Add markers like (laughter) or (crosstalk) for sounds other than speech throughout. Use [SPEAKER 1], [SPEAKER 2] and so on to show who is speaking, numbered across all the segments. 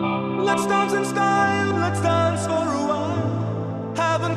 [SPEAKER 1] Let's dance in style, let's dance for a while. Heaven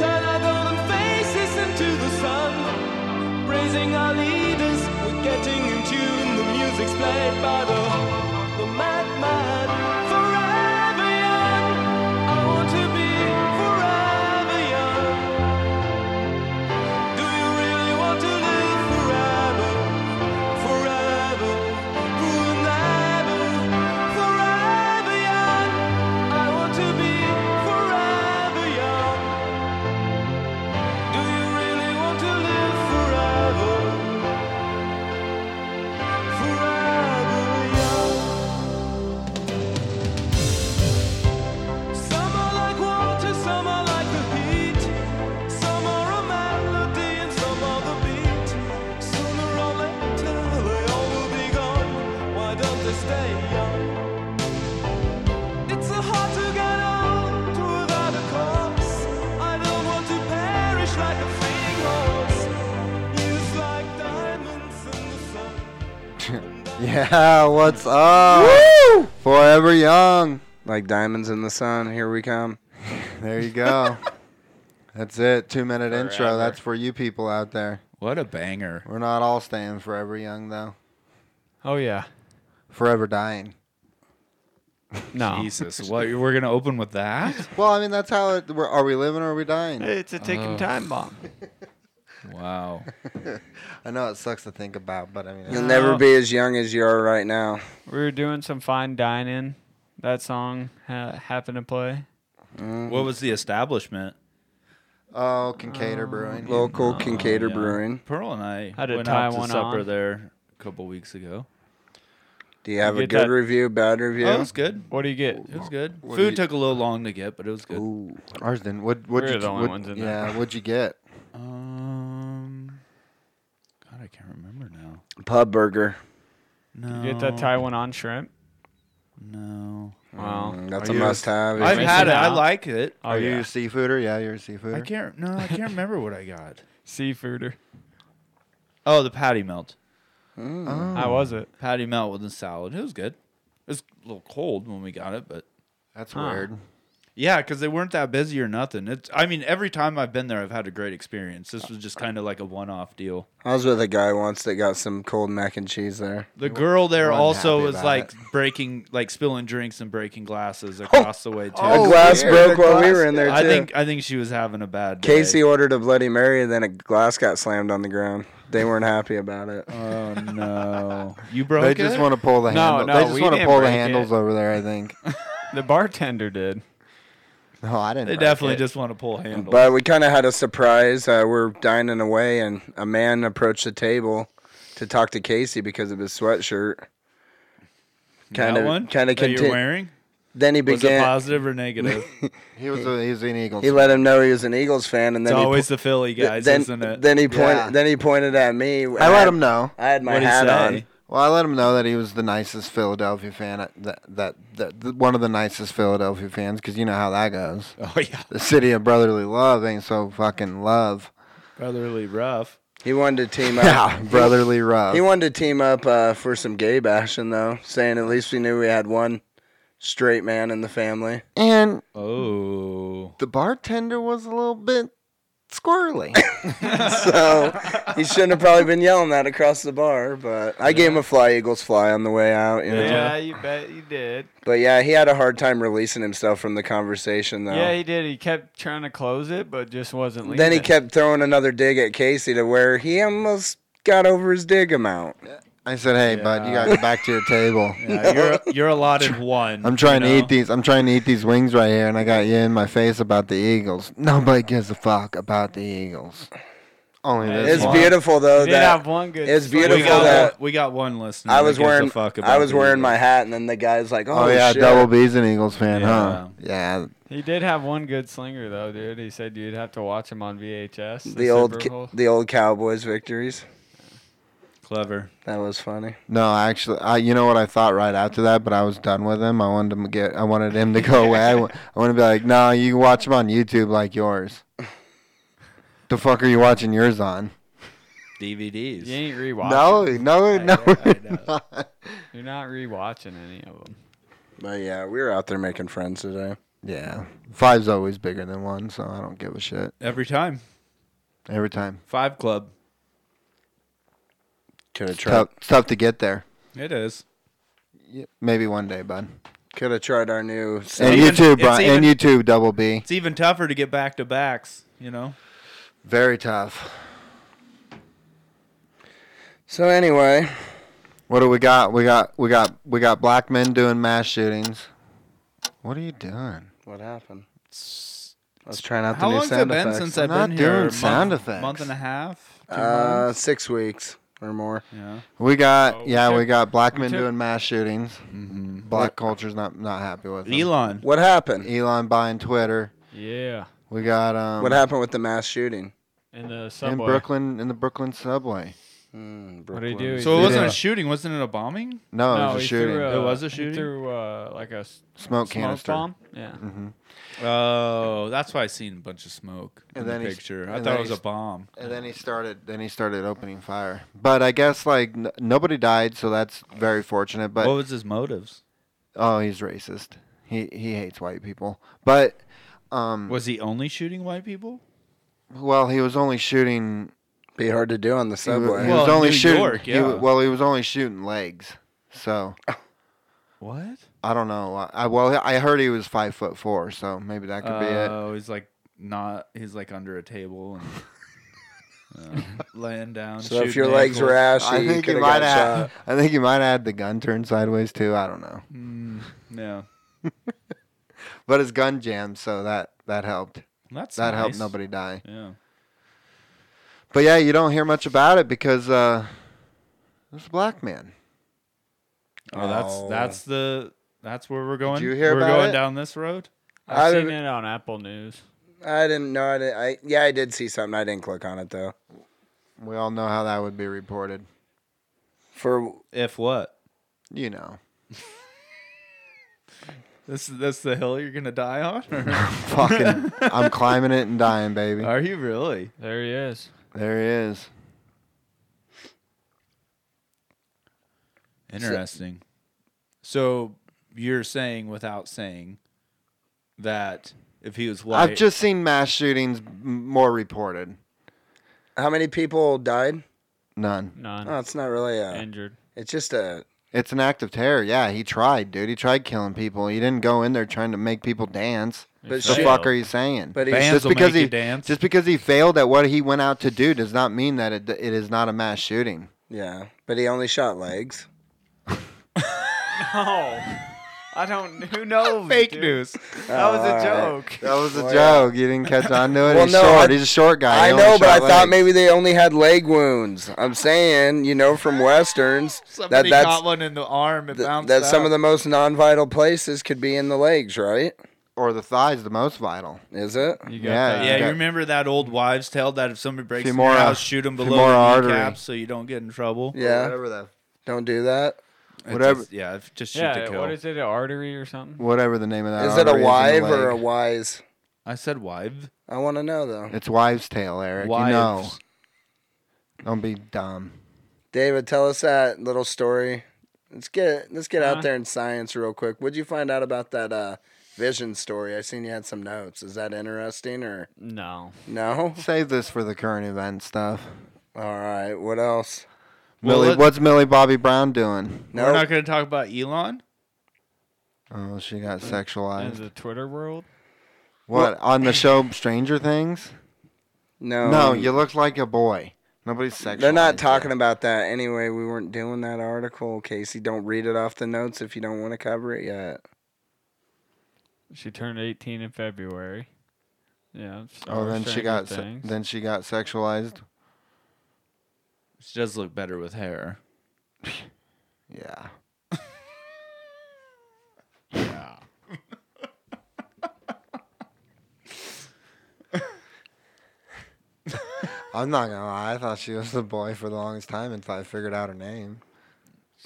[SPEAKER 1] Turn our golden faces into the sun. Praising our leaders, we're getting in tune. The music's played by the, the madman. Forever young, I want to be forever young. Do you really want to live forever? Forever, forever, forever young. I want to be forever young. Do you really want to live forever? Forever young. Some are like water, some are like the heat. Some are a melody and some are the beat. Sooner or later they all will be gone. Why don't they stay young? It's so hard to get out without a cause. I don't want to perish like a fleeing horse. Used like diamonds in the sun.
[SPEAKER 2] Yeah, what's up? Forever young, like diamonds in the sun. Here we come. There you go. That's it. Two minute intro.
[SPEAKER 3] Forever.
[SPEAKER 2] That's for you people out there.
[SPEAKER 3] What a banger.
[SPEAKER 2] We're not all staying forever young though.
[SPEAKER 4] Oh yeah.
[SPEAKER 2] Forever dying.
[SPEAKER 4] No. (laughs)
[SPEAKER 3] Jesus. What we're gonna open with that?
[SPEAKER 2] Well, I mean that's how it. We're, are we living or are we dying?
[SPEAKER 4] It's a ticking time bomb.
[SPEAKER 3] Wow.
[SPEAKER 2] I know it sucks to think about, but I mean,
[SPEAKER 4] Yeah.
[SPEAKER 2] it's-
[SPEAKER 4] No. never
[SPEAKER 2] be
[SPEAKER 1] as young as you are right now.
[SPEAKER 4] We were doing some fine dining. That song ha- happened to play.
[SPEAKER 3] (laughs) What was the establishment?
[SPEAKER 2] oh, Kincaid
[SPEAKER 4] Uh,
[SPEAKER 2] or Brewing.
[SPEAKER 1] Local Kincaid
[SPEAKER 3] Yeah. Pearl and I
[SPEAKER 4] Had to
[SPEAKER 3] went
[SPEAKER 4] tie
[SPEAKER 3] out to
[SPEAKER 4] one
[SPEAKER 3] supper
[SPEAKER 4] on.
[SPEAKER 3] there a couple weeks ago.
[SPEAKER 1] Do you have
[SPEAKER 4] a Get good that-
[SPEAKER 1] review, bad review?
[SPEAKER 3] Oh, it was good.
[SPEAKER 4] What do you get?
[SPEAKER 3] It was good.
[SPEAKER 2] What do
[SPEAKER 3] Food
[SPEAKER 2] you-
[SPEAKER 3] took a little long to get, but it was good.
[SPEAKER 2] Ours didn't. What? What?
[SPEAKER 4] We're
[SPEAKER 2] you,
[SPEAKER 4] the only
[SPEAKER 2] what-
[SPEAKER 4] ones in
[SPEAKER 2] Yeah.
[SPEAKER 4] there.
[SPEAKER 2] What'd you get?
[SPEAKER 3] Um, God, I can't remember now.
[SPEAKER 1] Pub burger.
[SPEAKER 3] No,
[SPEAKER 4] You get that Taiwan shrimp?
[SPEAKER 3] No,
[SPEAKER 4] Wow.
[SPEAKER 1] Mm, That's
[SPEAKER 2] Are
[SPEAKER 1] a
[SPEAKER 2] you-
[SPEAKER 1] must have.
[SPEAKER 3] I've
[SPEAKER 4] missing
[SPEAKER 3] had it. I
[SPEAKER 4] out.
[SPEAKER 3] like it.
[SPEAKER 4] Oh
[SPEAKER 2] Are you
[SPEAKER 4] yeah.
[SPEAKER 2] a seafooder? Yeah, you're a seafooder.
[SPEAKER 3] I can't. No, I can't remember what I got.
[SPEAKER 4] Seafooder.
[SPEAKER 3] (laughs) Oh, the patty melt.
[SPEAKER 4] How was it?
[SPEAKER 3] Patty melt with the salad. It was good. It was a little cold when we got it, but
[SPEAKER 2] That's
[SPEAKER 4] Huh.
[SPEAKER 2] weird.
[SPEAKER 3] yeah, because they weren't that busy or nothing. It's. I mean, every time I've been there, I've had a great experience. This was just kind of like a one-off deal.
[SPEAKER 1] I was with a guy once that got some cold mac and cheese there.
[SPEAKER 3] The girl there
[SPEAKER 2] weren't
[SPEAKER 3] also
[SPEAKER 2] happy
[SPEAKER 3] was
[SPEAKER 2] about
[SPEAKER 3] like breaking, like spilling drinks and breaking glasses across the way too.
[SPEAKER 2] Oh,
[SPEAKER 1] a glass broke
[SPEAKER 2] weird. The
[SPEAKER 1] while we
[SPEAKER 2] glass-
[SPEAKER 1] were in there too.
[SPEAKER 3] I think I think she was having a bad day.
[SPEAKER 1] Casey ordered a Bloody Mary, and then a glass got slammed on the ground. They weren't happy about it.
[SPEAKER 3] Oh no! You broke
[SPEAKER 2] They just want to pull the
[SPEAKER 4] No,
[SPEAKER 2] handle.
[SPEAKER 4] no,
[SPEAKER 2] they just
[SPEAKER 4] we
[SPEAKER 2] want to
[SPEAKER 4] didn't
[SPEAKER 2] pull the
[SPEAKER 4] break it.
[SPEAKER 2] handles over there. I
[SPEAKER 4] (laughs)
[SPEAKER 2] think.
[SPEAKER 4] The bartender did.
[SPEAKER 2] No, I didn't.
[SPEAKER 3] They
[SPEAKER 2] break
[SPEAKER 3] definitely
[SPEAKER 2] it.
[SPEAKER 3] just want to pull handles.
[SPEAKER 1] But we kind of had a surprise. Uh, we're dining away, and a man approached the table to talk to Casey because of his sweatshirt. Kind
[SPEAKER 3] that
[SPEAKER 1] of,
[SPEAKER 3] one
[SPEAKER 1] kind of
[SPEAKER 3] that you're
[SPEAKER 1] continued.
[SPEAKER 3] wearing
[SPEAKER 1] Then he
[SPEAKER 3] was it
[SPEAKER 1] began.
[SPEAKER 3] positive or negative?
[SPEAKER 2] He was a, he was an Eagles.
[SPEAKER 1] He let him know he was an Eagles fan, and
[SPEAKER 3] it's
[SPEAKER 1] then he
[SPEAKER 3] always
[SPEAKER 1] po-
[SPEAKER 3] the Philly
[SPEAKER 1] th-
[SPEAKER 3] guys,
[SPEAKER 1] then,
[SPEAKER 3] isn't it?
[SPEAKER 1] then he pointed.
[SPEAKER 2] Yeah.
[SPEAKER 1] Then he pointed at me.
[SPEAKER 2] I let him know.
[SPEAKER 1] I had my
[SPEAKER 3] What'd he
[SPEAKER 1] hat
[SPEAKER 3] say?
[SPEAKER 1] on.
[SPEAKER 2] Well, I let him know that he was the nicest Philadelphia fan. That that, that, that- one of the nicest Philadelphia fans, because you know how that goes.
[SPEAKER 3] Oh yeah,
[SPEAKER 2] The city of brotherly love ain't so fucking love.
[SPEAKER 3] brotherly rough.
[SPEAKER 1] He wanted to
[SPEAKER 2] (laughs)
[SPEAKER 1] team up.
[SPEAKER 2] Ah, brotherly love.
[SPEAKER 1] He wanted to team up uh, for some gay bashing, though, saying at least we knew we had one straight man in the family.
[SPEAKER 2] and
[SPEAKER 3] Oh,
[SPEAKER 2] the bartender was a little bit squirrely.
[SPEAKER 1] So he shouldn't have probably been yelling that across the bar, but I gave him a fly Eagles fly on the way out. You know?
[SPEAKER 4] Yeah, you bet you did.
[SPEAKER 1] But yeah, he had a hard time releasing himself from the conversation, though.
[SPEAKER 4] Yeah, he did. He kept trying to close it, but just wasn't leaving.
[SPEAKER 1] then he kept throwing another dig at Casey to where he almost got over his dig amount.
[SPEAKER 2] I said, "Hey, bud, you gotta go back to your table.
[SPEAKER 3] (laughs) yeah, you're you're allotted one.
[SPEAKER 2] I'm trying
[SPEAKER 3] you
[SPEAKER 2] to
[SPEAKER 3] know?
[SPEAKER 2] eat these. I'm trying to eat these wings right here, and I got you in my face about the Eagles. Nobody gives a fuck about the Eagles. Only
[SPEAKER 4] Hey,
[SPEAKER 2] this
[SPEAKER 4] That's
[SPEAKER 2] it's
[SPEAKER 4] It's
[SPEAKER 2] one.
[SPEAKER 4] beau-
[SPEAKER 3] beautiful though.
[SPEAKER 4] They did have
[SPEAKER 3] That
[SPEAKER 4] one good.
[SPEAKER 3] it's
[SPEAKER 4] story.
[SPEAKER 3] beautiful
[SPEAKER 1] we got
[SPEAKER 3] that-
[SPEAKER 1] one, we got one listener.
[SPEAKER 3] I
[SPEAKER 1] that
[SPEAKER 3] was
[SPEAKER 1] gives a
[SPEAKER 3] wearing
[SPEAKER 1] fuck about
[SPEAKER 3] I was
[SPEAKER 1] the
[SPEAKER 3] wearing my
[SPEAKER 1] Eagles.
[SPEAKER 3] hat, and then the guy's like, "Oh,
[SPEAKER 2] Oh, yeah,
[SPEAKER 3] shit.
[SPEAKER 2] Double B's an Eagles fan, huh? Yeah.
[SPEAKER 4] He did have one good slinger though, dude. He said you'd have to watch him on VHS.
[SPEAKER 3] The old
[SPEAKER 4] Super
[SPEAKER 3] ca-
[SPEAKER 4] Bowl.
[SPEAKER 3] the old Cowboys victories.
[SPEAKER 1] clever.
[SPEAKER 3] That was funny.
[SPEAKER 2] No, actually, I you know what I thought right after that, but I was done with him. I wanted him to get, I wanted him
[SPEAKER 1] (laughs)
[SPEAKER 2] to go away. I, wa- I want to be like, no, you can watch him on YouTube like yours. The fuck are you watching yours on?
[SPEAKER 1] DVDs.
[SPEAKER 4] You ain't rewatching.
[SPEAKER 2] No, no, no.
[SPEAKER 1] I
[SPEAKER 2] we're
[SPEAKER 1] know.
[SPEAKER 2] not.
[SPEAKER 4] You're not rewatching any of them.
[SPEAKER 3] But yeah, we were out there making friends today.
[SPEAKER 2] Yeah, five's always bigger than one, so I don't give a shit
[SPEAKER 1] Every time.
[SPEAKER 2] every time.
[SPEAKER 1] Five Club.
[SPEAKER 3] Could have tried.
[SPEAKER 2] Tough, it's tough to get there.
[SPEAKER 1] It is.
[SPEAKER 2] Y- Maybe one day, bud.
[SPEAKER 3] Could have tried our new.
[SPEAKER 2] And
[SPEAKER 1] even-
[SPEAKER 2] YouTube,
[SPEAKER 1] it's
[SPEAKER 2] bro, and
[SPEAKER 1] even-
[SPEAKER 2] YouTube, double B,
[SPEAKER 1] It's even tougher to get back to backs, you know?
[SPEAKER 2] very tough.
[SPEAKER 3] So anyway,
[SPEAKER 2] What do we got? We got, we got, we got black men doing mass shootings. What are you doing?
[SPEAKER 3] what happened?
[SPEAKER 1] S-
[SPEAKER 3] I was trying out the
[SPEAKER 1] How
[SPEAKER 3] new
[SPEAKER 1] long's it
[SPEAKER 3] sound
[SPEAKER 1] been
[SPEAKER 3] effects.
[SPEAKER 1] since
[SPEAKER 2] I'm
[SPEAKER 1] I've
[SPEAKER 2] not
[SPEAKER 1] been here?
[SPEAKER 2] doing
[SPEAKER 1] A month-
[SPEAKER 2] sound effects.
[SPEAKER 1] Month and a half? Two
[SPEAKER 3] uh,
[SPEAKER 1] months?
[SPEAKER 3] six weeks or more.
[SPEAKER 1] Yeah.
[SPEAKER 2] We got
[SPEAKER 4] Oh, we
[SPEAKER 2] yeah, we
[SPEAKER 4] took-
[SPEAKER 2] got black
[SPEAKER 4] we
[SPEAKER 2] men
[SPEAKER 4] took-
[SPEAKER 2] doing mass shootings. Black culture's not not happy with 'em.
[SPEAKER 1] Mm-hmm. Elon.
[SPEAKER 3] What happened?
[SPEAKER 2] Elon buying Twitter.
[SPEAKER 4] Yeah,
[SPEAKER 2] We got um
[SPEAKER 3] What happened with the mass shooting?
[SPEAKER 4] in the
[SPEAKER 2] in
[SPEAKER 4] subway.
[SPEAKER 2] Brooklyn in the Brooklyn subway.
[SPEAKER 3] Mm,
[SPEAKER 4] What do you
[SPEAKER 3] Brooklyn.
[SPEAKER 4] do?
[SPEAKER 1] So it wasn't
[SPEAKER 2] Yeah.
[SPEAKER 1] a shooting, wasn't it a bombing?
[SPEAKER 2] No,
[SPEAKER 4] no,
[SPEAKER 2] it was a
[SPEAKER 4] he
[SPEAKER 2] shooting.
[SPEAKER 4] Threw a,
[SPEAKER 1] It was a
[SPEAKER 4] he
[SPEAKER 1] shooting?
[SPEAKER 4] threw uh, like a s-
[SPEAKER 2] Smoke
[SPEAKER 4] smoke
[SPEAKER 2] canister.
[SPEAKER 4] bomb. Yeah.
[SPEAKER 2] hmm
[SPEAKER 1] Oh, that's why I seen a bunch of smoke in
[SPEAKER 2] And then
[SPEAKER 1] the
[SPEAKER 2] he's-
[SPEAKER 1] picture.
[SPEAKER 2] and
[SPEAKER 1] I
[SPEAKER 2] then
[SPEAKER 1] thought it was a
[SPEAKER 2] he's-
[SPEAKER 1] bomb.
[SPEAKER 2] And then he started then he started opening fire. But I guess like n- nobody died, so that's very fortunate, but
[SPEAKER 1] what was his motives?
[SPEAKER 2] oh, he's racist. He he hates white people. But um
[SPEAKER 1] Was he only shooting white people?
[SPEAKER 2] well, he was only shooting
[SPEAKER 3] Be hard to do on the
[SPEAKER 2] he wa-
[SPEAKER 3] subway.
[SPEAKER 2] He,
[SPEAKER 1] Well,
[SPEAKER 2] was
[SPEAKER 1] in
[SPEAKER 2] only
[SPEAKER 1] New
[SPEAKER 2] shooting
[SPEAKER 1] York,
[SPEAKER 2] he
[SPEAKER 1] yeah.
[SPEAKER 2] wa- well, he was only shooting legs. So
[SPEAKER 1] What?
[SPEAKER 2] I don't know. I- I well, I heard he was five foot four, so maybe that could be it.
[SPEAKER 1] Oh, he's like not. He's like under a table (laughs) and uh, laying down.
[SPEAKER 3] so if
[SPEAKER 1] shooting
[SPEAKER 3] your legs were
[SPEAKER 1] ankles.
[SPEAKER 3] ashy,
[SPEAKER 2] I think
[SPEAKER 3] you
[SPEAKER 2] he
[SPEAKER 3] could
[SPEAKER 2] might
[SPEAKER 3] have
[SPEAKER 2] have.
[SPEAKER 3] shot.
[SPEAKER 2] I think he might have had the gun turned sideways too. I don't know,
[SPEAKER 1] Mm, yeah,
[SPEAKER 2] but his gun jammed, so that that helped.
[SPEAKER 1] that's
[SPEAKER 2] That helped
[SPEAKER 1] nice.
[SPEAKER 2] nobody die.
[SPEAKER 1] Yeah,
[SPEAKER 2] But yeah, you don't hear much about it because uh, it's a black man.
[SPEAKER 1] oh, that's
[SPEAKER 3] Oh.
[SPEAKER 1] that's the that's where we're going.
[SPEAKER 2] you hear
[SPEAKER 1] we're
[SPEAKER 2] about
[SPEAKER 1] going
[SPEAKER 2] it?
[SPEAKER 1] down this road.
[SPEAKER 4] I've
[SPEAKER 3] I
[SPEAKER 4] seen
[SPEAKER 3] didn't-
[SPEAKER 4] it on Apple News.
[SPEAKER 3] I didn't know. I, did I yeah, I did see something. I didn't click on it though.
[SPEAKER 2] We all know how that would be reported.
[SPEAKER 3] For
[SPEAKER 1] If what? (laughs)
[SPEAKER 2] You know,
[SPEAKER 1] This this the hill you're gonna die on?
[SPEAKER 2] (laughs)
[SPEAKER 1] or-
[SPEAKER 2] fucking, I'm climbing it and dying, baby.
[SPEAKER 1] Are you really?
[SPEAKER 4] There he is.
[SPEAKER 2] There he is.
[SPEAKER 1] Interesting. So you're saying without saying that if he was white,
[SPEAKER 2] I've just seen mass shootings m- more reported.
[SPEAKER 3] how many people died?
[SPEAKER 2] None.
[SPEAKER 4] None
[SPEAKER 3] Oh, it's not really a.
[SPEAKER 4] injured.
[SPEAKER 3] It's just a.
[SPEAKER 2] It's an act of terror. Yeah, he tried, dude. He tried killing people. He didn't go in there trying to make people dance.
[SPEAKER 3] But
[SPEAKER 2] The
[SPEAKER 3] Shit.
[SPEAKER 2] fuck are you saying?
[SPEAKER 3] But he,
[SPEAKER 1] Bam. Bands
[SPEAKER 2] just
[SPEAKER 1] will
[SPEAKER 2] because
[SPEAKER 1] make you
[SPEAKER 2] he
[SPEAKER 1] dance. (laughs)
[SPEAKER 2] just because he failed at what he went out to do does not mean that it, it is not a mass shooting.
[SPEAKER 3] yeah, but he only shot legs.
[SPEAKER 1] Oh,
[SPEAKER 4] No, I don't. Who knows?
[SPEAKER 1] fake
[SPEAKER 4] dude?
[SPEAKER 1] news.
[SPEAKER 4] That was
[SPEAKER 3] all
[SPEAKER 4] a
[SPEAKER 3] right.
[SPEAKER 4] joke.
[SPEAKER 2] That was a
[SPEAKER 3] Well,
[SPEAKER 2] joke. You didn't catch on to it.
[SPEAKER 3] (laughs) Well,
[SPEAKER 2] He's
[SPEAKER 3] no,
[SPEAKER 2] short.
[SPEAKER 3] I-
[SPEAKER 2] He's a short guy.
[SPEAKER 3] I
[SPEAKER 2] He only
[SPEAKER 3] know, but I
[SPEAKER 2] shot
[SPEAKER 3] thought
[SPEAKER 2] legs.
[SPEAKER 3] maybe they only had leg wounds. I'm saying, you know, from westerns, that
[SPEAKER 1] Somebody
[SPEAKER 3] that's
[SPEAKER 1] caught one in the arm. It
[SPEAKER 3] th-
[SPEAKER 1] bounced.
[SPEAKER 3] that some of
[SPEAKER 1] out.
[SPEAKER 3] the most non-vital places could be in the legs, right?
[SPEAKER 2] or the thighs, the most vital.
[SPEAKER 3] Is it?
[SPEAKER 4] You got
[SPEAKER 2] Yeah,
[SPEAKER 4] that.
[SPEAKER 1] Yeah,
[SPEAKER 2] Okay.
[SPEAKER 1] you remember that old wives' tale that if somebody breaks in your
[SPEAKER 2] Femoral-
[SPEAKER 1] house, shoot them below
[SPEAKER 2] femoral
[SPEAKER 1] the
[SPEAKER 2] artery.
[SPEAKER 1] kneecap so you don't get in trouble.
[SPEAKER 3] Yeah,
[SPEAKER 2] Whatever the
[SPEAKER 3] don't do that.
[SPEAKER 1] It
[SPEAKER 2] Whatever.
[SPEAKER 1] just- yeah, if- just shoot
[SPEAKER 4] Yeah,
[SPEAKER 1] to kill.
[SPEAKER 4] what is it? An artery or something?
[SPEAKER 2] whatever the name of that.
[SPEAKER 3] Is it a
[SPEAKER 2] artery is in
[SPEAKER 3] wive
[SPEAKER 2] the
[SPEAKER 3] or a
[SPEAKER 2] leg.
[SPEAKER 3] wise?
[SPEAKER 1] I said wive.
[SPEAKER 3] I want to know though.
[SPEAKER 2] It's wives' tale, Eric. You know.
[SPEAKER 1] Wives.
[SPEAKER 2] Don't be dumb.
[SPEAKER 3] David, tell us that little story. Let's get let's get
[SPEAKER 1] Uh-huh.
[SPEAKER 4] Huh?
[SPEAKER 3] out there in science real quick. What'd you find out about that uh, vision story? I seen you had some notes. Is that interesting or
[SPEAKER 4] No.
[SPEAKER 2] (laughs)
[SPEAKER 3] no?
[SPEAKER 2] Save this for the current event stuff.
[SPEAKER 3] All right, what else?
[SPEAKER 1] Well,
[SPEAKER 2] Millie,
[SPEAKER 1] let-
[SPEAKER 2] what's Millie Bobby Brown doing?
[SPEAKER 3] No,
[SPEAKER 1] We're not going to talk about Elon.
[SPEAKER 2] Oh, she got
[SPEAKER 4] In
[SPEAKER 2] sexualized.
[SPEAKER 4] the Twitter world?
[SPEAKER 2] What on the show Stranger Things?
[SPEAKER 3] no,
[SPEAKER 2] no, you look like a boy. Nobody's sexualized.
[SPEAKER 3] They're not talking
[SPEAKER 2] it.
[SPEAKER 3] about that anyway. We weren't doing that article, Casey. Don't read it off the notes if you don't want to cover it yet.
[SPEAKER 4] She turned 18 in February. Yeah.
[SPEAKER 2] Oh, then she got se-
[SPEAKER 4] things.
[SPEAKER 2] then she got sexualized
[SPEAKER 1] She does look better with hair.
[SPEAKER 2] Yeah. I'm not gonna lie. I thought she was the boy for the longest time until I figured out her name.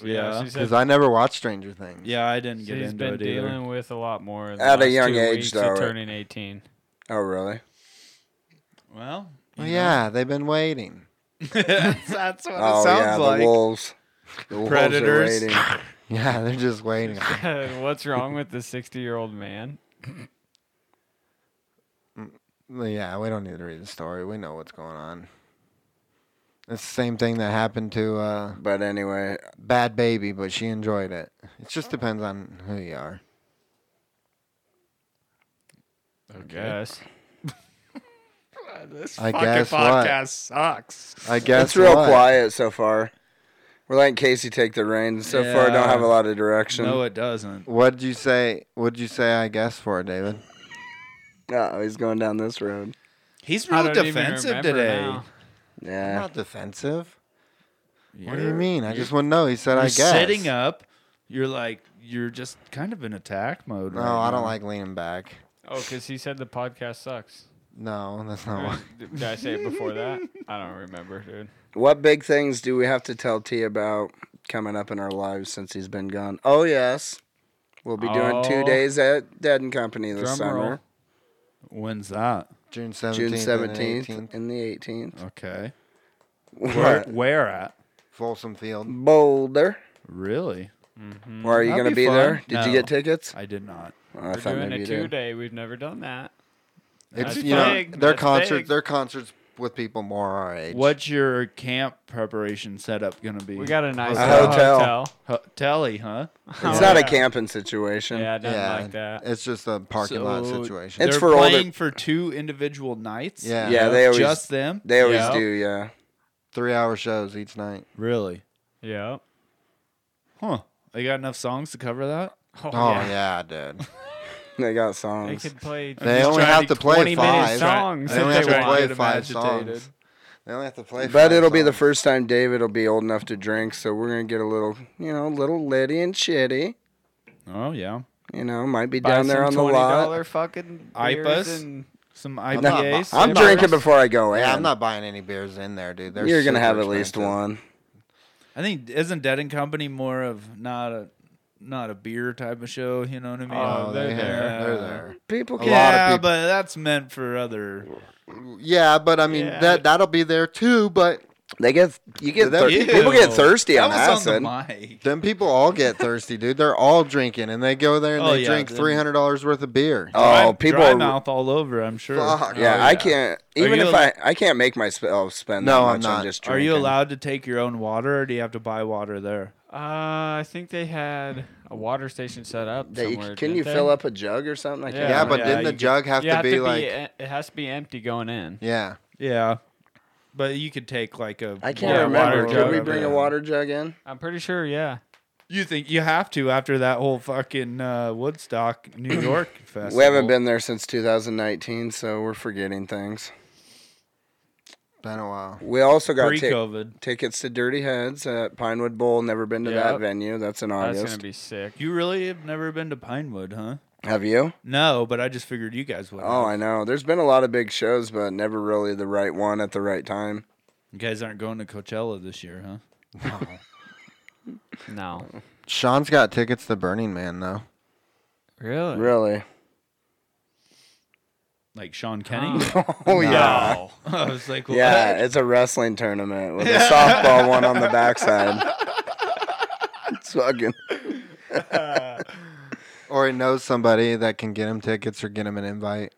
[SPEAKER 1] Yeah.
[SPEAKER 4] she said-
[SPEAKER 2] Because I never watched Stranger Things.
[SPEAKER 1] Yeah, I didn't get
[SPEAKER 4] She's
[SPEAKER 1] into
[SPEAKER 4] been
[SPEAKER 1] it either.
[SPEAKER 4] dealing with a lot more in the
[SPEAKER 3] At a
[SPEAKER 4] last
[SPEAKER 3] young
[SPEAKER 4] two
[SPEAKER 3] age,
[SPEAKER 4] weeks
[SPEAKER 3] though,
[SPEAKER 4] of
[SPEAKER 3] right?
[SPEAKER 4] turning 18.
[SPEAKER 3] Oh, really?
[SPEAKER 1] Well,
[SPEAKER 2] Well,
[SPEAKER 1] you (laughs) know.
[SPEAKER 2] yeah, they've been waiting.
[SPEAKER 1] that's what
[SPEAKER 3] oh,
[SPEAKER 1] it sounds
[SPEAKER 3] yeah,
[SPEAKER 1] like.
[SPEAKER 3] the wolves. The wolves
[SPEAKER 1] Predators.
[SPEAKER 3] Are waiting.
[SPEAKER 2] Yeah, they're just waiting.
[SPEAKER 4] (laughs) What's wrong with the 60 year old man?
[SPEAKER 2] Well, (laughs) yeah, we don't need to read the story. We know what's going on. It's the same thing that happened to uh,
[SPEAKER 3] But anyway,
[SPEAKER 2] Bad Baby, but she enjoyed it. It just depends on who you are.
[SPEAKER 4] Yes.
[SPEAKER 1] (laughs) This
[SPEAKER 2] I
[SPEAKER 1] fucking
[SPEAKER 2] guess what?
[SPEAKER 1] podcast sucks.
[SPEAKER 2] I guess
[SPEAKER 3] it's real
[SPEAKER 2] what?
[SPEAKER 3] quiet so far. We're letting Casey take the reins. So far, don't
[SPEAKER 1] Yeah.
[SPEAKER 3] have a lot of direction.
[SPEAKER 1] No, it doesn't.
[SPEAKER 2] What'd you say? What'd you say? I guess for David.
[SPEAKER 3] oh, he's going down this road.
[SPEAKER 1] He's
[SPEAKER 4] I
[SPEAKER 1] real
[SPEAKER 4] don't even
[SPEAKER 1] defensive
[SPEAKER 4] remember
[SPEAKER 1] today.
[SPEAKER 4] now.
[SPEAKER 2] I'm
[SPEAKER 3] Yeah.
[SPEAKER 2] not defensive. What do
[SPEAKER 1] You're-
[SPEAKER 2] you mean? I just want to know. He said,
[SPEAKER 1] You're
[SPEAKER 2] "I guess."
[SPEAKER 1] sitting up. You're like you're just kind of in attack mode.
[SPEAKER 2] No,
[SPEAKER 1] right
[SPEAKER 2] I don't
[SPEAKER 1] now.
[SPEAKER 2] like leaning back.
[SPEAKER 4] Oh, because he said the podcast sucks.
[SPEAKER 2] No, that's not.
[SPEAKER 4] Or
[SPEAKER 2] why.
[SPEAKER 4] Did did I say it before that? I don't remember, dude.
[SPEAKER 3] What big things do we have to tell T about coming up in our lives since he's been gone? Oh, yes. Well be doing two
[SPEAKER 4] Oh.
[SPEAKER 3] days at Dead and Company this
[SPEAKER 4] Drum
[SPEAKER 3] summer.
[SPEAKER 4] roll.
[SPEAKER 1] When's that?
[SPEAKER 2] (laughs) June seventeenth.
[SPEAKER 3] June 17th
[SPEAKER 2] seventeenth.
[SPEAKER 3] and the 18th.
[SPEAKER 1] Okay.
[SPEAKER 3] (laughs)
[SPEAKER 1] Where,
[SPEAKER 3] What?
[SPEAKER 1] where at?
[SPEAKER 2] Folsom Field.
[SPEAKER 3] Boulder.
[SPEAKER 1] Really?
[SPEAKER 3] Where are you
[SPEAKER 1] That'd
[SPEAKER 3] going to
[SPEAKER 1] be
[SPEAKER 3] be,
[SPEAKER 1] fun.
[SPEAKER 3] there? Did you
[SPEAKER 1] No.
[SPEAKER 3] get tickets?
[SPEAKER 1] I did not.
[SPEAKER 3] Oh, I
[SPEAKER 4] We're
[SPEAKER 3] thought
[SPEAKER 4] doing
[SPEAKER 3] maybe
[SPEAKER 4] a
[SPEAKER 3] you
[SPEAKER 4] two
[SPEAKER 3] did.
[SPEAKER 4] day. We've never done that.
[SPEAKER 2] It's
[SPEAKER 4] That's
[SPEAKER 2] you know
[SPEAKER 4] big.
[SPEAKER 2] their
[SPEAKER 4] That's
[SPEAKER 2] concerts.
[SPEAKER 4] big.
[SPEAKER 2] Their concerts with people more our age.
[SPEAKER 1] What's your camp preparation setup gonna be?
[SPEAKER 4] We got a nice
[SPEAKER 3] A
[SPEAKER 4] little
[SPEAKER 3] hotel.
[SPEAKER 1] Ho- telly, huh?
[SPEAKER 3] It's
[SPEAKER 4] Oh, (laughs)
[SPEAKER 3] not a
[SPEAKER 4] yeah.
[SPEAKER 3] camping situation.
[SPEAKER 4] Yeah, nothing
[SPEAKER 2] Yeah,
[SPEAKER 4] like that.
[SPEAKER 2] It's just a parking lot
[SPEAKER 1] So,
[SPEAKER 2] situation.
[SPEAKER 3] It's
[SPEAKER 1] They're
[SPEAKER 3] for older-
[SPEAKER 1] playing for two individual nights.
[SPEAKER 2] Yeah.
[SPEAKER 3] Yeah, they always
[SPEAKER 1] just them.
[SPEAKER 3] they always
[SPEAKER 1] Yeah.
[SPEAKER 3] do. Yeah,
[SPEAKER 2] three hour shows each night.
[SPEAKER 1] Really?
[SPEAKER 4] Yep.
[SPEAKER 1] Huh? They got enough songs to cover that.
[SPEAKER 4] Oh,
[SPEAKER 2] Oh
[SPEAKER 4] yeah.
[SPEAKER 2] yeah, dude.
[SPEAKER 3] they got
[SPEAKER 4] They
[SPEAKER 3] songs.
[SPEAKER 4] could play.
[SPEAKER 2] They
[SPEAKER 1] just
[SPEAKER 2] only
[SPEAKER 1] trying
[SPEAKER 2] have
[SPEAKER 1] to
[SPEAKER 2] to play
[SPEAKER 4] 20 minute
[SPEAKER 2] five.
[SPEAKER 4] songs
[SPEAKER 2] They
[SPEAKER 4] if
[SPEAKER 2] only
[SPEAKER 4] they
[SPEAKER 2] have to
[SPEAKER 4] want.
[SPEAKER 2] play
[SPEAKER 1] Get 'em
[SPEAKER 2] five
[SPEAKER 1] agitated.
[SPEAKER 2] songs. They only have to play.
[SPEAKER 3] but
[SPEAKER 2] five
[SPEAKER 3] it'll be the
[SPEAKER 2] songs.
[SPEAKER 3] first time David will be old enough to drink, so we're gonna get a little, you know, a little litty and shitty.
[SPEAKER 1] Oh yeah.
[SPEAKER 3] You know, might be
[SPEAKER 4] buy
[SPEAKER 3] down there on
[SPEAKER 4] some
[SPEAKER 3] the lot.
[SPEAKER 4] $20 fucking
[SPEAKER 1] IPAs?
[SPEAKER 4] beers and-
[SPEAKER 1] Some
[SPEAKER 2] not-
[SPEAKER 1] IPAs.
[SPEAKER 3] I'm
[SPEAKER 2] Yeah,
[SPEAKER 3] drinking
[SPEAKER 2] I'm-
[SPEAKER 3] before I go in.
[SPEAKER 2] Yeah, I'm not buying any beers in there, dude. They're
[SPEAKER 3] You're gonna
[SPEAKER 2] super
[SPEAKER 3] have at least
[SPEAKER 2] expensive.
[SPEAKER 3] one.
[SPEAKER 1] I think isn't Dead and Company more of not a not a beer type of show? You know what I mean?
[SPEAKER 4] Oh,
[SPEAKER 2] Oh, they're
[SPEAKER 4] they're
[SPEAKER 2] there. They're
[SPEAKER 1] there.
[SPEAKER 2] there.
[SPEAKER 3] People
[SPEAKER 2] A
[SPEAKER 3] can.
[SPEAKER 2] lot of
[SPEAKER 1] yeah,
[SPEAKER 2] people-
[SPEAKER 1] but that's meant for other.
[SPEAKER 2] Yeah, but I mean
[SPEAKER 4] Yeah.
[SPEAKER 2] that that'll be there too. But
[SPEAKER 3] They get you get
[SPEAKER 2] That-
[SPEAKER 3] thir-
[SPEAKER 2] Ew.
[SPEAKER 3] people get thirsty
[SPEAKER 1] That
[SPEAKER 3] on
[SPEAKER 1] was
[SPEAKER 3] acid.
[SPEAKER 1] on the mic.
[SPEAKER 2] then people all get thirsty, dude. They're all drinking, and they go there and
[SPEAKER 1] Oh,
[SPEAKER 2] they
[SPEAKER 1] yeah,
[SPEAKER 2] drink
[SPEAKER 1] then-
[SPEAKER 2] three hundred dollars worth of beer.
[SPEAKER 3] oh,
[SPEAKER 1] Dry-
[SPEAKER 3] people.
[SPEAKER 1] dry
[SPEAKER 3] are-
[SPEAKER 1] mouth all over. I'm sure.
[SPEAKER 2] Fuck.
[SPEAKER 3] yeah,
[SPEAKER 2] Oh,
[SPEAKER 3] I
[SPEAKER 2] yeah.
[SPEAKER 3] can't. Even
[SPEAKER 1] you
[SPEAKER 3] if I
[SPEAKER 1] al-
[SPEAKER 3] I can't make myself spend
[SPEAKER 2] No,
[SPEAKER 3] that
[SPEAKER 2] I'm
[SPEAKER 3] much
[SPEAKER 2] not.
[SPEAKER 3] on just
[SPEAKER 1] Are
[SPEAKER 3] drinking.
[SPEAKER 1] you allowed to take your own water, or do you have to buy water there?
[SPEAKER 4] Uh, I think they had a water station set up.
[SPEAKER 3] That you,
[SPEAKER 4] somewhere,
[SPEAKER 3] can you
[SPEAKER 4] didn't
[SPEAKER 3] fill
[SPEAKER 4] they?
[SPEAKER 3] up a jug or something? I
[SPEAKER 4] Yeah.
[SPEAKER 3] can't
[SPEAKER 2] yeah,
[SPEAKER 3] remember.
[SPEAKER 2] but
[SPEAKER 1] yeah,
[SPEAKER 2] didn't
[SPEAKER 1] you
[SPEAKER 2] the
[SPEAKER 1] get-
[SPEAKER 2] jug have
[SPEAKER 4] You
[SPEAKER 2] to be like?
[SPEAKER 4] it has to be empty going in.
[SPEAKER 2] Yeah,
[SPEAKER 1] Yeah, but you could take like a.
[SPEAKER 3] I can't
[SPEAKER 4] Yeah,
[SPEAKER 3] remember.
[SPEAKER 4] water
[SPEAKER 3] Did
[SPEAKER 4] jug
[SPEAKER 3] we
[SPEAKER 4] over
[SPEAKER 3] bring a
[SPEAKER 4] there.
[SPEAKER 3] water jug in?
[SPEAKER 4] I'm pretty sure, yeah.
[SPEAKER 1] You think you have to after that whole fucking uh, Woodstock,
[SPEAKER 3] (clears throat)
[SPEAKER 1] New York festival?
[SPEAKER 3] We haven't been there since 2019, so we're forgetting things.
[SPEAKER 2] been a while.
[SPEAKER 3] We also got ti-
[SPEAKER 1] pre-COVID.
[SPEAKER 3] tickets to Dirty Heads at Pinewood Bowl. Never been to that
[SPEAKER 4] Yep.
[SPEAKER 3] venue. That's in
[SPEAKER 4] That's
[SPEAKER 3] August.
[SPEAKER 4] gonna be sick.
[SPEAKER 1] You really have never been to Pinewood, huh?
[SPEAKER 3] Have you?
[SPEAKER 1] No, but I just figured you guys would.
[SPEAKER 3] Oh, I know. There's been a lot of big shows, but never really the right one at the right time.
[SPEAKER 1] you guys aren't going to Coachella this year, huh?
[SPEAKER 3] (laughs)
[SPEAKER 4] No,
[SPEAKER 2] Sean's got tickets to Burning Man though.
[SPEAKER 4] really?
[SPEAKER 3] Really? (laughs)
[SPEAKER 1] Like Sean
[SPEAKER 3] (laughs)
[SPEAKER 1] Kenny?
[SPEAKER 3] Oh yeah.
[SPEAKER 1] Oh, (laughs) I was like, what?
[SPEAKER 3] Yeah, it's a wrestling tournament with a softball one on the backside. It's fucking.
[SPEAKER 2] Or he knows somebody that can get him tickets or get him an invite,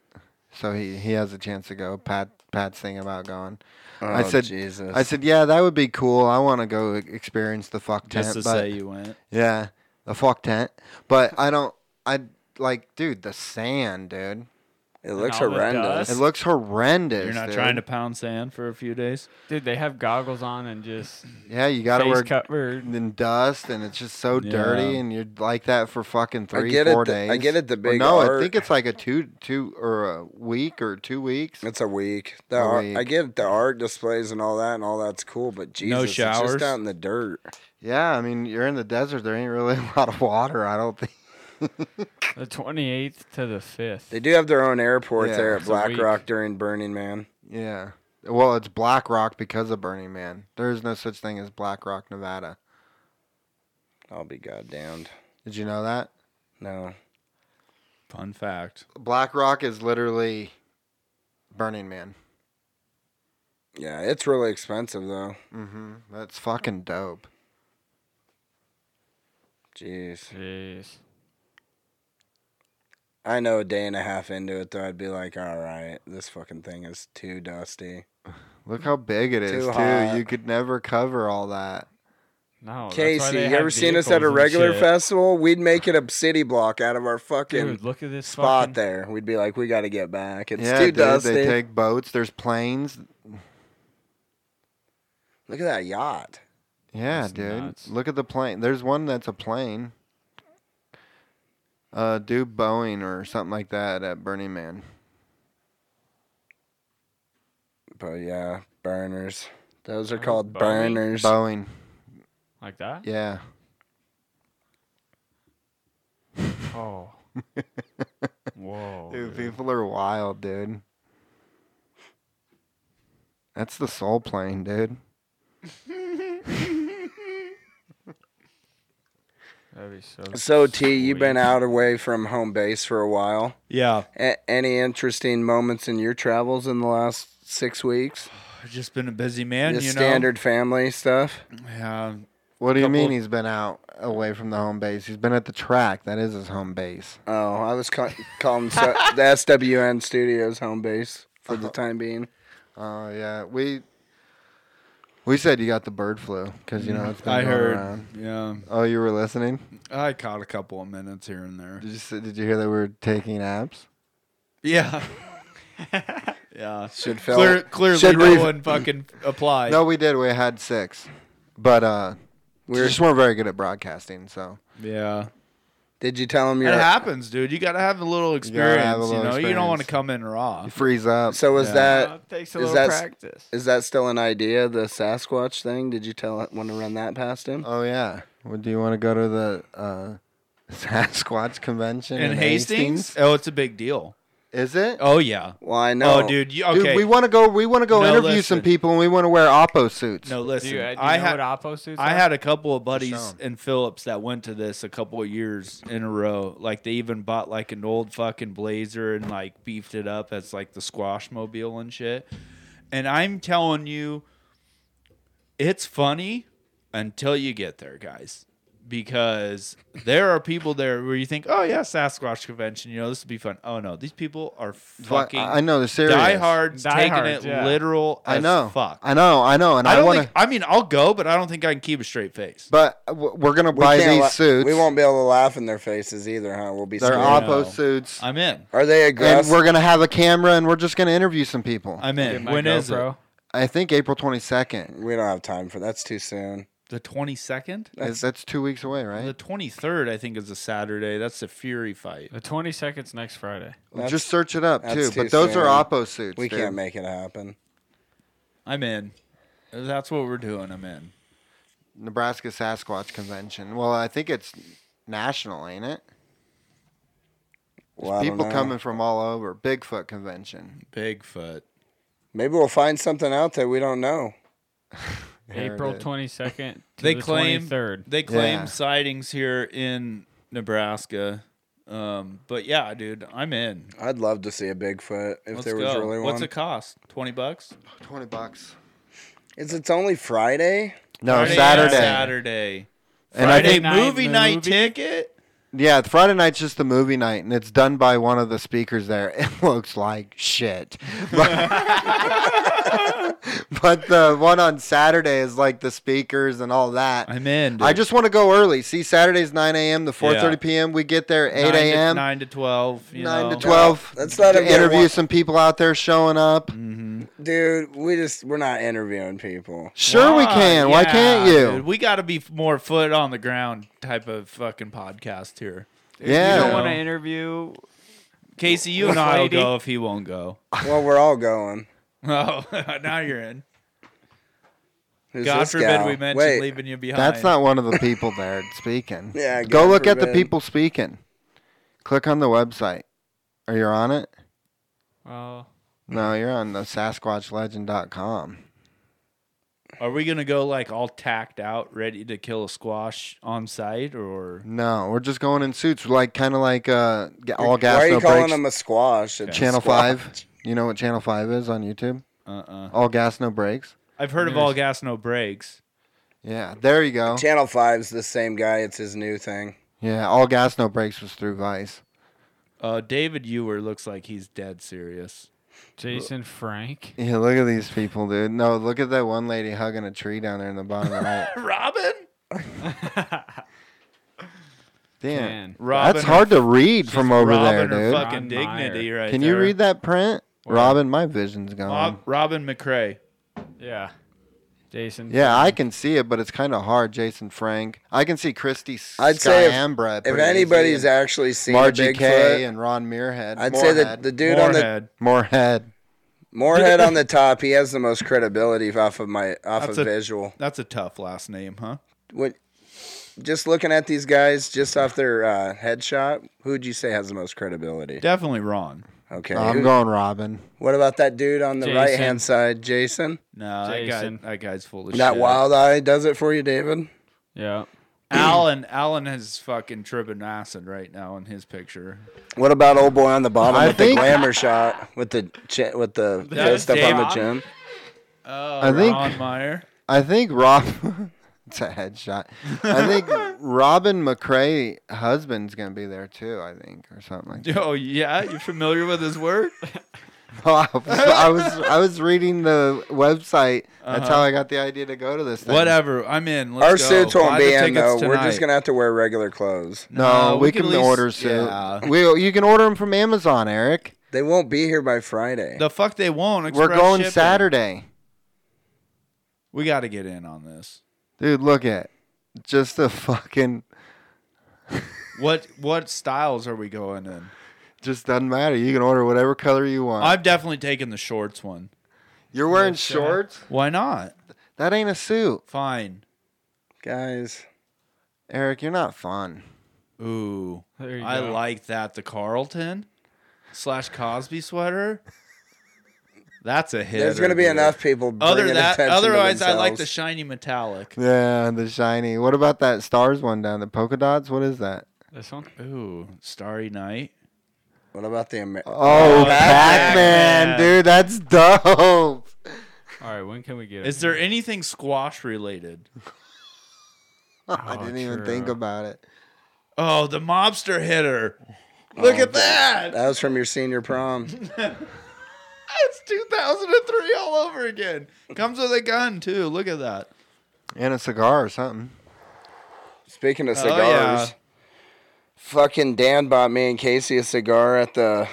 [SPEAKER 2] so he, he has a chance to go. Pat Pat's thinking about going. I
[SPEAKER 3] Oh,
[SPEAKER 2] said,
[SPEAKER 3] Jesus.
[SPEAKER 2] I said, yeah, that would be cool. I want to go e- experience the fuck tent.
[SPEAKER 1] Just to
[SPEAKER 2] but,
[SPEAKER 1] say you went.
[SPEAKER 2] yeah, the fuck tent. But I don't. I like, dude, the sand, dude.
[SPEAKER 3] It looks
[SPEAKER 4] all the
[SPEAKER 3] horrendous.
[SPEAKER 4] dust.
[SPEAKER 2] It looks horrendous.
[SPEAKER 1] You're not
[SPEAKER 2] dude.
[SPEAKER 1] trying to pound sand for a few days.
[SPEAKER 4] Dude, they have goggles on and just
[SPEAKER 3] (laughs)
[SPEAKER 2] Yeah, you gotta
[SPEAKER 4] face
[SPEAKER 2] wear
[SPEAKER 4] covered.
[SPEAKER 2] and dust, and it's just so dirty,
[SPEAKER 1] Yeah.
[SPEAKER 2] and you're like that for fucking three,
[SPEAKER 3] get it
[SPEAKER 2] four
[SPEAKER 3] the- I
[SPEAKER 2] days.
[SPEAKER 3] get it the
[SPEAKER 2] Or
[SPEAKER 3] big
[SPEAKER 2] no,
[SPEAKER 3] art.
[SPEAKER 2] I think it's like a two, two or a week or two weeks.
[SPEAKER 3] It's a week. The
[SPEAKER 2] A
[SPEAKER 3] ar- I
[SPEAKER 2] week.
[SPEAKER 3] get the art displays and all that, and all that's cool. But Jesus, it's
[SPEAKER 1] showers?
[SPEAKER 3] just out in the dirt.
[SPEAKER 2] Yeah, I mean, you're in the desert. There ain't really (laughs) a lot of water. I don't think.
[SPEAKER 4] The 28th to the 5th.
[SPEAKER 3] They do have their own airport
[SPEAKER 2] Yeah,
[SPEAKER 3] there at
[SPEAKER 4] it's a
[SPEAKER 3] Black
[SPEAKER 4] week.
[SPEAKER 3] Rock during Burning Man.
[SPEAKER 2] Yeah. Well, it's Black Rock because of Burning Man. There is no such thing as Black Rock, Nevada.
[SPEAKER 3] I'll be goddamned.
[SPEAKER 2] Did you know that?
[SPEAKER 3] No,
[SPEAKER 1] Fun fact.
[SPEAKER 2] Black Rock is literally Burning Man.
[SPEAKER 3] yeah, it's really expensive though.
[SPEAKER 2] Mm-hmm. That's fucking dope.
[SPEAKER 3] Jeez,
[SPEAKER 4] Jeez.
[SPEAKER 3] I know a day and a half into it though, I'd be like, all right, this fucking thing is too dusty.
[SPEAKER 2] Look how big it is, too.
[SPEAKER 3] Too hot.
[SPEAKER 2] You could never cover all that.
[SPEAKER 4] No. Oh, that's why
[SPEAKER 3] Casey,
[SPEAKER 4] they
[SPEAKER 3] you
[SPEAKER 4] have
[SPEAKER 3] ever seen us at a
[SPEAKER 4] vehicles and
[SPEAKER 3] regular
[SPEAKER 4] shit.
[SPEAKER 3] festival? We'd make it a city block out of our fucking
[SPEAKER 4] Dude, look at this
[SPEAKER 3] spot
[SPEAKER 4] fucking-
[SPEAKER 3] there. We'd be like, we got to get back. It's
[SPEAKER 2] yeah,
[SPEAKER 3] too
[SPEAKER 2] dude,
[SPEAKER 3] dusty.
[SPEAKER 2] they take boats. There's planes.
[SPEAKER 3] Look at that yacht.
[SPEAKER 2] Yeah,
[SPEAKER 4] That's
[SPEAKER 2] dude.
[SPEAKER 4] nuts.
[SPEAKER 2] Look at the plane. There's one that's a plane. Uh, do Boeing or something like that at Burning Man.
[SPEAKER 3] But yeah, burners. Those are
[SPEAKER 4] Oh,
[SPEAKER 3] called
[SPEAKER 4] Boeing.
[SPEAKER 3] burners.
[SPEAKER 2] Boeing.
[SPEAKER 4] Like that?
[SPEAKER 2] Yeah.
[SPEAKER 3] (laughs)
[SPEAKER 4] Oh. Whoa.
[SPEAKER 2] Dude, people are wild, dude. That's the soul plane, dude.
[SPEAKER 4] That'd be so
[SPEAKER 3] So T, you've
[SPEAKER 4] sweet.
[SPEAKER 3] been out away from home base for a while.
[SPEAKER 1] Yeah.
[SPEAKER 3] A- any interesting moments in your travels in the last six weeks?
[SPEAKER 1] I've just been a busy man,
[SPEAKER 3] Just
[SPEAKER 1] you know.
[SPEAKER 3] standard family stuff.
[SPEAKER 1] Yeah.
[SPEAKER 2] What do you mean
[SPEAKER 1] Couple-
[SPEAKER 2] he's been out away from the home base? He's been at the track. That is his home base.
[SPEAKER 3] Oh, I was ca-
[SPEAKER 2] (laughs)
[SPEAKER 3] calling so- the SWN Studios home base for
[SPEAKER 2] Uh-huh.
[SPEAKER 3] the time being.
[SPEAKER 2] Oh yeah, we we said you got the bird flu because you (laughs) know it's been
[SPEAKER 1] I
[SPEAKER 2] going
[SPEAKER 1] heard.
[SPEAKER 2] around.
[SPEAKER 1] Yeah.
[SPEAKER 2] Oh, you were listening.
[SPEAKER 1] I caught a couple of minutes here and there.
[SPEAKER 2] Did you s- did you hear that we were taking apps? (laughs)
[SPEAKER 1] Yeah. yeah.
[SPEAKER 3] Should fill.
[SPEAKER 1] Clear, clearly,
[SPEAKER 2] should
[SPEAKER 1] no
[SPEAKER 2] we-
[SPEAKER 1] one fucking applied.
[SPEAKER 2] No, we did. We had six, but uh, we
[SPEAKER 3] We're-
[SPEAKER 2] just weren't very good at broadcasting. So
[SPEAKER 1] Yeah.
[SPEAKER 3] Did you tell them
[SPEAKER 1] It
[SPEAKER 3] you're?
[SPEAKER 1] happens, dude. You got to have a little
[SPEAKER 2] gotta
[SPEAKER 1] experience. You,
[SPEAKER 2] have a little
[SPEAKER 1] know, you don't
[SPEAKER 2] experience.
[SPEAKER 1] want to come in raw.
[SPEAKER 2] you freeze up.
[SPEAKER 3] so was
[SPEAKER 1] Yeah.
[SPEAKER 3] that?
[SPEAKER 4] Uh, it takes a
[SPEAKER 3] is
[SPEAKER 4] little
[SPEAKER 3] that's-
[SPEAKER 4] practice.
[SPEAKER 3] Is that still an idea? The Sasquatch thing? Did you tell it want to run that past him?
[SPEAKER 2] oh yeah. Well, do you want to go to the uh, (laughs) Sasquatch convention
[SPEAKER 1] In Hastings? Oh, it's a big deal.
[SPEAKER 2] Is it?
[SPEAKER 1] Oh, yeah.
[SPEAKER 3] Well, I know.
[SPEAKER 1] Oh, dude. You,
[SPEAKER 2] Dude,
[SPEAKER 1] okay.
[SPEAKER 2] we want to go. We want to go
[SPEAKER 1] No,
[SPEAKER 2] interview some
[SPEAKER 1] listen.
[SPEAKER 2] people, and we want to wear oppo suits.
[SPEAKER 1] no,
[SPEAKER 4] Do
[SPEAKER 1] listen.
[SPEAKER 4] you, uh, do you
[SPEAKER 1] I
[SPEAKER 4] know
[SPEAKER 1] had
[SPEAKER 4] what Oppo suits
[SPEAKER 1] I
[SPEAKER 4] are?
[SPEAKER 1] had a couple of buddies
[SPEAKER 2] Sean.
[SPEAKER 1] in Phillips that went to this a couple of years in a row. Like they even bought like an old fucking blazer and like beefed it up as like the squash mobile and shit. And I'm telling you, it's funny until you get there, guys. Because there are people there where you think, oh yeah, Sasquatch convention, you know, this would be fun. Oh no, these people are
[SPEAKER 2] But
[SPEAKER 1] fucking
[SPEAKER 2] I I know they're serious.
[SPEAKER 1] diehards, taking
[SPEAKER 4] Diehards,
[SPEAKER 1] it
[SPEAKER 4] yeah.
[SPEAKER 1] literal as
[SPEAKER 2] I know.
[SPEAKER 1] fuck.
[SPEAKER 2] I know. I know. And
[SPEAKER 1] I
[SPEAKER 2] I,
[SPEAKER 1] don't
[SPEAKER 2] want to.
[SPEAKER 1] think. I mean, I'll go, but I don't think I can keep a straight face.
[SPEAKER 2] But uh, w- we're gonna
[SPEAKER 3] We
[SPEAKER 2] buy
[SPEAKER 3] can't
[SPEAKER 2] these
[SPEAKER 3] la-
[SPEAKER 2] suits.
[SPEAKER 3] We won't be able to laugh in their faces either, huh? We'll be
[SPEAKER 2] They're
[SPEAKER 3] scared.
[SPEAKER 1] op- No.
[SPEAKER 2] oppo suits.
[SPEAKER 1] I'm in.
[SPEAKER 3] Are
[SPEAKER 2] and
[SPEAKER 3] they aggressive?
[SPEAKER 2] we're gonna have a camera, and we're just gonna interview some people.
[SPEAKER 1] I'm
[SPEAKER 4] Get
[SPEAKER 1] in.
[SPEAKER 4] my
[SPEAKER 1] When is
[SPEAKER 4] GoPro.
[SPEAKER 2] I think April 22nd.
[SPEAKER 3] we don't have time for that's too soon.
[SPEAKER 1] it? The 22nd.
[SPEAKER 2] That's, that's two weeks away,
[SPEAKER 1] The
[SPEAKER 2] right?
[SPEAKER 1] 23rd, I think, is a Saturday. That's the Fury fight.
[SPEAKER 4] The 22nd's next Friday.
[SPEAKER 3] That's-
[SPEAKER 2] Just search it up
[SPEAKER 3] that's
[SPEAKER 2] too.
[SPEAKER 3] too
[SPEAKER 2] But those
[SPEAKER 3] soon.
[SPEAKER 2] are oppo suits.
[SPEAKER 3] We
[SPEAKER 2] dude.
[SPEAKER 3] can't make it happen.
[SPEAKER 1] I'm in. That's what we're doing. I'm in.
[SPEAKER 2] Nebraska Sasquatch Convention. Well, I think it's national, ain't it?
[SPEAKER 3] Well, I don't
[SPEAKER 2] people
[SPEAKER 3] know.
[SPEAKER 2] coming from all over. Bigfoot Convention.
[SPEAKER 1] Bigfoot.
[SPEAKER 3] Maybe we'll find something out that we don't know.
[SPEAKER 2] There it
[SPEAKER 4] April
[SPEAKER 2] is.
[SPEAKER 4] 22nd
[SPEAKER 1] (laughs)
[SPEAKER 4] to
[SPEAKER 1] They
[SPEAKER 4] the
[SPEAKER 1] claim
[SPEAKER 4] 23rd.
[SPEAKER 1] they claim
[SPEAKER 2] Yeah.
[SPEAKER 1] sightings here in Nebraska. Um, but yeah, dude, I'm in.
[SPEAKER 3] I'd love to see a Bigfoot if
[SPEAKER 1] Let's
[SPEAKER 3] there was
[SPEAKER 1] go.
[SPEAKER 3] really one.
[SPEAKER 1] What's it cost? Twenty bucks.
[SPEAKER 2] Twenty bucks.
[SPEAKER 3] Is it's only Friday?
[SPEAKER 2] No,
[SPEAKER 1] Friday and
[SPEAKER 2] Saturday.
[SPEAKER 1] Saturday.
[SPEAKER 2] And I
[SPEAKER 1] Friday
[SPEAKER 2] think
[SPEAKER 4] night
[SPEAKER 1] movie night
[SPEAKER 4] movie.
[SPEAKER 1] ticket.
[SPEAKER 2] Yeah, Friday night's just the movie night, and it's done by one of the speakers there. (laughs) It looks like shit. (laughs) But, but the one on Saturday is like the speakers and all that.
[SPEAKER 1] I'm in.
[SPEAKER 2] I
[SPEAKER 1] dude.
[SPEAKER 2] just want to go early. See, Saturday's 9 a.m. to 4:30
[SPEAKER 1] Yeah.
[SPEAKER 2] p.m. We get there 8
[SPEAKER 1] Nine to-
[SPEAKER 2] a.m. 9,
[SPEAKER 1] Nine to twelve. You know.
[SPEAKER 2] to 12.
[SPEAKER 3] let's let
[SPEAKER 2] to
[SPEAKER 3] him get
[SPEAKER 2] interview
[SPEAKER 3] one-
[SPEAKER 2] some people out there showing up.
[SPEAKER 1] Mm.
[SPEAKER 3] Dude, we just we're not interviewing
[SPEAKER 2] (laughs)
[SPEAKER 3] people.
[SPEAKER 2] Sure, we
[SPEAKER 1] Why?
[SPEAKER 2] can. Why
[SPEAKER 1] Yeah,
[SPEAKER 2] can't you?
[SPEAKER 1] dude. we got to be f- more foot on the ground type of fucking podcast here.
[SPEAKER 4] You don't
[SPEAKER 2] yeah.
[SPEAKER 1] wanna-
[SPEAKER 4] want to interview.
[SPEAKER 1] Casey, you and I will
[SPEAKER 4] Lady.
[SPEAKER 1] go if he won't go. (laughs)
[SPEAKER 3] Well, we're all going.
[SPEAKER 1] Oh, (laughs) now you're in.
[SPEAKER 3] Who's
[SPEAKER 1] God
[SPEAKER 3] this
[SPEAKER 1] forbid
[SPEAKER 3] gal?
[SPEAKER 1] we mention
[SPEAKER 3] Wait,
[SPEAKER 1] leaving you behind.
[SPEAKER 2] That's not one of the people there speaking.
[SPEAKER 3] (laughs) Yeah,
[SPEAKER 2] Go
[SPEAKER 3] God
[SPEAKER 2] look at the
[SPEAKER 3] forbid.
[SPEAKER 2] people speaking. Click on the website. Are you on it?
[SPEAKER 4] Well,
[SPEAKER 2] No,
[SPEAKER 1] Mm.
[SPEAKER 2] you're on the SasquatchLegend.com.
[SPEAKER 1] Are we gonna go like all tacked out, ready to kill a squash on site, or
[SPEAKER 2] No, we're just going in suits, We're like kind of like uh, g- all
[SPEAKER 3] Why are
[SPEAKER 2] gas
[SPEAKER 3] you
[SPEAKER 2] no
[SPEAKER 3] calling
[SPEAKER 2] breaks.
[SPEAKER 3] him a squash? It's
[SPEAKER 2] Channel
[SPEAKER 3] squash.
[SPEAKER 2] Five. You know what Channel Five is on YouTube?
[SPEAKER 1] uh uh
[SPEAKER 2] All gas no breaks.
[SPEAKER 1] I've heard of all gas no breaks.
[SPEAKER 2] Yeah, there you go.
[SPEAKER 3] Channel Five's the same guy. It's his new thing.
[SPEAKER 2] Yeah, all gas no breaks was through Vice.
[SPEAKER 1] Uh, David Ewer looks like he's dead serious.
[SPEAKER 4] Jason Frank.
[SPEAKER 2] Yeah, look at these people, dude. No, look at that one lady hugging a tree down there in the
[SPEAKER 1] (laughs)
[SPEAKER 2] bottom right.
[SPEAKER 1] Robin,
[SPEAKER 2] Damn,
[SPEAKER 4] Man.
[SPEAKER 2] that's
[SPEAKER 1] Robin
[SPEAKER 2] hard to read from over
[SPEAKER 1] Robin
[SPEAKER 2] there,
[SPEAKER 1] or
[SPEAKER 2] dude.
[SPEAKER 1] fucking
[SPEAKER 4] Ron
[SPEAKER 1] dignity,
[SPEAKER 4] Meyer.
[SPEAKER 1] right?
[SPEAKER 2] Can you
[SPEAKER 1] there.
[SPEAKER 2] read that print, Robin? My vision's gone.
[SPEAKER 1] Bob, Robin McRae.
[SPEAKER 4] Yeah. Jason.
[SPEAKER 2] yeah, I can see it, but it's kind of hard. Jason Frank, I can see Christy
[SPEAKER 3] I'd say if-
[SPEAKER 2] Skyambra.
[SPEAKER 3] If anybody's actually seen a
[SPEAKER 2] Margie
[SPEAKER 3] Bigfoot,
[SPEAKER 2] K and Ron Muirhead,
[SPEAKER 3] I'd say that
[SPEAKER 2] Moorhead.
[SPEAKER 3] the dude on
[SPEAKER 1] Moorhead.
[SPEAKER 2] the Moorhead.
[SPEAKER 3] the Moorhead
[SPEAKER 1] (laughs)
[SPEAKER 3] on the top, he has the most credibility off of my off
[SPEAKER 1] That's
[SPEAKER 3] of
[SPEAKER 1] a-
[SPEAKER 3] visual.
[SPEAKER 1] That's a tough last name, huh?
[SPEAKER 3] What? Just looking at these guys, just off their uh, headshot, who'd you say has the most credibility?
[SPEAKER 1] Definitely Ron.
[SPEAKER 3] Okay.
[SPEAKER 2] I'm
[SPEAKER 3] who-
[SPEAKER 2] going Robin.
[SPEAKER 3] What about that dude on the
[SPEAKER 4] Jason.
[SPEAKER 3] right hand side, Jason?
[SPEAKER 1] No, that guy,
[SPEAKER 4] Jason.
[SPEAKER 1] that guy's full of
[SPEAKER 3] That
[SPEAKER 1] shit.
[SPEAKER 3] wild eye does it for you, David.
[SPEAKER 4] Yeah.
[SPEAKER 1] Alan, Alan is fucking tripping acid right now in his picture.
[SPEAKER 3] What about old boy on the bottom
[SPEAKER 2] I
[SPEAKER 3] with
[SPEAKER 2] think-
[SPEAKER 3] the glamour shot with the chi- with the
[SPEAKER 1] That's
[SPEAKER 3] fist up on the
[SPEAKER 1] David.
[SPEAKER 3] chin?
[SPEAKER 1] Oh,
[SPEAKER 3] Uh,
[SPEAKER 2] I think-
[SPEAKER 1] Ron
[SPEAKER 4] (laughs)
[SPEAKER 1] Meyer.
[SPEAKER 2] I think Rob. (laughs) it's a headshot. I think Robin McRae husband's gonna be there too. I think or something like that. (laughs)
[SPEAKER 1] Oh yeah, you familiar with his work?
[SPEAKER 2] I was I was, I was reading the website. That's how I got the idea to go to this. Thing.
[SPEAKER 1] (laughs) Uh-huh. Whatever, I'm in. Let's
[SPEAKER 3] Our
[SPEAKER 1] go.
[SPEAKER 3] suits won't
[SPEAKER 1] Buy
[SPEAKER 3] be
[SPEAKER 1] the
[SPEAKER 3] in
[SPEAKER 1] tickets
[SPEAKER 3] though. We're
[SPEAKER 1] tonight.
[SPEAKER 3] just gonna have to wear regular clothes.
[SPEAKER 2] No,
[SPEAKER 1] No,
[SPEAKER 2] we,
[SPEAKER 1] we
[SPEAKER 2] can,
[SPEAKER 1] can at least-
[SPEAKER 2] order suit.
[SPEAKER 1] yeah.
[SPEAKER 2] We you can order them from Amazon, Eric.
[SPEAKER 3] They won't be here by Friday.
[SPEAKER 1] The fuck they won't.
[SPEAKER 2] We're
[SPEAKER 1] Express
[SPEAKER 2] going
[SPEAKER 1] shipping.
[SPEAKER 2] Saturday,
[SPEAKER 1] We got to get in on this.
[SPEAKER 2] dude. Look at just the fucking.
[SPEAKER 1] What what styles are we going in?
[SPEAKER 2] Just doesn't matter. You can order whatever color you want.
[SPEAKER 1] I've definitely taken the shorts one.
[SPEAKER 2] You're wearing shorts.
[SPEAKER 1] Why not?
[SPEAKER 2] That ain't a suit,
[SPEAKER 1] Fine.
[SPEAKER 3] Guys,
[SPEAKER 2] Eric. You're not fun.
[SPEAKER 1] Ooh,
[SPEAKER 4] There you
[SPEAKER 1] I
[SPEAKER 4] go.
[SPEAKER 1] like that. The Carlton slash Cosby sweater. That's a hit.
[SPEAKER 3] there's gonna be enough people.
[SPEAKER 1] Other
[SPEAKER 3] bringing
[SPEAKER 1] that,
[SPEAKER 3] attention to
[SPEAKER 1] otherwise, I like the
[SPEAKER 3] themselves.
[SPEAKER 1] shiny metallic.
[SPEAKER 2] Yeah, the shiny. What about that stars one down the polka dots? What is that?
[SPEAKER 4] This one.
[SPEAKER 1] Ooh, Starry Night.
[SPEAKER 3] what about the Amer-
[SPEAKER 2] Oh, Pac
[SPEAKER 1] Pac-Man.
[SPEAKER 2] Man, dude, that's dope. (laughs)
[SPEAKER 4] All right. When can we get it?
[SPEAKER 1] Is there anything squash related?
[SPEAKER 2] I
[SPEAKER 3] Oh,
[SPEAKER 2] didn't even think
[SPEAKER 4] true.
[SPEAKER 2] about it.
[SPEAKER 1] Oh, the mobster hitter. Look
[SPEAKER 3] Oh,
[SPEAKER 1] at that.
[SPEAKER 3] That was from your senior prom.
[SPEAKER 1] (laughs) That's 2003 all over again. Comes with a gun too. Look at that.
[SPEAKER 2] And a cigar or something.
[SPEAKER 3] Speaking of
[SPEAKER 1] Oh,
[SPEAKER 3] cigars,
[SPEAKER 1] yeah.
[SPEAKER 3] fucking Dan bought me and Casey a cigar at the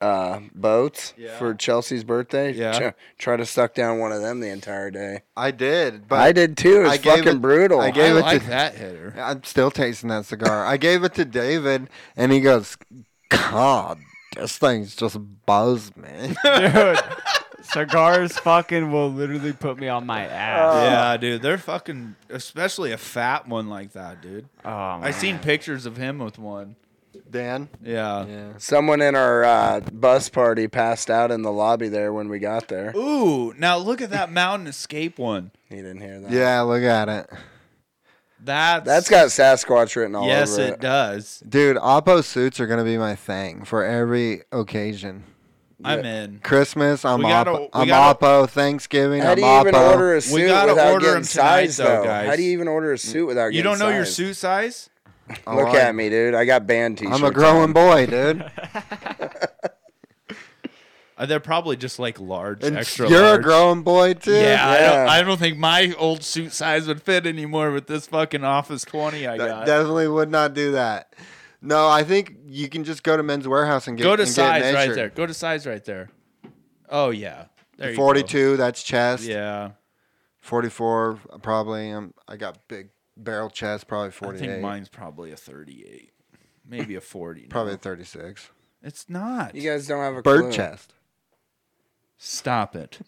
[SPEAKER 3] uh, boats
[SPEAKER 1] Yeah.
[SPEAKER 3] for Chelsea's birthday.
[SPEAKER 1] Yeah.
[SPEAKER 3] Try, try to suck down one of them the entire day.
[SPEAKER 2] I did, but
[SPEAKER 3] I did too.
[SPEAKER 2] I
[SPEAKER 3] It's
[SPEAKER 2] gave
[SPEAKER 3] fucking
[SPEAKER 2] it-
[SPEAKER 3] brutal.
[SPEAKER 2] I gave
[SPEAKER 1] I
[SPEAKER 2] it
[SPEAKER 1] like
[SPEAKER 2] to-
[SPEAKER 1] that hitter.
[SPEAKER 2] I'm still tasting that cigar. I gave it to David, and he goes, "God, this thing's just buzz, man."
[SPEAKER 4] Dude, cigars fucking will literally put me on
[SPEAKER 1] (laughs)
[SPEAKER 4] my
[SPEAKER 3] Uh,
[SPEAKER 4] ass.
[SPEAKER 1] Yeah, dude. They're fucking especially a fat one like that, dude.
[SPEAKER 4] Oh,
[SPEAKER 1] I
[SPEAKER 4] man.
[SPEAKER 1] seen pictures of him with one.
[SPEAKER 2] Dan.
[SPEAKER 1] Yeah.
[SPEAKER 3] Someone in our uh, bus party passed out in the lobby there when we got there.
[SPEAKER 1] Ooh, now look at
[SPEAKER 3] (laughs)
[SPEAKER 1] that mountain escape one.
[SPEAKER 3] He didn't hear that.
[SPEAKER 2] Yeah, look at it,
[SPEAKER 1] That's
[SPEAKER 3] That's got Sasquatch written all
[SPEAKER 1] Yes,
[SPEAKER 3] over
[SPEAKER 1] it does.
[SPEAKER 2] dude. Oppo suits are gonna be my thing for every occasion.
[SPEAKER 1] I'm in.
[SPEAKER 2] Christmas, I'm
[SPEAKER 1] We gotta-
[SPEAKER 2] Oppo.
[SPEAKER 1] we
[SPEAKER 2] I'm
[SPEAKER 1] gotta-
[SPEAKER 2] Oppo. Thanksgiving,
[SPEAKER 3] How
[SPEAKER 2] I'm
[SPEAKER 3] do you even
[SPEAKER 2] Oppo.
[SPEAKER 3] order a suit
[SPEAKER 1] gotta
[SPEAKER 3] without
[SPEAKER 1] order
[SPEAKER 3] getting
[SPEAKER 1] 'em tonight,
[SPEAKER 3] size
[SPEAKER 1] though,
[SPEAKER 3] though?
[SPEAKER 1] guys.
[SPEAKER 3] How do you even order a suit without getting
[SPEAKER 1] You don't know your
[SPEAKER 3] sized?
[SPEAKER 1] suit size?
[SPEAKER 2] A
[SPEAKER 3] Look
[SPEAKER 2] lot.
[SPEAKER 3] at me, dude. I got band t-shirts.
[SPEAKER 2] I'm a growing
[SPEAKER 1] (laughs)
[SPEAKER 3] on.
[SPEAKER 2] boy, dude.
[SPEAKER 1] Uh, They're probably just like large,
[SPEAKER 2] And
[SPEAKER 1] extra.
[SPEAKER 2] you're
[SPEAKER 1] large.
[SPEAKER 2] a growing boy too.
[SPEAKER 1] Yeah, I, don't,
[SPEAKER 3] Yeah.
[SPEAKER 1] I don't think my old suit size would fit anymore with this fucking Office 20 I
[SPEAKER 2] That-
[SPEAKER 1] got.
[SPEAKER 2] definitely would not do that. No, I think you can just go to Men's Warehouse and get
[SPEAKER 1] Go to
[SPEAKER 2] and get
[SPEAKER 1] size
[SPEAKER 2] an A
[SPEAKER 1] right
[SPEAKER 2] shirt.
[SPEAKER 1] there. Go to size right there. Oh yeah, there you go.
[SPEAKER 2] 42, that's chest.
[SPEAKER 1] Yeah,
[SPEAKER 2] 44, probably. Um, I got big barrel chest, probably
[SPEAKER 1] I think
[SPEAKER 2] 48.
[SPEAKER 1] mine's probably a 38, maybe a 40. now.
[SPEAKER 2] probably 36.
[SPEAKER 1] it's not.
[SPEAKER 3] You guys don't have a
[SPEAKER 2] Bird
[SPEAKER 3] clue.
[SPEAKER 2] chest.
[SPEAKER 1] Stop it.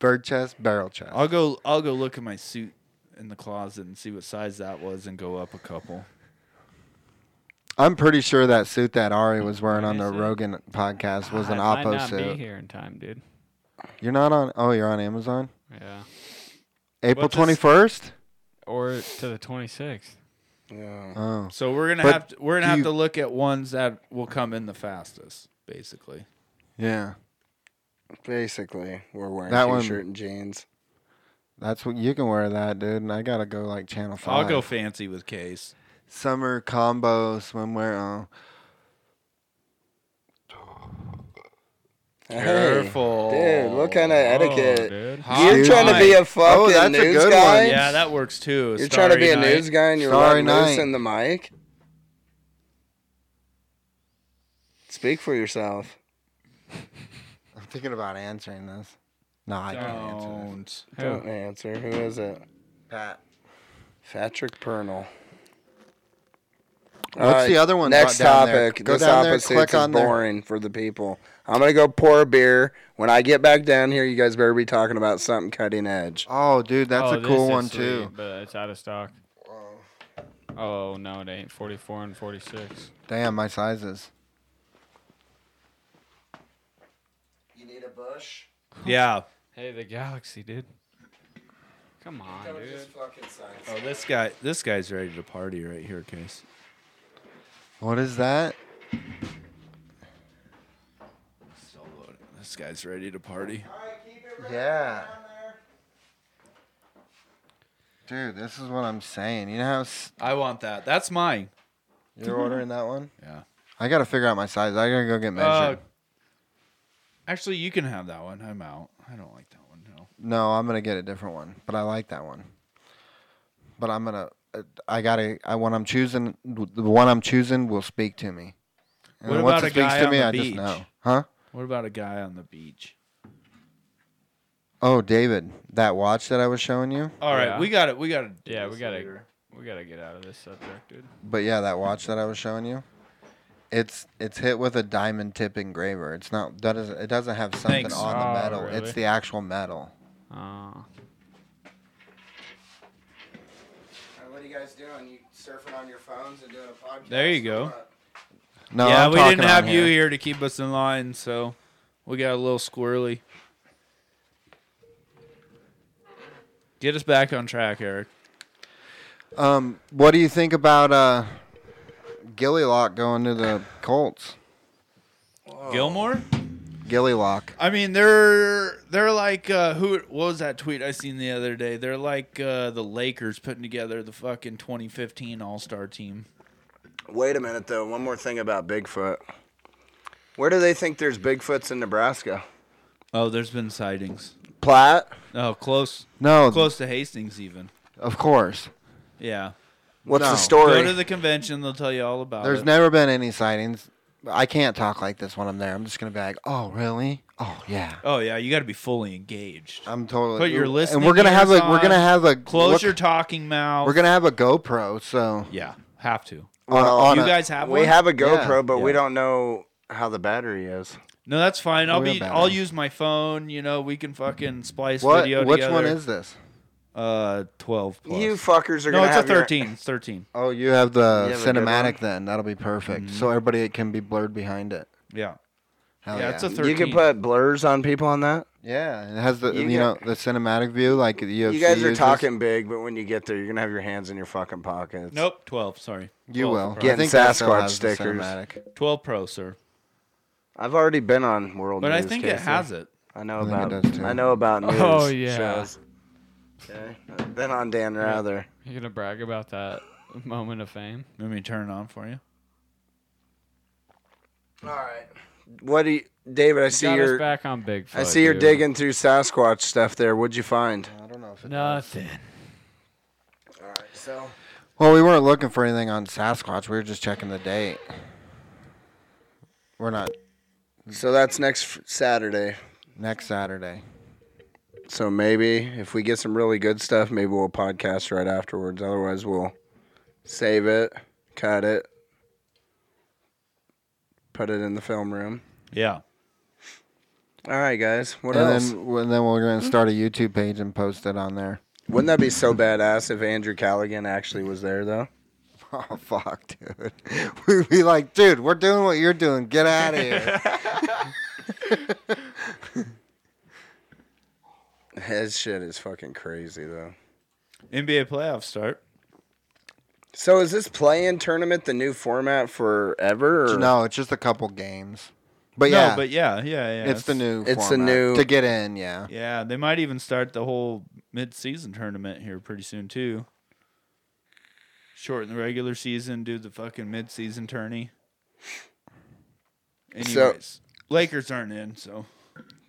[SPEAKER 2] Bird chest, barrel chest.
[SPEAKER 1] I'll go. I'll go look at my suit in the closet and see what size that was and go up a couple.
[SPEAKER 2] I'm pretty sure that suit that Ari was wearing on the
[SPEAKER 4] Is it?
[SPEAKER 2] Rogan podcast was an
[SPEAKER 4] I might
[SPEAKER 2] Oppo
[SPEAKER 4] not be
[SPEAKER 2] suit.
[SPEAKER 4] here in time, dude.
[SPEAKER 2] You're not on. Oh, you're on Amazon?
[SPEAKER 4] Yeah.
[SPEAKER 2] April
[SPEAKER 1] What's this-
[SPEAKER 2] 21st?
[SPEAKER 4] Or to the 26th.
[SPEAKER 3] Yeah.
[SPEAKER 2] Oh.
[SPEAKER 1] So we're gonna
[SPEAKER 2] But
[SPEAKER 1] have to, we're gonna
[SPEAKER 2] do
[SPEAKER 1] have
[SPEAKER 2] you-
[SPEAKER 1] to look at ones that will come in the fastest, basically.
[SPEAKER 2] Yeah.
[SPEAKER 3] Basically, we're wearing
[SPEAKER 2] That one-
[SPEAKER 3] t-shirt and jeans.
[SPEAKER 2] That's what you can wear that, dude. And I got to go like Channel 5.
[SPEAKER 1] I'll go fancy with case.
[SPEAKER 2] summer combo swimwear. Oh.
[SPEAKER 3] Hey,
[SPEAKER 1] Careful.
[SPEAKER 3] dude. What kind of etiquette?
[SPEAKER 4] Oh, dude.
[SPEAKER 3] You're
[SPEAKER 2] Dude.
[SPEAKER 3] trying to be a fucking
[SPEAKER 2] Oh, that's a
[SPEAKER 3] news
[SPEAKER 2] good
[SPEAKER 3] guy.
[SPEAKER 2] one.
[SPEAKER 1] Yeah, that works too.
[SPEAKER 3] You're trying to be a
[SPEAKER 1] Starry
[SPEAKER 3] news
[SPEAKER 1] night.
[SPEAKER 3] guy and you're
[SPEAKER 2] Starry
[SPEAKER 3] letting loose
[SPEAKER 2] night.
[SPEAKER 3] in the mic. Speak for yourself.
[SPEAKER 2] I'm thinking about answering this. No, I can't answer this.
[SPEAKER 1] Don't.
[SPEAKER 4] Who?
[SPEAKER 3] Don't answer. Who is it?
[SPEAKER 2] Pat.
[SPEAKER 3] Patrick Pernell.
[SPEAKER 2] What's the other one
[SPEAKER 3] Next
[SPEAKER 2] bu- down there?
[SPEAKER 3] topic.
[SPEAKER 2] Go
[SPEAKER 3] this
[SPEAKER 2] down there,
[SPEAKER 3] opposite
[SPEAKER 2] click
[SPEAKER 3] is
[SPEAKER 2] on there.
[SPEAKER 3] boring for the people. I'm gonna go pour a beer. When I get back down here, you guys better be talking about something cutting edge.
[SPEAKER 2] Oh, dude, that's
[SPEAKER 4] Oh,
[SPEAKER 2] a
[SPEAKER 4] this
[SPEAKER 2] cool
[SPEAKER 4] is
[SPEAKER 2] one
[SPEAKER 4] sweet,
[SPEAKER 2] too.
[SPEAKER 4] But it's out of stock. Oh no, it ain't. Forty-four and forty-six.
[SPEAKER 2] Damn, my sizes.
[SPEAKER 3] You need a bush.
[SPEAKER 1] Yeah.
[SPEAKER 4] Hey, the Galaxy, dude. Come on, dude.
[SPEAKER 1] Oh, this guy. This guy's ready to party right here, case.
[SPEAKER 2] What is that?
[SPEAKER 1] Still loading. This guy's ready to party.
[SPEAKER 2] Yeah. Dude, this is what I'm saying. You know how s-
[SPEAKER 1] I want that. That's mine.
[SPEAKER 2] you're ordering that one?
[SPEAKER 1] Yeah.
[SPEAKER 2] I gotta figure out my size. I gotta go get measured.
[SPEAKER 1] Uh, actually, you can have that one. I'm out. I don't like that one. No.
[SPEAKER 2] no, I'm gonna get a different one, but I like that one. But I'm gonna, uh, I gotta, I when I'm choosing, the one I'm choosing will speak to me. And
[SPEAKER 1] What
[SPEAKER 2] once
[SPEAKER 1] about
[SPEAKER 2] it
[SPEAKER 1] a
[SPEAKER 2] speaks
[SPEAKER 1] guy
[SPEAKER 2] to
[SPEAKER 1] on
[SPEAKER 2] me,
[SPEAKER 1] the
[SPEAKER 2] I
[SPEAKER 1] beach?
[SPEAKER 2] just know, huh?
[SPEAKER 1] What about a guy on the beach?
[SPEAKER 2] Oh, David, that watch that I was showing you.
[SPEAKER 1] All right,
[SPEAKER 4] Yeah.
[SPEAKER 1] we got it. We got it.
[SPEAKER 4] Yeah, we gotta we gotta get out of this subject, dude.
[SPEAKER 2] But yeah, that watch that I was showing you. It's it's hit with a diamond tip engraver. It's not that is it doesn't have something
[SPEAKER 1] Thanks.
[SPEAKER 2] on the
[SPEAKER 4] Oh,
[SPEAKER 2] metal.
[SPEAKER 4] really?
[SPEAKER 2] It's the actual metal.
[SPEAKER 4] Uh,
[SPEAKER 3] What are you guys doing? You surfing on your phones and doing a podcast?
[SPEAKER 1] There you go.
[SPEAKER 2] No,
[SPEAKER 1] yeah,
[SPEAKER 2] I'm
[SPEAKER 1] we didn't
[SPEAKER 2] talking on
[SPEAKER 1] have you
[SPEAKER 2] here.
[SPEAKER 1] here to keep us in line, so we got a little squirrely. Get us back on track, Eric.
[SPEAKER 2] Um, what do you think about uh, Gilly Lock going to the Colts?
[SPEAKER 1] Gilmore?
[SPEAKER 2] Gilly Lock.
[SPEAKER 1] Oh. I mean, they're they're like uh, who? What was that tweet I seen the other day? They're like uh, the Lakers putting together the fucking 2015 All Star team.
[SPEAKER 3] Wait a minute, though. One more thing about Bigfoot. Where do they think there's Bigfoots in Nebraska?
[SPEAKER 1] Oh, there's been sightings.
[SPEAKER 3] Platt?
[SPEAKER 1] Oh, close,
[SPEAKER 2] No,
[SPEAKER 1] close to Hastings, even.
[SPEAKER 2] of course.
[SPEAKER 1] Yeah.
[SPEAKER 3] What's
[SPEAKER 2] No.
[SPEAKER 3] the story?
[SPEAKER 1] Go to the convention; they'll tell you all about
[SPEAKER 2] There's
[SPEAKER 1] it.
[SPEAKER 2] never been any sightings. I can't talk like this when I'm there. I'm just gonna be like, oh really? Oh yeah.
[SPEAKER 1] oh yeah, you got to be fully engaged.
[SPEAKER 2] I'm totally.
[SPEAKER 1] Put your
[SPEAKER 2] And we're
[SPEAKER 1] listening
[SPEAKER 2] gonna have a
[SPEAKER 1] ears
[SPEAKER 2] we're gonna
[SPEAKER 1] on.
[SPEAKER 2] have a
[SPEAKER 1] Close
[SPEAKER 2] look-
[SPEAKER 1] your talking mouth.
[SPEAKER 2] we're gonna have a GoPro. So
[SPEAKER 1] yeah, have to.
[SPEAKER 2] on,
[SPEAKER 3] Well,
[SPEAKER 2] on
[SPEAKER 1] you
[SPEAKER 2] a-
[SPEAKER 1] guys have
[SPEAKER 3] we
[SPEAKER 1] one?
[SPEAKER 3] have a GoPro,
[SPEAKER 2] Yeah.
[SPEAKER 3] but we
[SPEAKER 1] Yeah.
[SPEAKER 3] don't know how the battery is.
[SPEAKER 1] No, that's fine. I'll
[SPEAKER 2] we have
[SPEAKER 1] be.
[SPEAKER 2] battery.
[SPEAKER 1] I'll use my phone. You know, we can fucking splice
[SPEAKER 2] what?
[SPEAKER 1] video
[SPEAKER 2] Which
[SPEAKER 1] together.
[SPEAKER 2] one is this?
[SPEAKER 1] uh twelve plus?
[SPEAKER 3] You fuckers are
[SPEAKER 1] no,
[SPEAKER 3] gonna
[SPEAKER 1] it's a
[SPEAKER 3] have your-
[SPEAKER 1] thirteen. It's thirteen.
[SPEAKER 2] Oh, you have the
[SPEAKER 3] You have a good
[SPEAKER 2] cinematic then. That'll be perfect. So everybody can be blurred behind it.
[SPEAKER 1] Yeah,
[SPEAKER 2] Hell
[SPEAKER 1] Mm-hmm. yeah,
[SPEAKER 2] yeah,
[SPEAKER 1] it's a thirteen.
[SPEAKER 3] You can put blurs on people on that.
[SPEAKER 2] yeah, it has the
[SPEAKER 3] You
[SPEAKER 2] you,
[SPEAKER 3] get-
[SPEAKER 2] know the cinematic view like the UFC
[SPEAKER 3] you guys are
[SPEAKER 2] uses.
[SPEAKER 3] talking big, but when you get there, you're gonna have your hands in your fucking pockets.
[SPEAKER 1] Nope, twelve. Sorry,
[SPEAKER 2] You
[SPEAKER 1] 12
[SPEAKER 2] will
[SPEAKER 1] Pro.
[SPEAKER 2] I
[SPEAKER 3] Getting
[SPEAKER 2] think that still
[SPEAKER 3] Sasquatch
[SPEAKER 2] has the
[SPEAKER 3] stickers.
[SPEAKER 2] cinematic.
[SPEAKER 1] twelve pro, sir.
[SPEAKER 3] I've already been on World
[SPEAKER 1] But I
[SPEAKER 3] News.
[SPEAKER 1] think it
[SPEAKER 3] Casey.
[SPEAKER 1] has it.
[SPEAKER 3] I
[SPEAKER 2] I
[SPEAKER 3] know
[SPEAKER 2] think it
[SPEAKER 3] about.
[SPEAKER 2] does, too.
[SPEAKER 3] I know about news.
[SPEAKER 4] Oh, yeah.
[SPEAKER 3] Shows. Okay. I've been on Dan Rather.
[SPEAKER 4] you gonna brag about that (laughs) moment of fame.
[SPEAKER 1] Let me to turn it on for you.
[SPEAKER 3] All right. What do you, David? I see
[SPEAKER 4] Got us
[SPEAKER 3] you're.
[SPEAKER 4] back on Bigfoot.
[SPEAKER 3] I see you're
[SPEAKER 4] dude.
[SPEAKER 3] digging through Sasquatch stuff there. What'd you find?
[SPEAKER 2] I don't know if it
[SPEAKER 4] Nothing.
[SPEAKER 3] All right, so
[SPEAKER 2] Well, we weren't looking for anything on Sasquatch. We were just checking the date. We're not
[SPEAKER 3] so that's next f- Saturday.
[SPEAKER 2] next Saturday.
[SPEAKER 3] So maybe if we get some really good stuff, maybe we'll podcast right afterwards. Otherwise, we'll save it, cut it, put it in the film room.
[SPEAKER 1] Yeah.
[SPEAKER 3] All right, guys. What
[SPEAKER 2] and
[SPEAKER 3] else?
[SPEAKER 2] then and then we're
[SPEAKER 1] Mm-hmm.
[SPEAKER 2] gonna start a YouTube page and post it on there. (laughs)
[SPEAKER 3] Wouldn't that be so badass if Andrew Callaghan actually was there, though?
[SPEAKER 2] Oh fuck, dude. (laughs) We'd be like, dude, we're doing what you're doing. Get out of
[SPEAKER 3] (laughs)
[SPEAKER 2] here.
[SPEAKER 3] His shit is fucking crazy, though.
[SPEAKER 1] NBA playoffs start.
[SPEAKER 3] So is this play-in tournament the new format forever? Or?
[SPEAKER 2] no, it's just a couple games. But
[SPEAKER 1] No,
[SPEAKER 2] yeah,
[SPEAKER 1] but yeah, yeah, yeah.
[SPEAKER 2] it's the new.
[SPEAKER 3] It's the
[SPEAKER 2] format.
[SPEAKER 3] new-
[SPEAKER 2] to get in. Yeah.
[SPEAKER 1] Yeah, they might even start the whole mid-season tournament here pretty soon too. Shorten the regular season, do the fucking mid-season tourney.
[SPEAKER 3] So-
[SPEAKER 1] Anyways, Lakers aren't in, so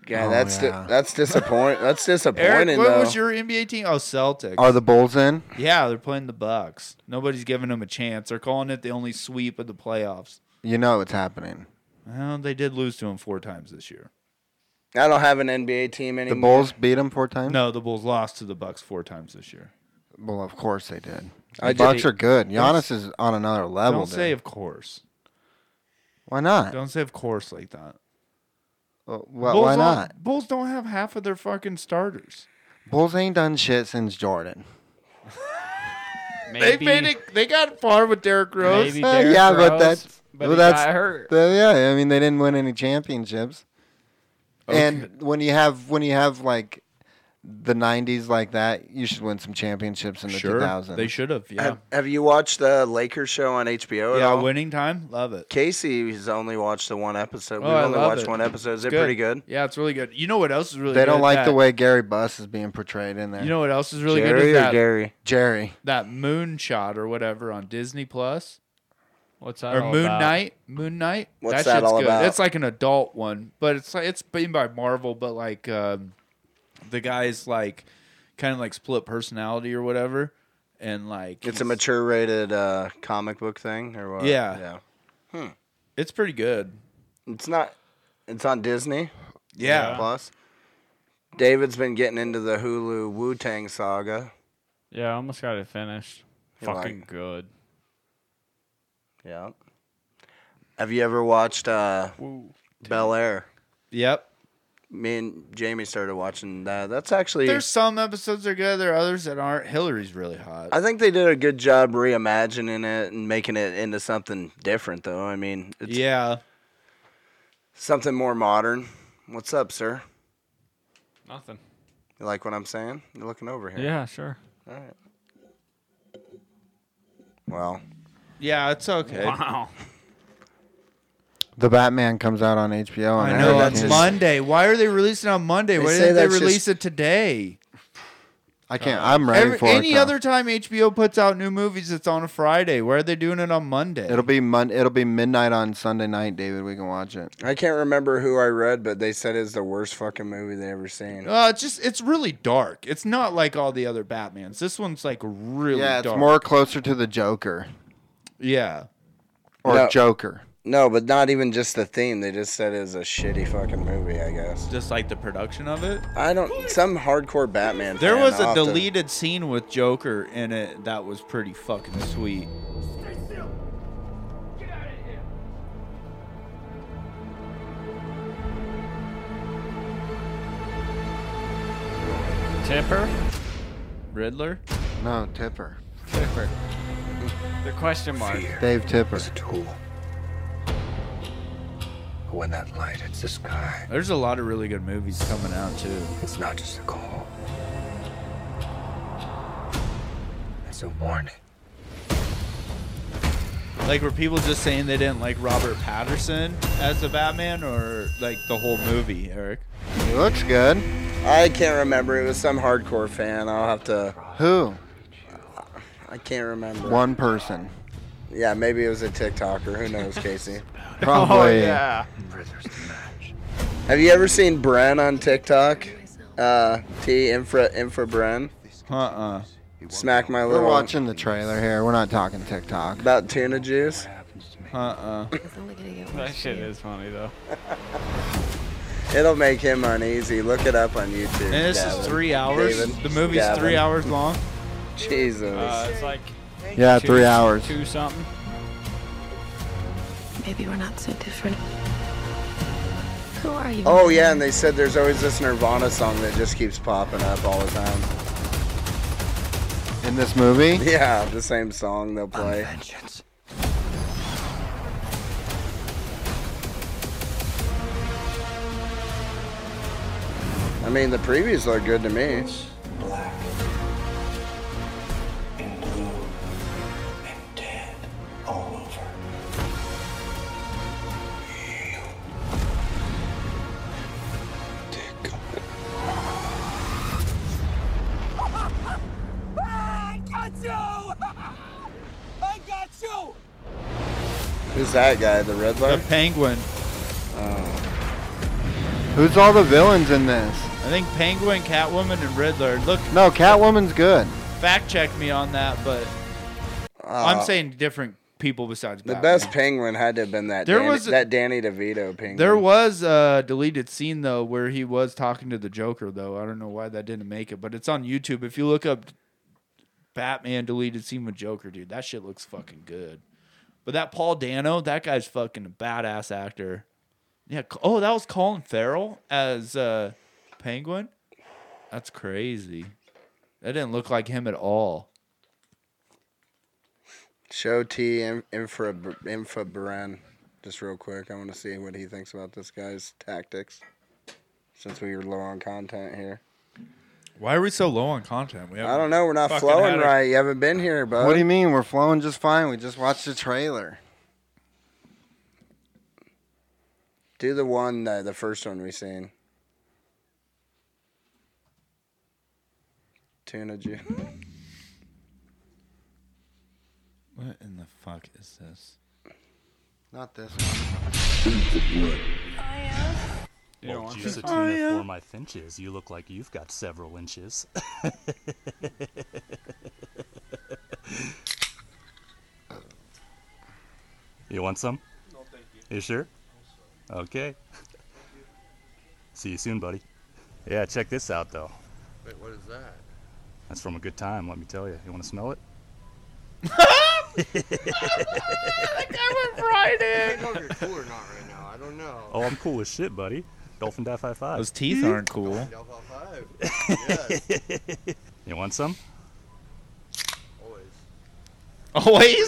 [SPEAKER 3] Yeah,
[SPEAKER 2] Oh,
[SPEAKER 3] that's di-
[SPEAKER 2] yeah.
[SPEAKER 3] that's
[SPEAKER 2] (laughs)
[SPEAKER 3] disappoint. that's disappointing,
[SPEAKER 1] Eric, what
[SPEAKER 3] though.
[SPEAKER 1] was your NBA team? Oh, Celtics.
[SPEAKER 2] Are the Bulls in?
[SPEAKER 1] yeah, they're playing the Bucks. Nobody's giving them a chance. They're calling it the only sweep of the playoffs.
[SPEAKER 2] You know it's happening.
[SPEAKER 1] Well, they did lose to them four times this year.
[SPEAKER 3] I don't have an NBA team
[SPEAKER 2] The
[SPEAKER 3] anymore.
[SPEAKER 2] Bulls beat them four times.
[SPEAKER 1] No, the Bulls lost to the Bucks four times this year.
[SPEAKER 2] Well, of course they did.
[SPEAKER 3] I
[SPEAKER 2] The
[SPEAKER 3] did-
[SPEAKER 2] Bucks are good. Giannis is on another level.
[SPEAKER 1] Don't say
[SPEAKER 2] dude.
[SPEAKER 1] of course.
[SPEAKER 2] Why not?
[SPEAKER 1] Don't say of course like that.
[SPEAKER 2] Well, why
[SPEAKER 1] don't-
[SPEAKER 2] not?
[SPEAKER 1] Bulls don't have half of their fucking starters.
[SPEAKER 2] Bulls ain't done shit since Jordan.
[SPEAKER 1] They
[SPEAKER 4] Maybe,
[SPEAKER 1] made it. They got far with Derrick Rose.
[SPEAKER 4] Maybe
[SPEAKER 2] Uh, (laughs)
[SPEAKER 4] Derrick
[SPEAKER 2] yeah,
[SPEAKER 4] Rose,
[SPEAKER 2] but that's
[SPEAKER 4] but
[SPEAKER 2] well,
[SPEAKER 4] he
[SPEAKER 2] that's
[SPEAKER 4] got hurt.
[SPEAKER 2] th- yeah. I mean, they didn't win any championships. And when you have when you have like the '90s like that, you should win some championships in the 2000s.
[SPEAKER 1] They should have. Yeah.
[SPEAKER 3] Have, have you watched the Lakers show on HBO at
[SPEAKER 1] yeah.
[SPEAKER 3] all?
[SPEAKER 1] Winning time. Love it.
[SPEAKER 3] Casey's only watched the one episode. We've
[SPEAKER 1] Oh, I
[SPEAKER 3] only
[SPEAKER 1] love
[SPEAKER 3] watched
[SPEAKER 1] it.
[SPEAKER 3] one episode. Is
[SPEAKER 1] It's
[SPEAKER 3] it pretty good?
[SPEAKER 1] Yeah, it's really good. You know what else is really?
[SPEAKER 2] They don't
[SPEAKER 1] good?
[SPEAKER 2] like the
[SPEAKER 1] That-
[SPEAKER 2] way Gary Buss is being portrayed in there.
[SPEAKER 1] You know what else is really good?
[SPEAKER 3] Jerry
[SPEAKER 1] Is
[SPEAKER 3] or
[SPEAKER 1] that
[SPEAKER 3] Gary?
[SPEAKER 2] Jerry.
[SPEAKER 1] that Moon Shot or whatever on Disney Plus
[SPEAKER 4] What's that
[SPEAKER 1] or
[SPEAKER 4] all
[SPEAKER 1] Moon
[SPEAKER 4] about?
[SPEAKER 1] Knight. Moon Knight.
[SPEAKER 3] What's
[SPEAKER 1] that
[SPEAKER 3] that
[SPEAKER 1] shit's
[SPEAKER 3] all
[SPEAKER 1] good.
[SPEAKER 3] about?
[SPEAKER 1] It's like an adult one, but it's like it's been by Marvel, but like um, the guy's like kind of like split personality or whatever, and like
[SPEAKER 3] It's a
[SPEAKER 1] he's-
[SPEAKER 3] mature rated uh, comic book thing or what?
[SPEAKER 1] Yeah.
[SPEAKER 3] Yeah.
[SPEAKER 1] It's pretty good.
[SPEAKER 3] It's not. It's on Disney
[SPEAKER 1] Yeah.
[SPEAKER 3] Plus. David's been getting into the Hulu Wu Tang Saga.
[SPEAKER 4] Yeah, I almost got it finished.
[SPEAKER 3] You like-
[SPEAKER 4] Fucking good.
[SPEAKER 3] Yeah. Have you ever watched uh, Bel Air?
[SPEAKER 1] Yep.
[SPEAKER 3] Me and Jamie started watching that. That's actually.
[SPEAKER 1] There's some episodes that are good. There are others that aren't. Hillary's really hot.
[SPEAKER 3] I think they did a good job reimagining it and making it into something different, though. I mean, it's
[SPEAKER 1] yeah.
[SPEAKER 3] something more modern. What's up, sir?
[SPEAKER 4] Nothing.
[SPEAKER 3] You like what I'm saying? You're looking over here.
[SPEAKER 4] Yeah, sure.
[SPEAKER 3] All right. Well,
[SPEAKER 1] Yeah, it's okay.
[SPEAKER 4] Wow.
[SPEAKER 2] The Batman comes out on HBO. On
[SPEAKER 1] I know
[SPEAKER 3] that's
[SPEAKER 1] it's
[SPEAKER 2] everything.
[SPEAKER 3] just-
[SPEAKER 1] Monday. Why are they releasing it on Monday? Why
[SPEAKER 3] say
[SPEAKER 1] didn't they
[SPEAKER 3] that's just-
[SPEAKER 1] release it today?
[SPEAKER 2] I can't. I'm ready
[SPEAKER 1] Every-
[SPEAKER 2] for it.
[SPEAKER 1] any
[SPEAKER 2] though.
[SPEAKER 1] other time HBO puts out new movies, it's on a Friday. Why are they doing it on Monday?
[SPEAKER 2] It'll be mon- It'll be midnight on Sunday night, David. We can watch it.
[SPEAKER 3] I can't remember who I read, but they said it's the worst fucking movie they ever seen.
[SPEAKER 1] uh, it's just it's really dark. It's not like all the other Batmans. This one's like really
[SPEAKER 2] yeah, it's
[SPEAKER 1] dark.
[SPEAKER 2] more closer to the Joker
[SPEAKER 1] yeah.
[SPEAKER 2] or
[SPEAKER 3] No.
[SPEAKER 2] Joker.
[SPEAKER 3] No, but not even just the theme. They just said it's a shitty fucking movie, I guess.
[SPEAKER 1] Just like the production of it.
[SPEAKER 3] I don't. Some hardcore Batman.
[SPEAKER 1] There
[SPEAKER 3] fan,
[SPEAKER 1] was a
[SPEAKER 3] I'll have to-
[SPEAKER 1] deleted scene with Joker in it that was pretty fucking sweet.
[SPEAKER 4] Tipper?
[SPEAKER 1] Riddler?
[SPEAKER 2] No, Tipper.
[SPEAKER 4] Tipper. The question mark.
[SPEAKER 2] Dave Tipper.
[SPEAKER 5] was a tool. But when that light hits the sky,
[SPEAKER 1] There's a lot of really good movies coming out too.
[SPEAKER 5] it's not just a call. It's a warning.
[SPEAKER 1] Like were people just saying they didn't like Robert Patterson as the Batman or like the whole movie, Eric?
[SPEAKER 2] He looks good.
[SPEAKER 3] I can't remember. It was some hardcore fan. I'll have to.
[SPEAKER 2] Who?
[SPEAKER 3] I can't remember.
[SPEAKER 2] One person.
[SPEAKER 3] Yeah, maybe it was a TikToker. Who knows, Casey? (laughs)
[SPEAKER 2] Probably.
[SPEAKER 4] (laughs) Oh yeah.
[SPEAKER 5] Brothers to match.
[SPEAKER 3] Have you ever seen Bren on TikTok? Uh, T infra infra Bren.
[SPEAKER 1] Uh uh
[SPEAKER 3] Smack my
[SPEAKER 2] We're
[SPEAKER 3] little
[SPEAKER 2] watching the trailer here. We're not talking TikTok.
[SPEAKER 3] about tuna juice.
[SPEAKER 1] uh uh.
[SPEAKER 6] It's only gonna get
[SPEAKER 4] That
[SPEAKER 6] worse.
[SPEAKER 4] shit is funny though.
[SPEAKER 3] It'll make him uneasy. Look it up on YouTube.
[SPEAKER 1] And this
[SPEAKER 3] Gavin.
[SPEAKER 1] is three hours.
[SPEAKER 3] David.
[SPEAKER 1] The movie's
[SPEAKER 3] Gavin.
[SPEAKER 1] three hours long.
[SPEAKER 3] Jesus.
[SPEAKER 4] Uh, it's like
[SPEAKER 2] Yeah,
[SPEAKER 4] two-
[SPEAKER 2] three hours.
[SPEAKER 4] Two something.
[SPEAKER 6] Maybe we're not so different. Who are you?
[SPEAKER 3] oh yeah, and they said there's always this Nirvana song that just keeps popping up all the time.
[SPEAKER 2] In this movie?
[SPEAKER 3] Yeah, the same song they'll play.
[SPEAKER 5] Vengeance.
[SPEAKER 3] I mean, the previews look good to me.
[SPEAKER 5] Black. In blue. And dead. All over. You. Dick.
[SPEAKER 3] Who's that guy? The Riddler?
[SPEAKER 1] The Penguin.
[SPEAKER 2] Who's all the villains in this?
[SPEAKER 1] I think Penguin, Catwoman, and Riddler. Look,
[SPEAKER 2] No, Catwoman's good.
[SPEAKER 1] fact check me on that, but I'm saying different people besides
[SPEAKER 3] Uh, The
[SPEAKER 1] Batman.
[SPEAKER 3] best penguin had to have been that.
[SPEAKER 1] There
[SPEAKER 3] Danny,
[SPEAKER 1] was a-
[SPEAKER 3] that Danny DeVito penguin.
[SPEAKER 1] There was a deleted scene though where he was talking to the Joker though. I don't know why that didn't make it, but it's on YouTube. If you look up Batman deleted scene with Joker, dude, that shit looks fucking good. But that Paul Dano, that guy's fucking a badass actor. Yeah. C- Oh, that was Colin Farrell as uh, Penguin. That's crazy. That didn't look like him at all.
[SPEAKER 3] Show T in- infra infra Bren. Just real quick, I want to see what he thinks about this guy's tactics. Since we were low on content here,
[SPEAKER 1] Why are we so low on content? We
[SPEAKER 3] I don't know. We're not
[SPEAKER 1] Fucking
[SPEAKER 3] flowing
[SPEAKER 1] had it.
[SPEAKER 3] right. You haven't been here, bud.
[SPEAKER 2] What do you mean? We're flowing just fine. We just watched the trailer.
[SPEAKER 3] Do the one, uh, the first one we seen. Tuna juice.
[SPEAKER 1] What in the fuck is this?
[SPEAKER 2] (laughs) Not this one.
[SPEAKER 4] You don't want
[SPEAKER 7] Use a tuna for my finches. You look like you've got several inches. you want some? No, thank you. You sure? Okay. (laughs) See you soon, buddy. Yeah, check this out, though. Wait, what is that? That's from a good time, let me tell you. You want to smell (laughs) it? Oh, I'm cool as shit, buddy. Dolphin Die 55.
[SPEAKER 1] Those teeth aren't cool.
[SPEAKER 7] (laughs) You want some?
[SPEAKER 1] Always.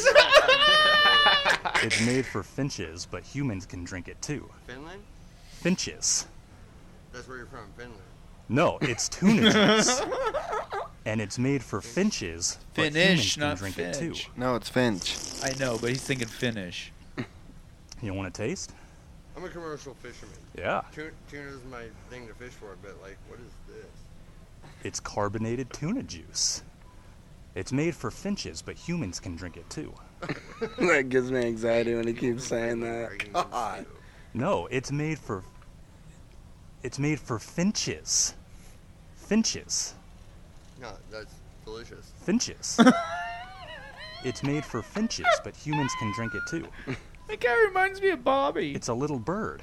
[SPEAKER 7] It's made for finches, but humans can drink it too.
[SPEAKER 8] Finland?
[SPEAKER 7] Finches.
[SPEAKER 8] That's where you're from, Finland.
[SPEAKER 7] No, it's tuna juice. and it's made for finches, but humans
[SPEAKER 1] Finnish,
[SPEAKER 7] can
[SPEAKER 1] not
[SPEAKER 7] drink it
[SPEAKER 1] Finch.
[SPEAKER 7] too.
[SPEAKER 2] No, it's Finch.
[SPEAKER 1] I know, but he's thinking Finnish.
[SPEAKER 7] You want to taste?
[SPEAKER 8] I'm a commercial fisherman.
[SPEAKER 7] Yeah.
[SPEAKER 8] Tuna, tuna's my thing to fish for, but like, what is this?
[SPEAKER 7] It's carbonated tuna juice. It's made for finches, but humans can drink it too.
[SPEAKER 3] that gives me anxiety when he keeps saying that. (laughs) God.
[SPEAKER 7] No, it's made for. It's made for finches. Finches.
[SPEAKER 8] No, that's delicious.
[SPEAKER 7] Finches. it's made for finches, but humans can drink it too.
[SPEAKER 1] That guy reminds me of Bobby.
[SPEAKER 7] It's a little bird.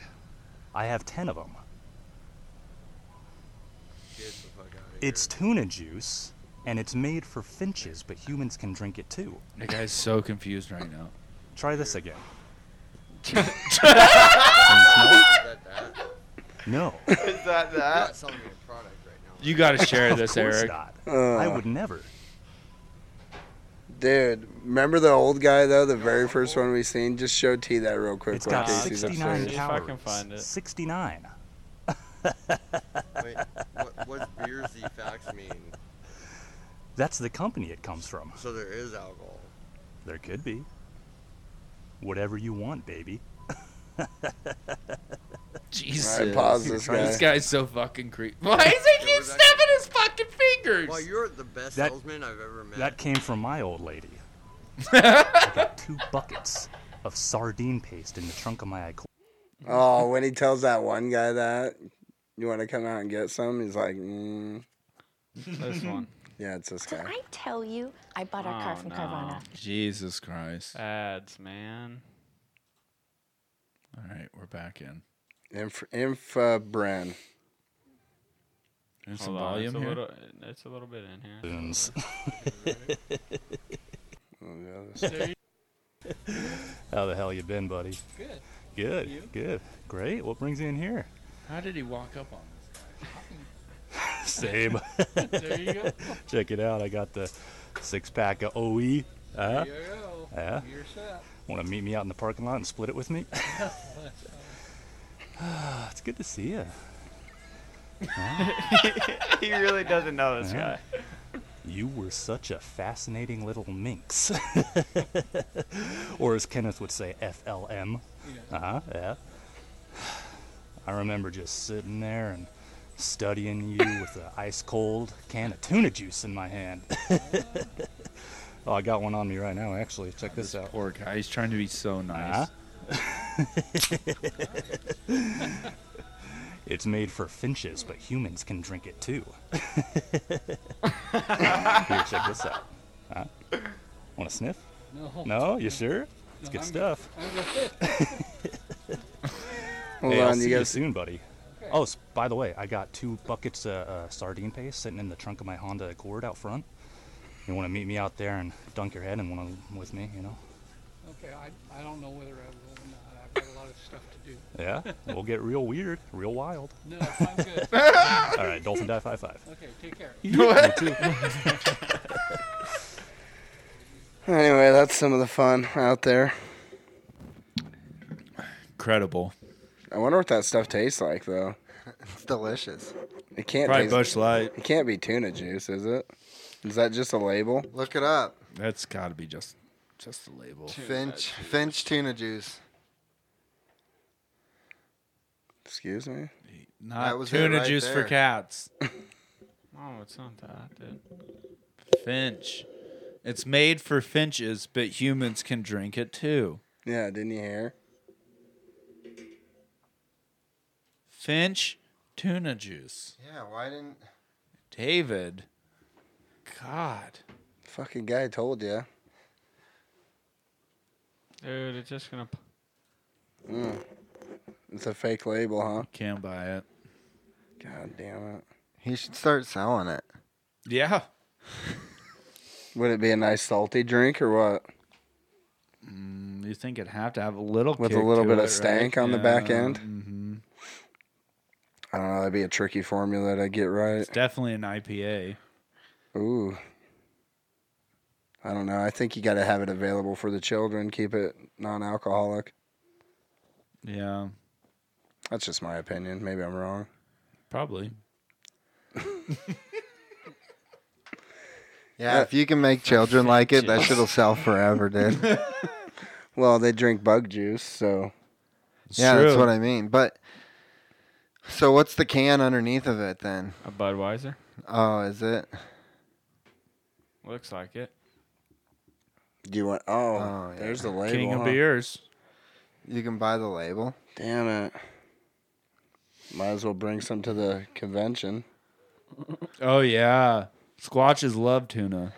[SPEAKER 7] I have 10 of them.
[SPEAKER 8] Get the fuck out of here.
[SPEAKER 7] It's tuna juice, and it's made for finches, but humans can drink it too.
[SPEAKER 1] That guy's so confused right now.
[SPEAKER 7] Try this again.
[SPEAKER 8] Is that that?
[SPEAKER 7] No,
[SPEAKER 8] You're not selling me a product right now.
[SPEAKER 1] You (laughs) got to share
[SPEAKER 7] of
[SPEAKER 1] this,
[SPEAKER 7] course
[SPEAKER 1] Eric.
[SPEAKER 7] not.
[SPEAKER 3] Uh,
[SPEAKER 7] I would never.
[SPEAKER 3] Dude, remember the old guy though, the very first one we seen? Just show T that real quick.
[SPEAKER 7] It's
[SPEAKER 3] while
[SPEAKER 7] got
[SPEAKER 3] Casey's
[SPEAKER 7] 69
[SPEAKER 3] upstairs.
[SPEAKER 4] If I
[SPEAKER 7] calories.
[SPEAKER 4] can find it.
[SPEAKER 7] 69.
[SPEAKER 8] Wait, what, what's beers the facts mean?
[SPEAKER 7] That's the company it comes from.
[SPEAKER 8] So there is alcohol.
[SPEAKER 7] There could be. Whatever you want, baby.
[SPEAKER 1] Jesus.
[SPEAKER 3] All right, pause this guy.
[SPEAKER 1] This guy's so fucking creepy. Why does he keep
[SPEAKER 8] was
[SPEAKER 1] snapping his fucking stickers.
[SPEAKER 8] Well, you're the best
[SPEAKER 7] That-
[SPEAKER 8] salesman I've ever met.
[SPEAKER 7] That came from my old (laughs) lady. I got two buckets of sardine paste in the trunk of my Icora.
[SPEAKER 3] Oh, when he tells that one guy that, you want to come out and get some? He's like, mm.
[SPEAKER 4] (laughs) This one.
[SPEAKER 3] yeah, it's this
[SPEAKER 9] Did
[SPEAKER 3] guy.
[SPEAKER 9] I tell you I bought our car
[SPEAKER 4] Oh,
[SPEAKER 9] from
[SPEAKER 4] no.
[SPEAKER 9] Carvana?
[SPEAKER 1] Jesus Christ!
[SPEAKER 4] Ads, man.
[SPEAKER 1] All right, we're back in.
[SPEAKER 3] Inf- Infrabrand.
[SPEAKER 1] There's some
[SPEAKER 4] Hold on, it's
[SPEAKER 1] volume
[SPEAKER 4] a
[SPEAKER 1] here.
[SPEAKER 4] little. It's a little bit in here.
[SPEAKER 7] spoons.
[SPEAKER 3] Oh, yeah, this-
[SPEAKER 7] How the hell you been, buddy?
[SPEAKER 1] Good.
[SPEAKER 7] Good. Good. Great. What brings you in here?
[SPEAKER 1] How did he walk up on
[SPEAKER 7] (laughs) Same.
[SPEAKER 1] this? (laughs) There you go.
[SPEAKER 7] Check it out. I got the six pack of OE. Uh, yeah.
[SPEAKER 8] You're set.
[SPEAKER 7] Want to meet me out in the parking lot and split it with me? (laughs) Ah, it's good to see you.
[SPEAKER 4] (laughs) he really doesn't know this
[SPEAKER 7] Yeah.
[SPEAKER 4] guy.
[SPEAKER 7] You were such a fascinating little minx. (laughs) or as Kenneth would say, FLM. Uh huh, yeah. I remember just sitting there and studying you with an ice cold can of tuna juice in my hand. (laughs) oh, I got one on me right now, actually. Check this out.
[SPEAKER 1] Poor guy. He's trying to be so
[SPEAKER 3] Uh-huh.
[SPEAKER 1] (laughs) nice.
[SPEAKER 7] It's made for finches, but humans can drink
[SPEAKER 3] (laughs)
[SPEAKER 7] it too. Here, check this out. Huh? Want to sniff? No. No? You sure? It's good stuff.
[SPEAKER 3] Hold
[SPEAKER 7] hey, I'll
[SPEAKER 3] on,
[SPEAKER 7] see
[SPEAKER 3] you
[SPEAKER 7] you
[SPEAKER 3] guys.
[SPEAKER 7] soon, buddy. Oh, s- by the way, I got two buckets of uh, sardine paste sitting in the trunk of my Honda Accord out front. You want to meet me out there and dunk your head in one of- with me, you know?
[SPEAKER 10] Okay, I, I don't know whether I will or not. I've got a lot of stuff to do.
[SPEAKER 7] Yeah, (laughs) we'll get real weird, real wild.
[SPEAKER 10] No, I'm good.
[SPEAKER 7] All right, Dolphin Die 5 5.
[SPEAKER 10] Okay, take care.
[SPEAKER 3] Anyway, that's some of the fun out there.
[SPEAKER 1] (laughs) Incredible.
[SPEAKER 3] I wonder what that stuff tastes like, though.
[SPEAKER 2] It's delicious.
[SPEAKER 3] It can't
[SPEAKER 1] Probably
[SPEAKER 3] taste,
[SPEAKER 1] Bush Light.
[SPEAKER 3] It can't be tuna juice, is it? Is that just a label?
[SPEAKER 2] Look it up.
[SPEAKER 1] That's got to be just just the label.
[SPEAKER 2] Finch Finch tuna juice.
[SPEAKER 3] Excuse me.
[SPEAKER 1] Not
[SPEAKER 2] That was it
[SPEAKER 1] tuna
[SPEAKER 2] right
[SPEAKER 1] juice for
[SPEAKER 2] there.
[SPEAKER 1] cats.
[SPEAKER 4] Oh, it's not that, dude.
[SPEAKER 1] Finch. It's made for finches, but humans can drink it too.
[SPEAKER 3] Yeah, didn't you hear?
[SPEAKER 1] Finch tuna juice.
[SPEAKER 2] Yeah, why didn't
[SPEAKER 1] David. God.
[SPEAKER 3] Fucking guy told you.
[SPEAKER 4] Dude, it's just gonna. p-
[SPEAKER 3] It's a fake label, huh?
[SPEAKER 1] Can't buy it.
[SPEAKER 3] God damn it.
[SPEAKER 2] he should start selling it?
[SPEAKER 1] Yeah.
[SPEAKER 3] Would it be a nice salty drink or what?
[SPEAKER 1] Mm, You think it'd have to have a little
[SPEAKER 3] With a
[SPEAKER 1] kick
[SPEAKER 3] little
[SPEAKER 1] to
[SPEAKER 3] bit
[SPEAKER 1] it,
[SPEAKER 3] of stank
[SPEAKER 1] right?
[SPEAKER 3] on the back
[SPEAKER 1] Yeah. Mm-hmm.
[SPEAKER 3] end? I don't know. That'd be a tricky formula to get right.
[SPEAKER 1] It's definitely an IPA.
[SPEAKER 3] Ooh. I don't know. I think you got to have it available for the children. Keep it non-alcoholic.
[SPEAKER 1] Yeah,
[SPEAKER 3] That's just my opinion. Maybe I'm wrong.
[SPEAKER 1] probably.
[SPEAKER 2] Yeah, if you can make children like it, that shit'll sell forever, dude.
[SPEAKER 3] Well, they drink bug juice, so
[SPEAKER 1] It's
[SPEAKER 2] yeah, that's
[SPEAKER 1] true.
[SPEAKER 2] what I mean. But so what's the can underneath of it then?
[SPEAKER 4] A Budweiser.
[SPEAKER 2] Oh, is it?
[SPEAKER 4] Looks like it.
[SPEAKER 3] do you want? Oh,
[SPEAKER 2] Oh, yeah.
[SPEAKER 3] there's the label.
[SPEAKER 1] King
[SPEAKER 3] huh?
[SPEAKER 1] of beers.
[SPEAKER 2] You can buy the label.
[SPEAKER 3] Damn it. Might as well bring some to the convention.
[SPEAKER 1] Oh yeah, squatches love tuna.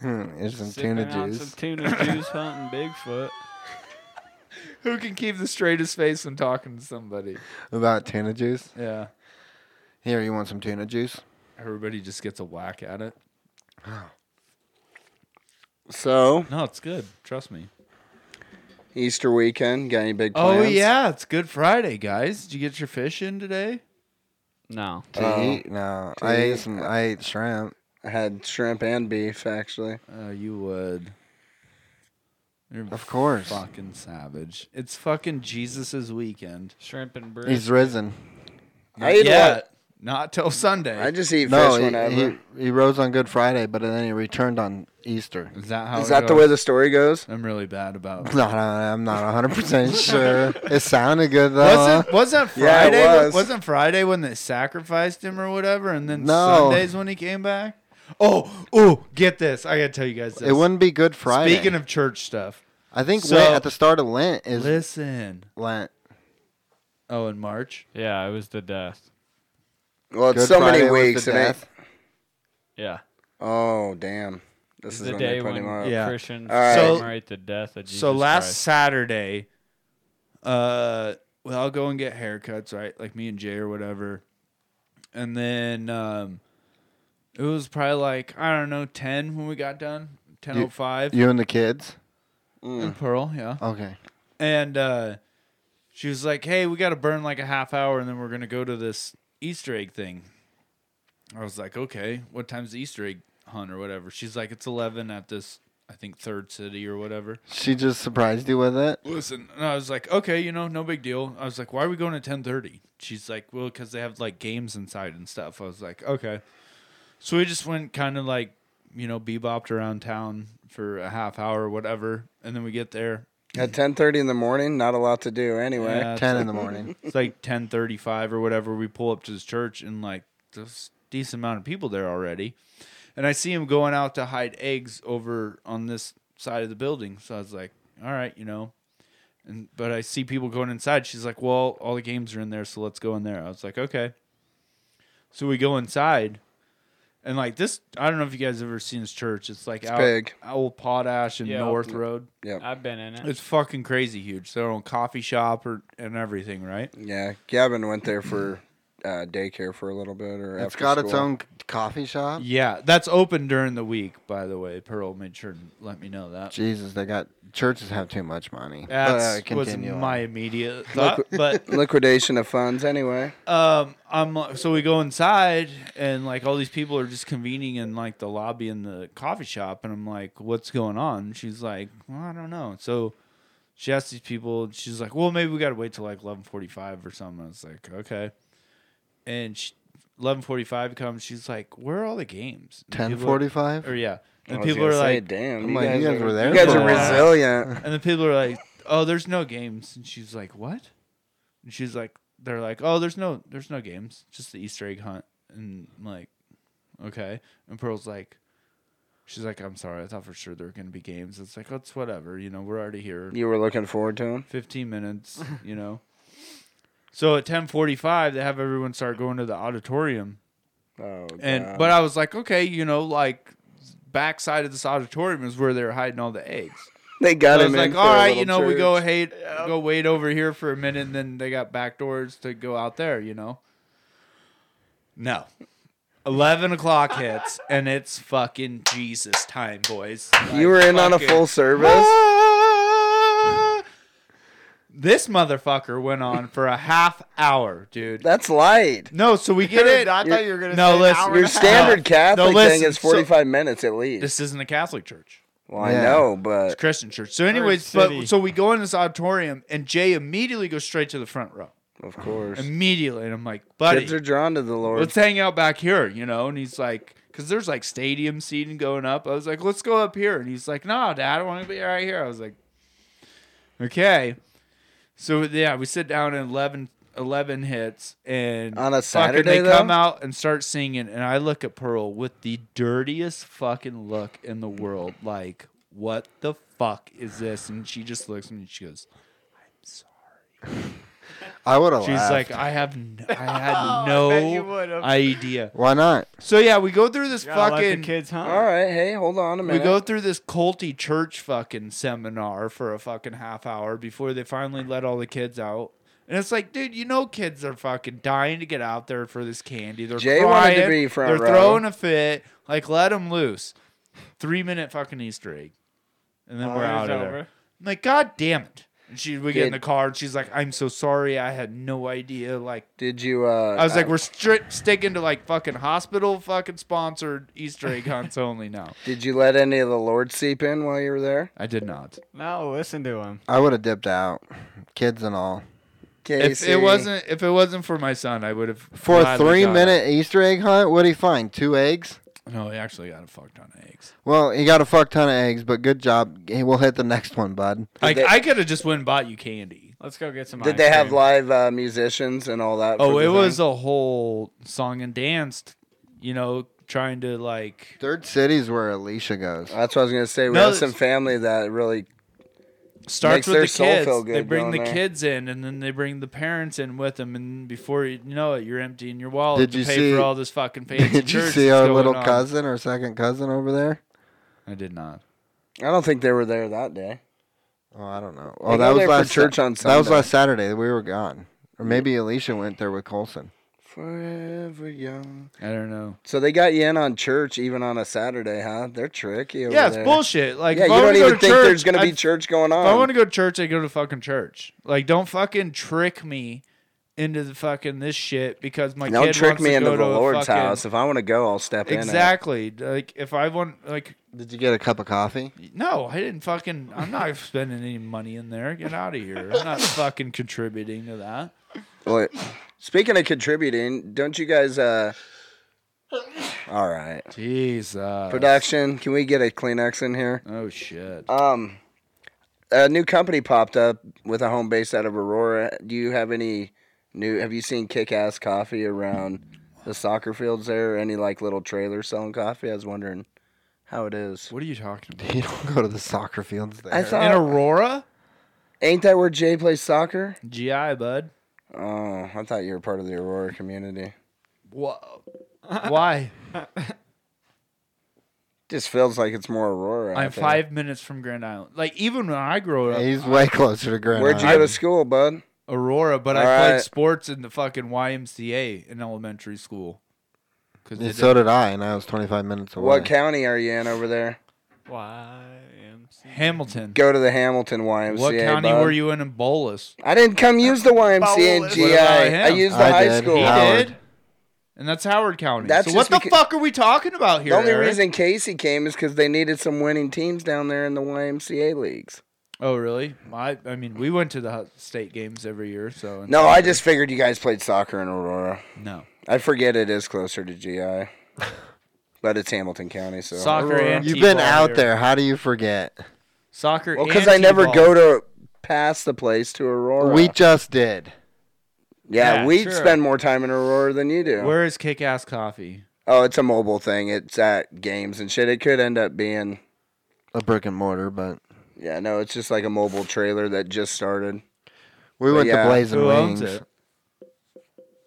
[SPEAKER 2] Hmm, here's some
[SPEAKER 4] Sipping
[SPEAKER 2] tuna
[SPEAKER 4] on
[SPEAKER 2] juice.
[SPEAKER 4] Some tuna juice hunting Bigfoot.
[SPEAKER 1] Who can keep the straightest face when talking to somebody?
[SPEAKER 2] About tuna juice.
[SPEAKER 1] Yeah,
[SPEAKER 2] Here, you want some tuna juice?
[SPEAKER 1] everybody just gets a whack at it.
[SPEAKER 3] So
[SPEAKER 1] No, it's good. Trust me.
[SPEAKER 3] Easter weekend, got any big plans?
[SPEAKER 1] Oh yeah, it's Good Friday, guys. Did you get your fish in today?
[SPEAKER 4] No.
[SPEAKER 2] To
[SPEAKER 3] Oh.
[SPEAKER 2] eat? No, I
[SPEAKER 3] eat.
[SPEAKER 2] ate some. I ate shrimp.
[SPEAKER 3] I had shrimp and beef actually.
[SPEAKER 1] Oh, you would. You're
[SPEAKER 2] Of course.
[SPEAKER 1] fucking savage. It's fucking Jesus's weekend.
[SPEAKER 4] Shrimp and bread.
[SPEAKER 2] He's risen.
[SPEAKER 3] I ate a
[SPEAKER 1] Uh, Yeah.
[SPEAKER 3] lot.
[SPEAKER 1] Not till Sunday.
[SPEAKER 3] I just eat
[SPEAKER 2] No,
[SPEAKER 3] fish
[SPEAKER 2] he,
[SPEAKER 3] whenever.
[SPEAKER 2] he, he rose on Good Friday, but then he returned on Easter. (laughs)
[SPEAKER 1] Is that how?
[SPEAKER 3] Is
[SPEAKER 1] it
[SPEAKER 3] that the
[SPEAKER 1] goes?
[SPEAKER 3] way the story goes?
[SPEAKER 1] I'm really bad about.
[SPEAKER 2] No, no, I'm not 100 (laughs) percent sure. It sounded good though.
[SPEAKER 1] Wasn't wasn't
[SPEAKER 2] Uh, Yeah, it
[SPEAKER 1] Friday?
[SPEAKER 2] was.
[SPEAKER 1] not Friday when they sacrificed him or whatever, and then
[SPEAKER 2] No.
[SPEAKER 1] Sundays when he came back. Oh, oh, get this! I gotta tell you guys this.
[SPEAKER 2] It wouldn't be Good Friday.
[SPEAKER 1] Speaking of church stuff,
[SPEAKER 2] I think
[SPEAKER 1] so-
[SPEAKER 2] Lent, at the start of Lent is
[SPEAKER 1] listen.
[SPEAKER 2] Lent.
[SPEAKER 1] Oh, in March.
[SPEAKER 4] Yeah, it was the death.
[SPEAKER 3] Well, it's
[SPEAKER 2] Good
[SPEAKER 3] so many
[SPEAKER 2] Friday was the
[SPEAKER 3] weeks. It ain't.
[SPEAKER 2] death.
[SPEAKER 4] Yeah.
[SPEAKER 3] Oh damn! This
[SPEAKER 4] It's
[SPEAKER 3] is
[SPEAKER 4] the
[SPEAKER 3] when
[SPEAKER 4] day
[SPEAKER 3] they put him
[SPEAKER 4] when
[SPEAKER 3] up.
[SPEAKER 1] Yeah.
[SPEAKER 4] Christians
[SPEAKER 3] All right.
[SPEAKER 1] So-
[SPEAKER 4] commemorate the death of Jesus
[SPEAKER 1] so last
[SPEAKER 4] Christ.
[SPEAKER 1] Saturday, uh, well, I'll go and get haircuts, right? Like me and Jay or whatever. And then um, it was probably like I don't know ten when we got done, ten oh five.
[SPEAKER 2] You and the kids.
[SPEAKER 1] And Pearl, yeah.
[SPEAKER 2] Okay.
[SPEAKER 1] And uh, she was like, "Hey, we got to burn like a half hour, and then we're gonna go to this Easter egg thing." I was like, "Okay, what time's the Easter egg hunt or whatever?" She's like, "It's eleven at this, I think Third City or whatever."
[SPEAKER 2] She just surprised you with it.
[SPEAKER 1] Listen, and I was like, "Okay, you know, no big deal." I was like, "Why are we going at 10.30? She's like, "Well, because they have like games inside and stuff." I was like, "Okay." So we just went kind of like, you know, bebopped around town for a half hour or whatever, and then we get there.
[SPEAKER 3] At ten thirty in the morning, not a lot to do anyway.
[SPEAKER 1] Yeah, it's
[SPEAKER 2] Ten in
[SPEAKER 1] like- (laughs)
[SPEAKER 2] the morning.
[SPEAKER 1] It's like ten thirty five or whatever. We pull up to this church and like there's decent amount of people there already. And I see him going out to hide eggs over on this side of the building. So I was like, all right, you know. And but I see people going inside. She's like, well, all the games are in there, so let's go in there. I was like, okay. So we go inside. And like this, I don't know if you guys have ever seen this church. It's like Owl,
[SPEAKER 3] big.
[SPEAKER 1] Owl Potash and
[SPEAKER 4] Yeah.
[SPEAKER 1] North Road.
[SPEAKER 4] I've been in it.
[SPEAKER 1] It's fucking crazy huge. Their own coffee shop or, and everything, right?
[SPEAKER 3] Yeah, Gavin went there for uh, daycare for a little bit, or
[SPEAKER 2] It's
[SPEAKER 3] after
[SPEAKER 2] got its
[SPEAKER 3] school.
[SPEAKER 2] own c- coffee shop.
[SPEAKER 1] Yeah, that's open during the week, by the way. Pearl made sure to let me know that.
[SPEAKER 2] Jesus, they got churches have too much money.
[SPEAKER 1] That
[SPEAKER 2] But, uh,
[SPEAKER 1] was
[SPEAKER 2] continue on.
[SPEAKER 1] my immediate thought, but
[SPEAKER 3] liquidation of funds. Anyway,
[SPEAKER 2] (laughs)
[SPEAKER 1] um, I'm uh, so we go inside and like all these people are just convening in like the lobby in the coffee shop, and I'm like, "What's going on?" And she's like, well, "I don't know." So she asked these people, and she's like, "Well, maybe we got to wait till like 11:45 or something." I was like, "Okay," and she, 11:45 comes, she's like, "Where are all the games?" And
[SPEAKER 2] Ten
[SPEAKER 1] people are-
[SPEAKER 2] forty-five.
[SPEAKER 1] Or yeah, and
[SPEAKER 3] I was
[SPEAKER 1] people
[SPEAKER 3] gonna
[SPEAKER 1] are
[SPEAKER 3] say,
[SPEAKER 1] like.
[SPEAKER 3] "Damn,
[SPEAKER 2] I'm
[SPEAKER 3] you
[SPEAKER 2] like,
[SPEAKER 3] guys,
[SPEAKER 2] you guys
[SPEAKER 3] are,
[SPEAKER 2] were there
[SPEAKER 3] You guys
[SPEAKER 1] for
[SPEAKER 3] are
[SPEAKER 1] that."
[SPEAKER 3] (laughs) resilient."
[SPEAKER 1] And the people are like, "Oh, there's no games." And she's like, "What?" And she's like, "They're like, oh, there's no, there's no games, just the Easter egg hunt." And I'm like, okay. And Pearl's like, she's like, "I'm sorry, I thought for sure there were gonna be games." It's like, oh, it's whatever, you know, we're already here.
[SPEAKER 3] You were looking forward to him.
[SPEAKER 1] 15 minutes, you know. So at 10:45, they have everyone start going to the auditorium.
[SPEAKER 3] Oh,
[SPEAKER 1] And
[SPEAKER 3] God.
[SPEAKER 1] but I was like, okay, you know, like backside of this auditorium is where they're hiding all the eggs.
[SPEAKER 3] they got
[SPEAKER 1] I
[SPEAKER 3] him.
[SPEAKER 1] was like,
[SPEAKER 3] in
[SPEAKER 1] all
[SPEAKER 3] for a
[SPEAKER 1] right,
[SPEAKER 3] little
[SPEAKER 1] you know, we go
[SPEAKER 3] church."
[SPEAKER 1] ahead, go wait over here for a minute, and then they got back doors to go out there, you know. No. 11 o'clock hits, and it's fucking Jesus time, boys.
[SPEAKER 3] You were
[SPEAKER 1] Like,
[SPEAKER 3] in on a
[SPEAKER 1] fucking-
[SPEAKER 3] full service.
[SPEAKER 1] Ah! This motherfucker went on for a half hour, dude.
[SPEAKER 3] That's light.
[SPEAKER 1] No, so we get it. (laughs) I
[SPEAKER 3] thought
[SPEAKER 1] you were going to no, listen,
[SPEAKER 3] Your standard Catholic thing
[SPEAKER 1] listen,
[SPEAKER 3] is
[SPEAKER 1] so-
[SPEAKER 3] forty-five minutes at least.
[SPEAKER 1] This isn't a Catholic church.
[SPEAKER 3] well, I
[SPEAKER 2] Yeah.
[SPEAKER 3] know, but
[SPEAKER 1] Christian church. So, anyways, but
[SPEAKER 4] City.
[SPEAKER 1] so we go in this auditorium, and Jay immediately goes straight to the front row.
[SPEAKER 3] of course,
[SPEAKER 1] Immediately, and I'm like, buddy,
[SPEAKER 3] kids are drawn to the Lord.
[SPEAKER 1] let's hang out back here, you know. And he's like, because there's like stadium seating going up. I was like, let's go up here, and he's like, no, Dad, I want to be right here. I was like, okay. So yeah, we sit down and 11, 11 hits, and
[SPEAKER 3] On a
[SPEAKER 1] fucking
[SPEAKER 3] Saturday,
[SPEAKER 1] they come
[SPEAKER 3] though?
[SPEAKER 1] out and start singing, and I look at Pearl with the dirtiest fucking look in the world, like, what the fuck is this? And she just looks at me and she goes.
[SPEAKER 2] I would have
[SPEAKER 1] She's like, I have, n- Oh, (laughs) I had no idea.
[SPEAKER 2] why not?
[SPEAKER 1] (laughs) So yeah, we go through this
[SPEAKER 4] Gotta let the
[SPEAKER 1] fucking.
[SPEAKER 4] kids hunt.
[SPEAKER 3] All right, hey, hold on a
[SPEAKER 1] we
[SPEAKER 3] minute.
[SPEAKER 1] go through this culty church fucking seminar for a fucking half hour before they finally let all the kids out. And it's like, dude, you know kids are fucking dying to get out there for this candy. They're
[SPEAKER 3] Jay wanted
[SPEAKER 1] crying.
[SPEAKER 3] to be front
[SPEAKER 1] They're
[SPEAKER 3] row.
[SPEAKER 1] throwing a fit. Like, let them loose. Three minute fucking Easter egg, and
[SPEAKER 3] Oh,
[SPEAKER 1] then we're out
[SPEAKER 4] Hour's
[SPEAKER 1] of there.
[SPEAKER 4] Oh, over.
[SPEAKER 1] I'm like, god damn it. And she, we get in the
[SPEAKER 3] Did-
[SPEAKER 1] car, and she's like, "I'm so sorry, I had no idea." Like,
[SPEAKER 3] Did you? Uh,
[SPEAKER 1] I was like, "We're stri- sticking to like fucking hospital fucking sponsored Easter egg hunts only now."
[SPEAKER 3] Did you let any of the Lord seep in while you were there?
[SPEAKER 1] I did not.
[SPEAKER 4] No, listen to him.
[SPEAKER 2] I would have dipped out, kids and all.
[SPEAKER 1] If
[SPEAKER 3] Casey.
[SPEAKER 1] it wasn't if it wasn't for my son, I would have
[SPEAKER 2] For a three minute Easter egg hunt, what'd he find? Two eggs?
[SPEAKER 1] No, he actually got a fuck ton of eggs.
[SPEAKER 2] Well, he got a fuck ton of eggs, but good job. Hey, We'll hit the next one, bud.
[SPEAKER 1] I, I could have just went and bought you candy.
[SPEAKER 4] Let's go get some.
[SPEAKER 3] Did they have live uh, musicians and all that?
[SPEAKER 1] Oh,
[SPEAKER 3] for
[SPEAKER 1] it
[SPEAKER 3] the
[SPEAKER 1] was
[SPEAKER 3] thing?
[SPEAKER 1] a whole song and danced. You know, trying to like
[SPEAKER 2] Third City's where Alicia goes.
[SPEAKER 3] That's what I was gonna say. We
[SPEAKER 1] No,
[SPEAKER 3] have some family that really
[SPEAKER 1] starts
[SPEAKER 3] makes their
[SPEAKER 1] with the
[SPEAKER 3] soul
[SPEAKER 1] kids.
[SPEAKER 3] feel
[SPEAKER 1] they
[SPEAKER 3] good
[SPEAKER 1] bring
[SPEAKER 3] going
[SPEAKER 1] the
[SPEAKER 3] there.
[SPEAKER 1] kids in, and then they bring the parents in with them. And before you know it, you're emptying your wallet
[SPEAKER 2] Did
[SPEAKER 1] to
[SPEAKER 2] you
[SPEAKER 1] pay
[SPEAKER 2] see-
[SPEAKER 1] for all this fucking fancy
[SPEAKER 2] (laughs) Did you
[SPEAKER 1] church
[SPEAKER 2] see
[SPEAKER 1] that's
[SPEAKER 2] our
[SPEAKER 1] going
[SPEAKER 2] little
[SPEAKER 1] on.
[SPEAKER 2] cousin, our second cousin over there?
[SPEAKER 1] I did not.
[SPEAKER 3] I don't think they were there that day.
[SPEAKER 2] Oh, I don't know.
[SPEAKER 3] They
[SPEAKER 2] Oh,
[SPEAKER 3] go
[SPEAKER 2] that was
[SPEAKER 3] there for
[SPEAKER 2] last Sa-
[SPEAKER 3] church
[SPEAKER 2] That
[SPEAKER 3] on
[SPEAKER 2] was
[SPEAKER 3] Sunday. Mm.
[SPEAKER 2] last Saturday. We were gone, or maybe Alicia went there with Colson. (laughs)
[SPEAKER 3] Forever young.
[SPEAKER 1] I don't know.
[SPEAKER 3] So they got you in on church even on a Saturday, huh? They're tricky. Over
[SPEAKER 1] Yeah, it's
[SPEAKER 3] there.
[SPEAKER 1] bullshit. Like,
[SPEAKER 3] yeah,
[SPEAKER 1] if
[SPEAKER 3] you
[SPEAKER 1] I
[SPEAKER 3] don't
[SPEAKER 1] wanna go
[SPEAKER 3] even
[SPEAKER 1] to
[SPEAKER 3] think
[SPEAKER 1] church,
[SPEAKER 3] there's gonna
[SPEAKER 1] I-
[SPEAKER 3] be church going on.
[SPEAKER 1] If I want to go to church, I go to fucking church. Like, don't fucking trick me into the fucking this shit because my
[SPEAKER 3] don't
[SPEAKER 1] kid
[SPEAKER 3] trick
[SPEAKER 1] wants
[SPEAKER 3] me
[SPEAKER 1] to
[SPEAKER 3] into
[SPEAKER 1] go
[SPEAKER 3] the
[SPEAKER 1] to a
[SPEAKER 3] Lord's
[SPEAKER 1] fucking-
[SPEAKER 3] house. If I want to go, I'll step in.
[SPEAKER 1] Exactly. Like if I want, like,
[SPEAKER 2] did you get a cup of coffee?
[SPEAKER 1] No, I didn't fucking. I'm not (laughs) spending any money in there. Get out of here. I'm
[SPEAKER 3] (laughs)
[SPEAKER 1] not fucking contributing to that.
[SPEAKER 3] Well, speaking of contributing, don't you guys? uh All right,
[SPEAKER 1] Jesus.
[SPEAKER 3] production. Can we get a Kleenex in here?
[SPEAKER 1] Oh shit.
[SPEAKER 3] Um, a new company popped up with a home base out of Aurora. Do you have any new? Have you seen Kick Ass Coffee around the soccer fields there? Any like little trailers selling coffee? I was wondering how it is.
[SPEAKER 1] What are you talking
[SPEAKER 2] You don't go to the soccer fields there.
[SPEAKER 3] I thought
[SPEAKER 1] Aurora.
[SPEAKER 3] Ain't that where Jay plays soccer?
[SPEAKER 1] GI bud.
[SPEAKER 3] Oh, I thought you were part of the Aurora community.
[SPEAKER 1] Wha- Why?
[SPEAKER 3] Just feels like it's more Aurora.
[SPEAKER 1] I'm
[SPEAKER 3] out there.
[SPEAKER 1] five minutes from Grand Island. Like even when I grew up,
[SPEAKER 2] He's way closer to Grand.
[SPEAKER 3] Where'd you go
[SPEAKER 2] Island.
[SPEAKER 3] to school, bud?
[SPEAKER 1] Aurora, but
[SPEAKER 3] All
[SPEAKER 1] I played
[SPEAKER 3] right.
[SPEAKER 1] sports in the fucking YMCA in elementary school. Cause
[SPEAKER 2] Yeah,
[SPEAKER 1] they
[SPEAKER 2] so
[SPEAKER 1] did-
[SPEAKER 2] did I, and I was 25 minutes away.
[SPEAKER 3] What county are you in over there?
[SPEAKER 1] Hamilton.
[SPEAKER 3] Go to the Hamilton YMCA.
[SPEAKER 1] what county
[SPEAKER 3] bud.
[SPEAKER 1] were you in in Bolus?
[SPEAKER 3] I didn't come use the YMCA and
[SPEAKER 1] What
[SPEAKER 3] GI.
[SPEAKER 1] about
[SPEAKER 3] I
[SPEAKER 1] him?
[SPEAKER 3] used the high school.
[SPEAKER 1] He did. And that's Howard County.
[SPEAKER 3] That's
[SPEAKER 1] so what
[SPEAKER 3] just
[SPEAKER 1] the
[SPEAKER 3] becau-
[SPEAKER 1] fuck are we talking about here?
[SPEAKER 3] The only
[SPEAKER 1] Eric?
[SPEAKER 3] reason Casey came is because they needed some winning teams down there in the YMCA leagues.
[SPEAKER 1] Oh, really? I, I mean, we went to the hu- state games every year. So
[SPEAKER 3] No, I just figured you guys played soccer in Aurora.
[SPEAKER 1] No.
[SPEAKER 3] I forget it is closer to GI, (laughs) but it's Hamilton County. So
[SPEAKER 1] Soccer and
[SPEAKER 2] You've been
[SPEAKER 1] T-ball
[SPEAKER 2] out
[SPEAKER 1] here.
[SPEAKER 2] there. How do you forget?
[SPEAKER 1] soccer.
[SPEAKER 3] Well,
[SPEAKER 1] because
[SPEAKER 3] because I never go to past the place to Aurora.
[SPEAKER 2] We just did.
[SPEAKER 3] yeah,
[SPEAKER 1] Yeah,
[SPEAKER 3] we
[SPEAKER 1] sure.
[SPEAKER 3] spend more time in Aurora than you do.
[SPEAKER 1] Where is Kick Ass Coffee?
[SPEAKER 3] Oh, it's a mobile thing. It's at games and shit. It could end up being
[SPEAKER 2] A brick and mortar, but
[SPEAKER 3] yeah, no, it's just like a mobile trailer that just started.
[SPEAKER 2] we
[SPEAKER 3] But
[SPEAKER 2] went
[SPEAKER 3] yeah.
[SPEAKER 2] to Blazing
[SPEAKER 1] Who owns
[SPEAKER 2] Wings.
[SPEAKER 1] it?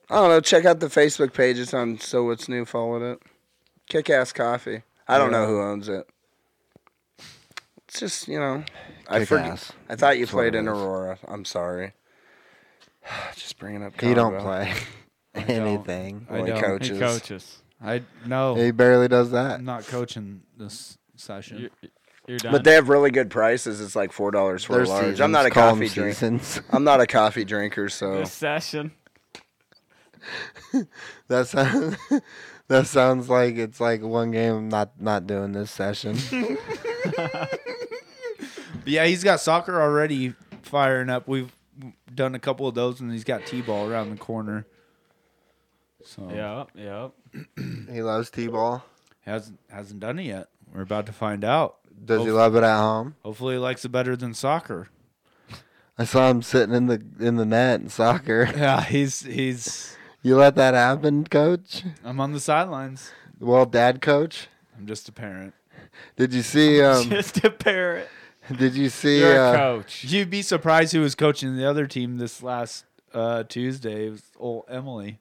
[SPEAKER 3] I don't know. Check out the Facebook page. It's on So What's New. Follow it. Kick Ass Coffee. I don't know who owns it. It's just you know, I
[SPEAKER 2] Kick
[SPEAKER 3] forget.
[SPEAKER 2] ass.
[SPEAKER 3] I thought you
[SPEAKER 2] That's what
[SPEAKER 3] played
[SPEAKER 2] it
[SPEAKER 3] in
[SPEAKER 2] is.
[SPEAKER 3] Aurora. I'm sorry. (sighs) just bringing up.
[SPEAKER 2] He don't
[SPEAKER 3] Convo. (laughs)
[SPEAKER 2] play anything.
[SPEAKER 1] I
[SPEAKER 3] Only
[SPEAKER 1] don't.
[SPEAKER 3] coaches.
[SPEAKER 4] He coaches.
[SPEAKER 1] I no.
[SPEAKER 2] He barely does that.
[SPEAKER 1] I'm not coaching this session.
[SPEAKER 4] You're, you're done.
[SPEAKER 3] But they have really good prices. It's like four dollars for
[SPEAKER 2] Their
[SPEAKER 3] a large.
[SPEAKER 2] seasons.
[SPEAKER 3] I'm not a
[SPEAKER 2] Call 'em
[SPEAKER 3] coffee drinker.
[SPEAKER 2] seasons. (laughs)
[SPEAKER 3] I'm not a coffee drinker, so
[SPEAKER 4] this session.
[SPEAKER 2] That sounds (laughs) that sounds like it's like one game I'm not not doing this session.
[SPEAKER 1] But yeah, he's got soccer already firing up. We've done a couple of those, and he's got T-ball around the corner.
[SPEAKER 3] Oh.
[SPEAKER 1] So
[SPEAKER 4] Yep, yep.
[SPEAKER 2] he loves T-ball.
[SPEAKER 1] hasn't hasn't done it yet. We're about to find out.
[SPEAKER 2] Does he
[SPEAKER 1] Hopefully-
[SPEAKER 2] love it at home?
[SPEAKER 1] Hopefully, he likes it better than soccer.
[SPEAKER 2] I saw him sitting in the in the net in soccer. (laughs)
[SPEAKER 1] Yeah, he's he's.
[SPEAKER 2] You let that happen, coach?
[SPEAKER 1] I'm on the sidelines.
[SPEAKER 2] Well, dad coach.
[SPEAKER 1] I'm just a parent.
[SPEAKER 2] Did you see um
[SPEAKER 4] (laughs) Just a parrot.
[SPEAKER 2] did you see
[SPEAKER 4] You're a
[SPEAKER 2] uh,
[SPEAKER 4] coach.
[SPEAKER 1] You'd be surprised who was coaching the other team this last uh, Tuesday. It was old Emily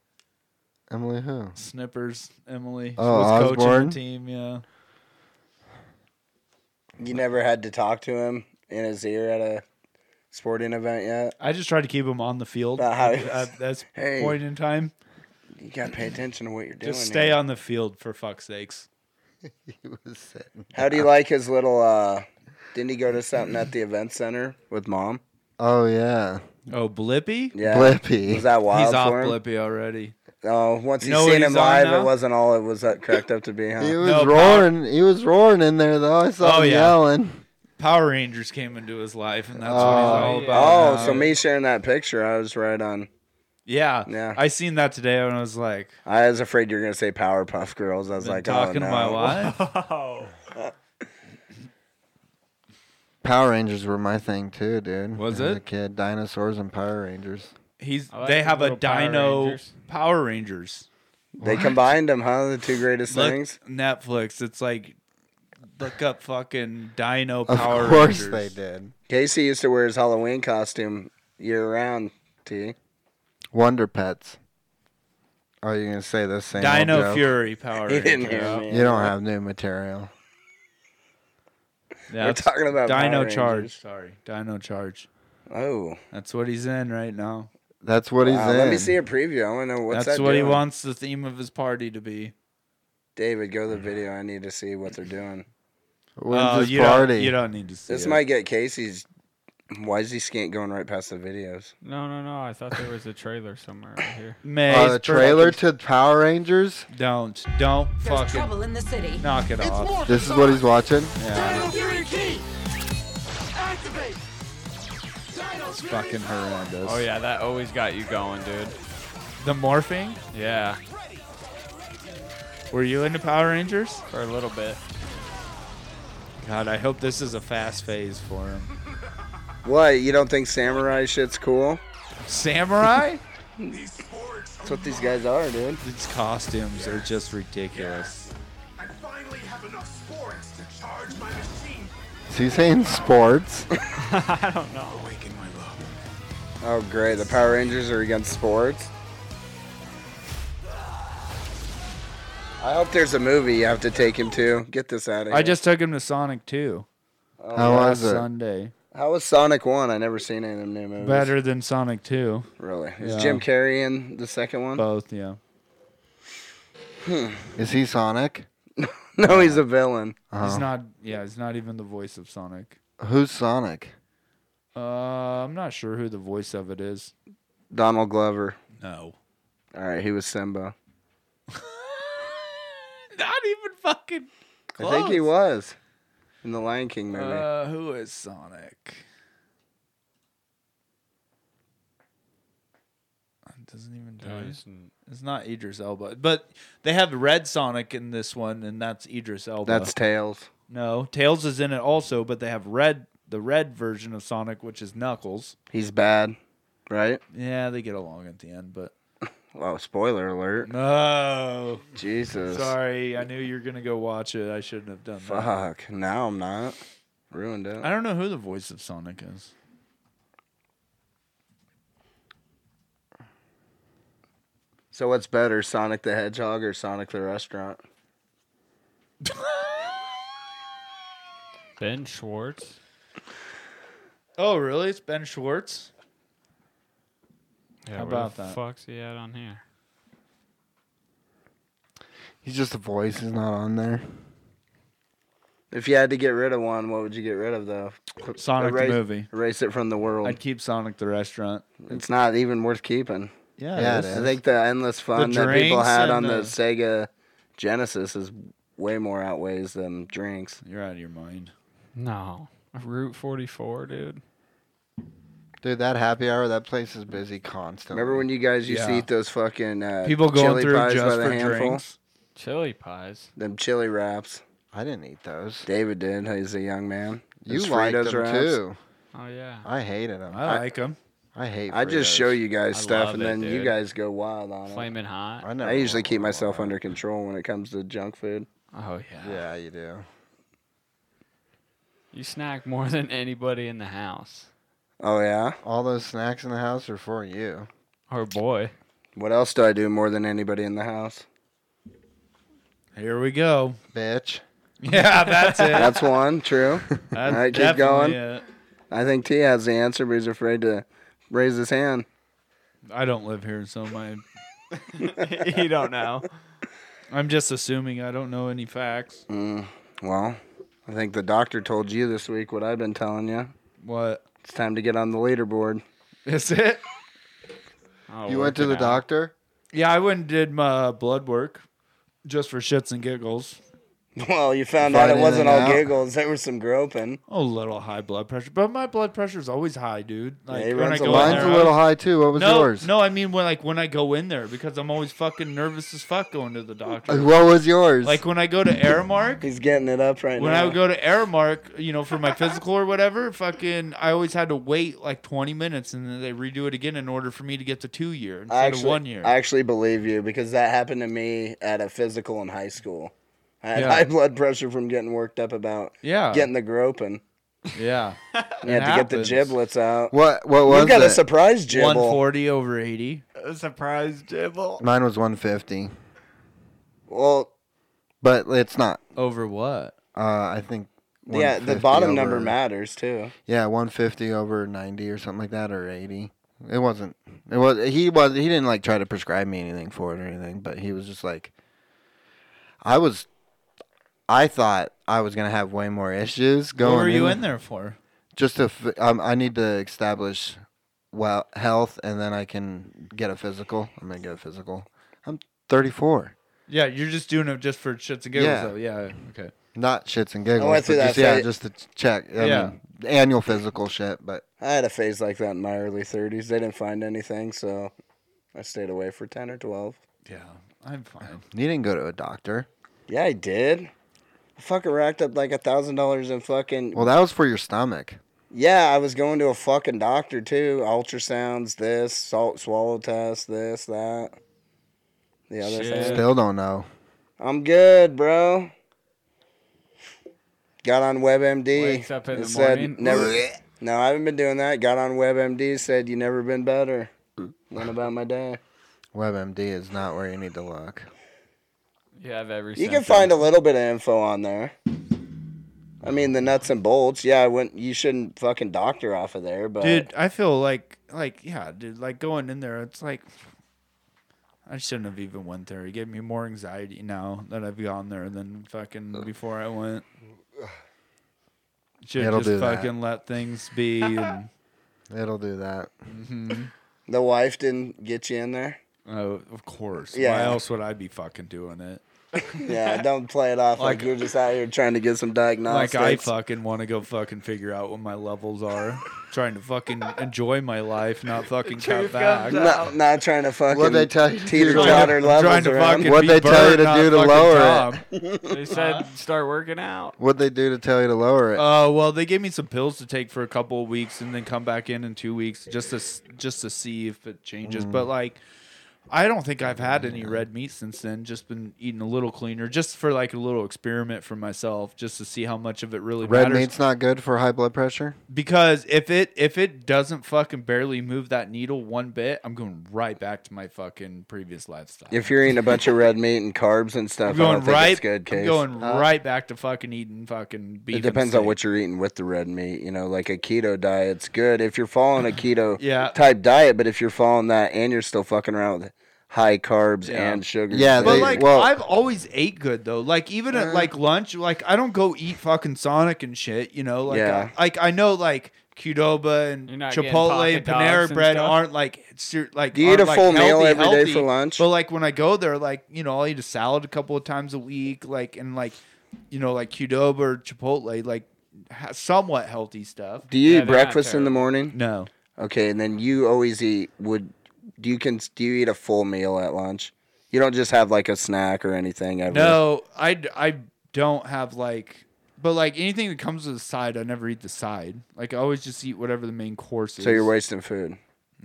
[SPEAKER 2] Emily who?
[SPEAKER 1] Snippers. Emily she
[SPEAKER 2] Oh,
[SPEAKER 1] was coaching
[SPEAKER 2] Osborne?
[SPEAKER 1] the team. Yeah,
[SPEAKER 3] you never had to talk to him in his ear at a sporting event yet.
[SPEAKER 1] I just tried to keep him on the field
[SPEAKER 3] Uh, (laughs) how-
[SPEAKER 1] at, at this
[SPEAKER 3] Hey.
[SPEAKER 1] point in time.
[SPEAKER 3] You gotta pay attention to what you're doing.
[SPEAKER 1] Just stay
[SPEAKER 3] here.
[SPEAKER 1] on the field for fuck's sakes.
[SPEAKER 2] He was sitting.
[SPEAKER 3] How do you like his little? uh Didn't he go to something at the event center with mom?
[SPEAKER 2] Oh yeah.
[SPEAKER 1] Oh, Blippy.
[SPEAKER 3] Yeah,
[SPEAKER 2] Blippy.
[SPEAKER 3] was that wild
[SPEAKER 1] he's off
[SPEAKER 3] for him?
[SPEAKER 1] Blippy already.
[SPEAKER 3] Oh, once
[SPEAKER 1] You
[SPEAKER 3] you
[SPEAKER 1] know what
[SPEAKER 3] seen him
[SPEAKER 1] he's on
[SPEAKER 3] live,
[SPEAKER 1] now?
[SPEAKER 3] it wasn't all it was uh, cracked up to be, huh?
[SPEAKER 2] He was
[SPEAKER 1] No, Power-
[SPEAKER 2] roaring. He was roaring in there though. I saw
[SPEAKER 1] Oh,
[SPEAKER 2] him
[SPEAKER 1] yeah.
[SPEAKER 2] yelling.
[SPEAKER 1] Power Rangers came into his life, and that's what he's all
[SPEAKER 3] Oh,
[SPEAKER 1] about.
[SPEAKER 3] oh,
[SPEAKER 1] now.
[SPEAKER 3] so me sharing that picture, I was right on.
[SPEAKER 1] Yeah,
[SPEAKER 3] Yeah.
[SPEAKER 1] I seen that today, and I was like,
[SPEAKER 3] I was afraid you were gonna say Powerpuff Girls. I was
[SPEAKER 1] Been
[SPEAKER 3] like,
[SPEAKER 1] talking
[SPEAKER 3] oh,
[SPEAKER 1] to
[SPEAKER 3] no.
[SPEAKER 1] my
[SPEAKER 3] (laughs)
[SPEAKER 1] wife?
[SPEAKER 2] Power Rangers were my thing too, dude.
[SPEAKER 1] Was
[SPEAKER 2] As
[SPEAKER 1] it?
[SPEAKER 2] a kid, dinosaurs and Power Rangers.
[SPEAKER 1] he's.
[SPEAKER 4] I like
[SPEAKER 1] they
[SPEAKER 4] the
[SPEAKER 1] have a
[SPEAKER 4] little Power
[SPEAKER 1] Dino
[SPEAKER 4] Rangers.
[SPEAKER 1] Power Rangers.
[SPEAKER 3] They combined them, huh? The two greatest
[SPEAKER 1] Look,
[SPEAKER 3] things.
[SPEAKER 1] Netflix. It's like, look up fucking Dino
[SPEAKER 2] Of
[SPEAKER 1] Power
[SPEAKER 2] course
[SPEAKER 1] Rangers.
[SPEAKER 2] they did.
[SPEAKER 3] Casey used to wear his Halloween costume year round. T.
[SPEAKER 2] Wonder Pets. Oh, you're gonna say the same? old
[SPEAKER 1] Dino
[SPEAKER 2] joke?
[SPEAKER 1] Fury (laughs) Power
[SPEAKER 3] He
[SPEAKER 1] Rangers.
[SPEAKER 3] didn't hear me.
[SPEAKER 2] You don't have new material.
[SPEAKER 1] Yeah,
[SPEAKER 3] We're
[SPEAKER 1] it's
[SPEAKER 3] talking about Power
[SPEAKER 1] Dino
[SPEAKER 3] Rangers.
[SPEAKER 1] Charge. Sorry, Dino Charge.
[SPEAKER 3] Oh,
[SPEAKER 1] That's what he's in right now.
[SPEAKER 2] That's what he's
[SPEAKER 3] wow,
[SPEAKER 2] in.
[SPEAKER 3] let me see a preview. I want to know what's
[SPEAKER 1] That's
[SPEAKER 3] that
[SPEAKER 1] what he
[SPEAKER 3] doing?
[SPEAKER 1] wants the theme of his party to be.
[SPEAKER 3] David, go to the video. I need to see what they're doing.
[SPEAKER 2] When's
[SPEAKER 1] Oh,
[SPEAKER 2] his
[SPEAKER 1] you
[SPEAKER 2] party?
[SPEAKER 1] Don't, you don't need to see
[SPEAKER 3] This
[SPEAKER 1] it.
[SPEAKER 3] might get Casey's. Why is he skint going right past the videos?
[SPEAKER 4] No, no, no. I thought there was a trailer somewhere right here.
[SPEAKER 1] May
[SPEAKER 2] Oh, the trailer to Power Rangers.
[SPEAKER 1] Don't don't
[SPEAKER 11] There's
[SPEAKER 1] fucking
[SPEAKER 11] trouble in the city.
[SPEAKER 1] knock it off.
[SPEAKER 2] This is what he's watching.
[SPEAKER 1] yeah,
[SPEAKER 5] Fury Key! Activate! Dino
[SPEAKER 1] it's fucking horrendous.
[SPEAKER 4] Oh yeah, that always got you going, dude.
[SPEAKER 1] the morphing.
[SPEAKER 4] Yeah,
[SPEAKER 1] Were you into Power Rangers?
[SPEAKER 4] for a little bit.
[SPEAKER 1] God, I hope this is a fast phase for him.
[SPEAKER 3] What? You don't think samurai shit's cool?
[SPEAKER 1] Samurai?
[SPEAKER 3] That's what these guys are, dude.
[SPEAKER 1] These costumes are just ridiculous.
[SPEAKER 5] I finally have enough sports to charge my machine.
[SPEAKER 2] Is he saying sports?
[SPEAKER 4] I don't know.
[SPEAKER 5] Awaken my love.
[SPEAKER 3] Oh, great. The Power Rangers are against sports. I hope there's a movie you have to take him to. Get this out of here.
[SPEAKER 1] I just took him to Sonic 2
[SPEAKER 3] Oh,
[SPEAKER 2] How
[SPEAKER 1] last
[SPEAKER 2] was it?
[SPEAKER 1] Sunday.
[SPEAKER 3] How was Sonic One? I never seen any of them new movies.
[SPEAKER 1] Better than Sonic 2.
[SPEAKER 3] really? Is
[SPEAKER 1] Yeah.
[SPEAKER 3] Jim Carrey in the second one?
[SPEAKER 1] Both, yeah.
[SPEAKER 2] Is he Sonic?
[SPEAKER 3] (laughs) no, he's a villain.
[SPEAKER 1] He's
[SPEAKER 2] Uh-huh.
[SPEAKER 1] not. Yeah, he's not even the voice of Sonic.
[SPEAKER 2] Who's Sonic?
[SPEAKER 1] Uh, I'm not sure who the voice of it is.
[SPEAKER 3] Donald Glover.
[SPEAKER 1] No.
[SPEAKER 3] All right, he was Simba.
[SPEAKER 1] (laughs) Not even fucking. Close.
[SPEAKER 3] I think he was in the Lion King movie.
[SPEAKER 1] Uh, who is Sonic? It doesn't even tell you. It's not Idris Elba, but they have Red Sonic in this one, and that's Idris Elba.
[SPEAKER 3] That's Tails.
[SPEAKER 1] no Tails is in it also, but they have red the red version of Sonic, which is Knuckles.
[SPEAKER 3] He's bad, right?
[SPEAKER 1] Yeah, they get along at the end, but
[SPEAKER 3] Wow, spoiler alert.
[SPEAKER 1] no.
[SPEAKER 3] Jesus.
[SPEAKER 1] Sorry, I knew you were gonna go watch it. I shouldn't have done that.
[SPEAKER 3] Fuck. Now I'm not. Ruined
[SPEAKER 1] I
[SPEAKER 3] it.
[SPEAKER 1] don't know who the voice of Sonic is. (laughs)
[SPEAKER 3] So what's better, Sonic the Hedgehog or Sonic the Restaurant?
[SPEAKER 4] Ben Schwartz.
[SPEAKER 1] Oh, really? It's Ben Schwartz.
[SPEAKER 4] Yeah,
[SPEAKER 1] How
[SPEAKER 4] where
[SPEAKER 1] about
[SPEAKER 4] the
[SPEAKER 1] that?
[SPEAKER 4] Fuck's he at on here?
[SPEAKER 2] He's just a voice. He's not on there.
[SPEAKER 3] If you had to get rid of one, what would you get rid of though?
[SPEAKER 1] Sonic the
[SPEAKER 3] Erase-
[SPEAKER 1] movie.
[SPEAKER 3] Erase it from the world.
[SPEAKER 1] I'd keep Sonic the restaurant.
[SPEAKER 3] It's not even worth keeping.
[SPEAKER 1] Yeah,
[SPEAKER 2] Yeah,
[SPEAKER 1] it
[SPEAKER 2] it
[SPEAKER 1] Oh, is.
[SPEAKER 3] I
[SPEAKER 2] is.
[SPEAKER 3] think the endless fun that people
[SPEAKER 1] drinks
[SPEAKER 3] had
[SPEAKER 1] and
[SPEAKER 3] on the
[SPEAKER 1] the-
[SPEAKER 3] Sega Genesis is way more outweighs them drinks.
[SPEAKER 1] You're out of your mind.
[SPEAKER 4] No, Route 44, dude.
[SPEAKER 2] Dude, that happy hour, that place is busy constantly.
[SPEAKER 3] Remember when you guys used to
[SPEAKER 1] Yeah.
[SPEAKER 3] eat those fucking uh,
[SPEAKER 1] People going
[SPEAKER 3] chili
[SPEAKER 1] through
[SPEAKER 3] pies by
[SPEAKER 1] just
[SPEAKER 3] the
[SPEAKER 1] for
[SPEAKER 3] handful?
[SPEAKER 1] drinks.
[SPEAKER 4] Chili pies.
[SPEAKER 3] Them chili wraps.
[SPEAKER 2] I didn't eat those.
[SPEAKER 3] David did. He's a young man.
[SPEAKER 2] You
[SPEAKER 3] Those
[SPEAKER 2] liked
[SPEAKER 3] Fritos
[SPEAKER 2] them
[SPEAKER 3] wraps.
[SPEAKER 2] too.
[SPEAKER 4] Oh yeah.
[SPEAKER 2] I hated them.
[SPEAKER 1] I like them.
[SPEAKER 2] I hate.
[SPEAKER 3] I just
[SPEAKER 2] Fritos.
[SPEAKER 3] show you guys
[SPEAKER 4] I
[SPEAKER 3] stuff,
[SPEAKER 4] love
[SPEAKER 3] and
[SPEAKER 4] it,
[SPEAKER 3] then you
[SPEAKER 4] dude.
[SPEAKER 3] guys go wild on it.
[SPEAKER 4] Flaming hot.
[SPEAKER 2] I, never
[SPEAKER 3] I usually keep
[SPEAKER 2] ordered
[SPEAKER 3] myself
[SPEAKER 2] one.
[SPEAKER 3] under control when it comes to junk food.
[SPEAKER 4] Oh yeah.
[SPEAKER 2] Yeah, you do.
[SPEAKER 4] You snack more than anybody in the house.
[SPEAKER 3] Oh yeah.
[SPEAKER 2] All those snacks in the house are for you.
[SPEAKER 4] Or boy.
[SPEAKER 3] What else do I do more than anybody in
[SPEAKER 1] (laughs)
[SPEAKER 3] the house?
[SPEAKER 1] Here we go. (laughs)
[SPEAKER 2] Bitch.
[SPEAKER 1] Yeah, that's it.
[SPEAKER 3] That's one. True.
[SPEAKER 1] That's
[SPEAKER 3] (laughs) All right, keep
[SPEAKER 1] definitely
[SPEAKER 3] going.
[SPEAKER 1] it.
[SPEAKER 3] I think T has the answer, but he's afraid to raise his hand.
[SPEAKER 1] I don't live here, so my
[SPEAKER 4] (laughs) you don't know.
[SPEAKER 1] I'm just assuming I don't know any facts.
[SPEAKER 3] Well, I think the doctor told you this week what I've been telling you.
[SPEAKER 1] What
[SPEAKER 3] It's time to get on the leaderboard.
[SPEAKER 1] is it?
[SPEAKER 4] Oh,
[SPEAKER 2] you went to
[SPEAKER 4] working
[SPEAKER 2] the
[SPEAKER 4] out.
[SPEAKER 2] doctor.
[SPEAKER 1] Yeah, I went and did my blood work just for shits and giggles.
[SPEAKER 3] (laughs) Well, you found out it wasn't all giggles. There was some groping.
[SPEAKER 1] A little high blood pressure, but my blood pressure is always high, dude. Like
[SPEAKER 3] he
[SPEAKER 1] when I
[SPEAKER 3] runs
[SPEAKER 1] go
[SPEAKER 3] a
[SPEAKER 1] in
[SPEAKER 3] lot.
[SPEAKER 2] Mine's a little high too. What was
[SPEAKER 1] no,
[SPEAKER 2] yours?
[SPEAKER 1] No, I mean when like when I go in there because I'm always fucking nervous as fuck going to the doctor.
[SPEAKER 2] (laughs) Uh, What was yours?
[SPEAKER 1] Like when I go to Aramark,
[SPEAKER 3] he's getting it up right
[SPEAKER 1] when
[SPEAKER 3] now.
[SPEAKER 1] I would go to Aramark, you know, for my physical or whatever, fucking, I always had to wait like 20 minutes, and then they redo it again in order for me to get the two year instead
[SPEAKER 3] I
[SPEAKER 1] of
[SPEAKER 3] actually,
[SPEAKER 1] one year.
[SPEAKER 3] I actually believe you because that happened to me at a physical in high school. I had
[SPEAKER 1] Yeah.
[SPEAKER 3] high blood pressure from getting worked up about
[SPEAKER 1] Yeah.
[SPEAKER 3] getting the groping.
[SPEAKER 1] yeah,
[SPEAKER 3] You had to get the giblets out.
[SPEAKER 2] What- what
[SPEAKER 3] We've
[SPEAKER 2] was
[SPEAKER 3] got a
[SPEAKER 2] it?
[SPEAKER 3] surprise gibble.
[SPEAKER 1] 140 over 80.
[SPEAKER 11] A surprise jibble.
[SPEAKER 2] Mine was 150,
[SPEAKER 3] Well,
[SPEAKER 2] but it's not.
[SPEAKER 1] Over what?
[SPEAKER 2] Uh, I think.
[SPEAKER 3] yeah, the
[SPEAKER 2] 150
[SPEAKER 3] bottom number
[SPEAKER 2] over-
[SPEAKER 3] matters too.
[SPEAKER 2] Yeah, 150 over 90 or something like that, or 80. It wasn't. It was. He was. He didn't like try to prescribe me anything for it or anything, but he was just like, I was. I thought I was gonna have way more issues going.
[SPEAKER 1] what were you
[SPEAKER 2] in
[SPEAKER 1] in there for?
[SPEAKER 2] just to f- um, I need to establish well health, and then I can get a physical. I'm gonna get a physical. I'm 34,
[SPEAKER 1] Yeah, you're just doing it just for shits and giggles,
[SPEAKER 2] Yeah.
[SPEAKER 1] though. Yeah, okay.
[SPEAKER 2] not shits and giggles.
[SPEAKER 3] went through
[SPEAKER 2] but
[SPEAKER 3] that
[SPEAKER 2] just, yeah,
[SPEAKER 3] phase-
[SPEAKER 2] just to ch- check. I
[SPEAKER 3] Yeah.
[SPEAKER 2] mean, annual physical shit, but
[SPEAKER 3] I had a phase like that in my early 30s. They didn't find anything, so I stayed away for 10 or 12.
[SPEAKER 1] Yeah, I'm fine.
[SPEAKER 2] you didn't go to a doctor.
[SPEAKER 3] Yeah, I did. I fucking racked up like a thousand dollars in fucking.
[SPEAKER 2] Well, that was for your stomach.
[SPEAKER 3] yeah, I was going to a fucking doctor too. Ultrasounds, this salt swallow test, this that. The other
[SPEAKER 2] Shit.
[SPEAKER 3] thing.
[SPEAKER 2] Still don't know.
[SPEAKER 3] I'm good, bro. Got on WebMD.
[SPEAKER 4] Wakes up in
[SPEAKER 3] It
[SPEAKER 4] the
[SPEAKER 3] said
[SPEAKER 4] morning.
[SPEAKER 3] Never. no, I haven't been doing that. Got on WebMD. Said you never been better. Went about my day.
[SPEAKER 2] WebMD is not where you need to look.
[SPEAKER 4] You have every.
[SPEAKER 3] You can find a little bit of info on there. I mean the nuts and bolts. Yeah, I wouldn't. You shouldn't fucking doctor off of there, but
[SPEAKER 1] dude, I feel like, like, yeah, dude, like going in there, it's like, I shouldn't have even went there. It gave me more anxiety now that I've gone there than
[SPEAKER 2] Uh.
[SPEAKER 1] fucking before I went. Should
[SPEAKER 2] It'll do
[SPEAKER 1] just
[SPEAKER 2] that.
[SPEAKER 1] fucking let things
[SPEAKER 2] (laughs)
[SPEAKER 1] be. And,
[SPEAKER 2] It'll do that.
[SPEAKER 3] the wife didn't get you in there.
[SPEAKER 1] oh, of course. Why
[SPEAKER 3] Yeah.
[SPEAKER 1] else would I be fucking doing it? (laughs)
[SPEAKER 3] Yeah, don't play it off like,
[SPEAKER 1] Like-
[SPEAKER 3] you're just out here trying to get some
[SPEAKER 1] Like
[SPEAKER 3] diagnostics.
[SPEAKER 1] I fucking want to go fucking figure out what my levels are. Trying to fucking enjoy my life, not fucking cut back.
[SPEAKER 3] Not, not trying to fucking.
[SPEAKER 2] What'd they tell you to
[SPEAKER 3] Teeter
[SPEAKER 2] do?
[SPEAKER 3] totter
[SPEAKER 2] Trying to-
[SPEAKER 3] levels
[SPEAKER 2] trying to
[SPEAKER 3] around.
[SPEAKER 2] fucking What'd be they tell you to Bert, do to not lower
[SPEAKER 1] it?
[SPEAKER 4] they said start working out.
[SPEAKER 2] What'd they do to tell you to lower it?
[SPEAKER 1] Uh, well, they gave me some pills to take for a couple of weeks, and then come back in in two weeks just to s- just to see if it changes.
[SPEAKER 2] Mm.
[SPEAKER 1] But like, I don't think I've had any red meat since then. Just been eating a little cleaner, just for like a little experiment for myself, just to see how much of it really
[SPEAKER 2] Red
[SPEAKER 1] matters.
[SPEAKER 2] meat's not good for high blood pressure.
[SPEAKER 1] Because if it if it doesn't fucking barely move that needle one bit, I'm going right back to my fucking previous lifestyle.
[SPEAKER 3] If you're eating a bunch of red meat and carbs and stuff,
[SPEAKER 1] I'm going
[SPEAKER 3] I don't think
[SPEAKER 1] right,
[SPEAKER 3] it's good. Case. Uh,
[SPEAKER 1] I'm going
[SPEAKER 2] Uh,
[SPEAKER 1] right back to fucking eating fucking beef.
[SPEAKER 3] It
[SPEAKER 1] and
[SPEAKER 3] depends on
[SPEAKER 1] steak.
[SPEAKER 3] what you're eating with the red meat. You know, like a keto diet's good if you're following a keto
[SPEAKER 1] Yeah.
[SPEAKER 3] type diet, but if you're following that and you're still fucking around with high carbs
[SPEAKER 1] Yeah.
[SPEAKER 3] and sugars,
[SPEAKER 2] Yeah,
[SPEAKER 1] But
[SPEAKER 2] they-
[SPEAKER 1] like
[SPEAKER 2] well-
[SPEAKER 1] I've always ate good though. Like even
[SPEAKER 4] Uh-huh.
[SPEAKER 1] at like lunch, like I don't go eat fucking Sonic and shit. You know, like
[SPEAKER 3] Yeah.
[SPEAKER 1] I, like I know like Qdoba and
[SPEAKER 4] not getting
[SPEAKER 1] Chipotle
[SPEAKER 4] pocket
[SPEAKER 1] and
[SPEAKER 4] dogs
[SPEAKER 1] Panera
[SPEAKER 4] and
[SPEAKER 1] Bread
[SPEAKER 4] stuff?
[SPEAKER 1] aren't like ser- like
[SPEAKER 3] Do you eat
[SPEAKER 1] aren't,
[SPEAKER 3] a
[SPEAKER 1] like,
[SPEAKER 3] full meal
[SPEAKER 1] healthy,
[SPEAKER 3] every day
[SPEAKER 1] healthy.
[SPEAKER 3] for lunch?
[SPEAKER 1] But like when I go there, like you know, I'll eat a salad a couple of times a week. Like and like you know, like Qdoba or Chipotle, like ha- somewhat healthy stuff.
[SPEAKER 3] do you
[SPEAKER 4] Yeah, they're
[SPEAKER 3] eat
[SPEAKER 4] not
[SPEAKER 3] breakfast in the morning?
[SPEAKER 1] No,
[SPEAKER 3] Okay, and then you always eat. Would do you can do you eat a full meal at lunch? You don't just have like a snack or anything ever.
[SPEAKER 1] no, I d- I don't have like. But like anything that comes with a side, I never eat the side. Like I always just eat whatever the main course is.
[SPEAKER 3] so you're wasting food.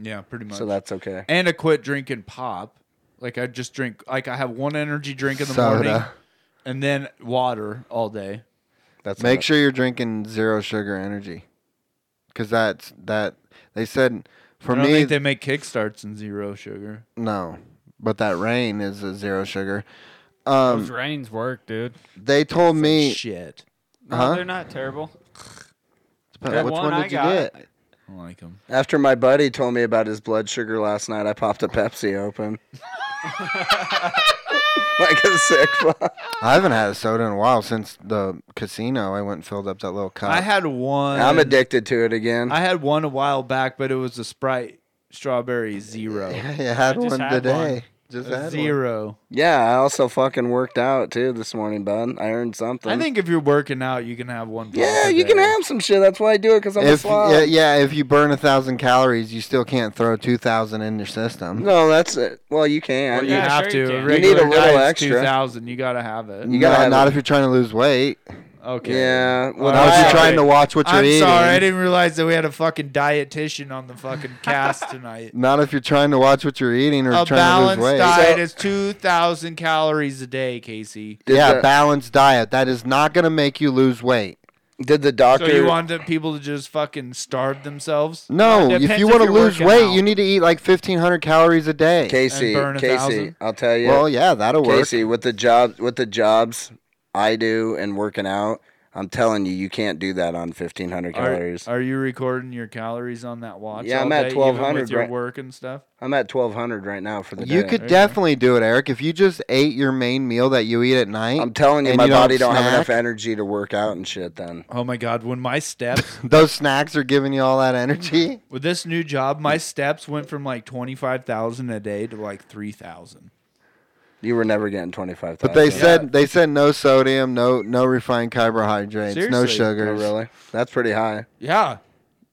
[SPEAKER 1] Yeah, pretty much.
[SPEAKER 3] So that's okay.
[SPEAKER 1] and I quit drinking pop. Like I just drink like I have one energy drink in the
[SPEAKER 2] Soda.
[SPEAKER 1] morning and then water all day.
[SPEAKER 3] That's
[SPEAKER 2] Make
[SPEAKER 3] enough.
[SPEAKER 2] sure you're drinking zero sugar energy, because that's that. They said for
[SPEAKER 1] I don't
[SPEAKER 2] me
[SPEAKER 1] think they make kickstarts and zero sugar.
[SPEAKER 2] no, but that rain is a zero sugar. Um,
[SPEAKER 4] Those rains work, dude.
[SPEAKER 2] they told me
[SPEAKER 1] Shit.
[SPEAKER 4] No,
[SPEAKER 2] Huh?
[SPEAKER 4] they're not terrible.
[SPEAKER 2] But
[SPEAKER 4] That
[SPEAKER 2] which
[SPEAKER 4] one
[SPEAKER 2] one,
[SPEAKER 4] I
[SPEAKER 2] did you
[SPEAKER 4] got.
[SPEAKER 2] get?
[SPEAKER 1] I don't like them.
[SPEAKER 3] After my buddy told me about his blood sugar last night, I popped a Pepsi open. (laughs) like a sick (laughs) fuck.
[SPEAKER 2] I haven't had a soda in a while since the casino. I went and filled up that little cup.
[SPEAKER 1] I
[SPEAKER 2] (laughs)
[SPEAKER 1] had one
[SPEAKER 3] I'm addicted to it again.
[SPEAKER 1] I had one a while back, but it was a Sprite strawberry zero.
[SPEAKER 2] I had
[SPEAKER 4] I just
[SPEAKER 2] one
[SPEAKER 4] had
[SPEAKER 2] today.
[SPEAKER 4] one.
[SPEAKER 2] Just
[SPEAKER 1] A
[SPEAKER 2] had one.
[SPEAKER 1] zero.
[SPEAKER 3] Yeah, I also fucking worked out too this morning, bud. I earned something.
[SPEAKER 1] I think if you're working out, you can have one.
[SPEAKER 3] Yeah, you can have some shit. That's why I do it because I'm a
[SPEAKER 2] If
[SPEAKER 3] slob.
[SPEAKER 2] yeah, yeah, if you burn a thousand calories, you still can't throw two thousand in your system.
[SPEAKER 3] No, that's it. Well, you can.
[SPEAKER 1] Well, you have to.
[SPEAKER 3] You,
[SPEAKER 1] Regular
[SPEAKER 3] need a little
[SPEAKER 1] diet's
[SPEAKER 3] extra.
[SPEAKER 1] 2000. You gotta have it.
[SPEAKER 3] You gotta
[SPEAKER 2] No,
[SPEAKER 3] have
[SPEAKER 2] not
[SPEAKER 3] it.
[SPEAKER 2] if you're trying to lose weight.
[SPEAKER 1] Okay.
[SPEAKER 3] Yeah, well,
[SPEAKER 1] All
[SPEAKER 3] I was just
[SPEAKER 1] sorry.
[SPEAKER 2] trying to watch what you're
[SPEAKER 1] I'm sorry, I
[SPEAKER 2] eating.
[SPEAKER 1] didn't realize that we had a fucking dietitian on the fucking
[SPEAKER 3] (laughs)
[SPEAKER 1] cast tonight.
[SPEAKER 2] Not if you're trying to watch what you're eating or
[SPEAKER 1] a
[SPEAKER 2] trying to
[SPEAKER 1] balanced
[SPEAKER 2] lose weight.
[SPEAKER 1] diet is two thousand calories a day, Casey.
[SPEAKER 2] yeah, balanced diet. That is not going to make you lose weight.
[SPEAKER 3] Did the
[SPEAKER 1] So
[SPEAKER 3] doctor?
[SPEAKER 1] you want the people to just fucking starve themselves?
[SPEAKER 2] No,
[SPEAKER 1] Depends
[SPEAKER 2] if you want to
[SPEAKER 1] you're
[SPEAKER 2] lose
[SPEAKER 1] working
[SPEAKER 2] weight,
[SPEAKER 1] out.
[SPEAKER 2] you need to eat like 1500 calories a day.
[SPEAKER 3] Casey,
[SPEAKER 1] burn a
[SPEAKER 3] Casey,
[SPEAKER 1] thousand?
[SPEAKER 3] I'll tell you.
[SPEAKER 2] Well, yeah, that'll work.
[SPEAKER 3] Casey, with the job, with the jobs I do and working out, I'm telling you, you can't do that on 1500
[SPEAKER 1] Are,
[SPEAKER 3] calories.
[SPEAKER 1] are you recording your calories on that watch?
[SPEAKER 3] Yeah,
[SPEAKER 1] all
[SPEAKER 3] I'm at
[SPEAKER 1] day, even
[SPEAKER 3] 1200
[SPEAKER 1] with your
[SPEAKER 3] right-
[SPEAKER 1] work and stuff.
[SPEAKER 3] I'm at 1200 right now for the
[SPEAKER 2] You
[SPEAKER 3] day.
[SPEAKER 2] could definitely do it, Eric. If you just ate your main meal that you eat at night,
[SPEAKER 3] I'm telling you,
[SPEAKER 2] and
[SPEAKER 3] my body don't have
[SPEAKER 2] snack,
[SPEAKER 3] enough energy to work out and shit. Then
[SPEAKER 1] Oh my god, when my steps
[SPEAKER 2] Those snacks are giving you all that energy.
[SPEAKER 1] with this new job, my steps went from like twenty five thousand a day to like three thousand.
[SPEAKER 3] you were never getting 25.
[SPEAKER 2] But they said they said no sodium, no no refined carbohydrates, no
[SPEAKER 1] Seriously?
[SPEAKER 2] sugars.
[SPEAKER 3] Oh, really? That's pretty high.
[SPEAKER 1] Yeah.